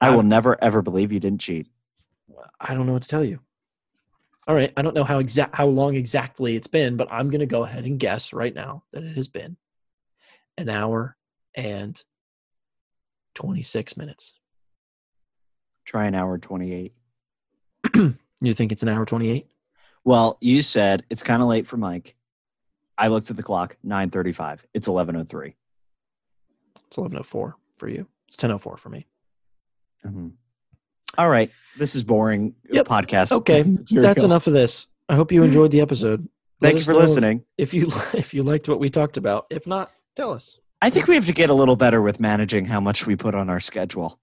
Speaker 4: I will never ever believe you didn't cheat.
Speaker 3: I don't know what to tell you. All right, I don't know how exact how long exactly it's been, but I'm going to go ahead and guess right now that it has been an hour and 26 minutes.
Speaker 4: Try an hour twenty-eight.
Speaker 3: You think it's an hour 28?
Speaker 4: Well, you said it's kind of late for Mike. I looked at the clock, nine thirty-five. It's eleven oh three.
Speaker 3: It's 11:04 for you. It's 10:04 for me.
Speaker 4: Mhm. All right. This is boring
Speaker 3: Yep.
Speaker 4: podcast.
Speaker 3: Okay,
Speaker 4: material.
Speaker 3: That's enough of this. I hope you enjoyed the episode. Let
Speaker 4: Thank you
Speaker 3: us
Speaker 4: for
Speaker 3: know if-
Speaker 4: listening.
Speaker 3: If you if you liked what we talked about, if not, tell us.
Speaker 4: I think we have to get a little better with managing how much we put on our schedule.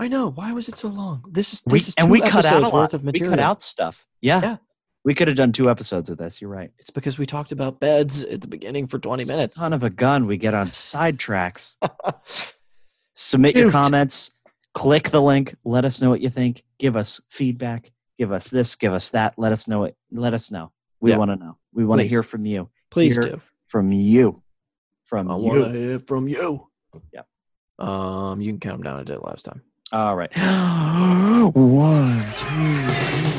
Speaker 3: I know why was it so long. This is, this
Speaker 4: We,
Speaker 3: is
Speaker 4: and
Speaker 3: two
Speaker 4: we cut out a
Speaker 3: episodes
Speaker 4: lot.
Speaker 3: worth of
Speaker 4: we
Speaker 3: material.
Speaker 4: cut out stuff. Yeah.
Speaker 3: Yeah.
Speaker 4: We could have done two episodes of this. You're right.
Speaker 3: It's because we talked about beds at the beginning for 20 minutes.
Speaker 4: Son of a gun. We get on sidetracks. Submit your
Speaker 3: Shoot.
Speaker 4: comments. Click the link. Let us know what you think. Give us feedback. Give us this. Give us that. Let us know it. Let us know. We
Speaker 3: Yeah.
Speaker 4: want to know. We We want to
Speaker 3: Please.
Speaker 4: hear from you.
Speaker 3: Please
Speaker 4: Here-
Speaker 3: do.
Speaker 4: From you. From
Speaker 3: I
Speaker 4: you.
Speaker 3: want to hear from you.
Speaker 4: Yep.
Speaker 3: Um, you can count them down. I did it last time.
Speaker 4: All right. One, two, three.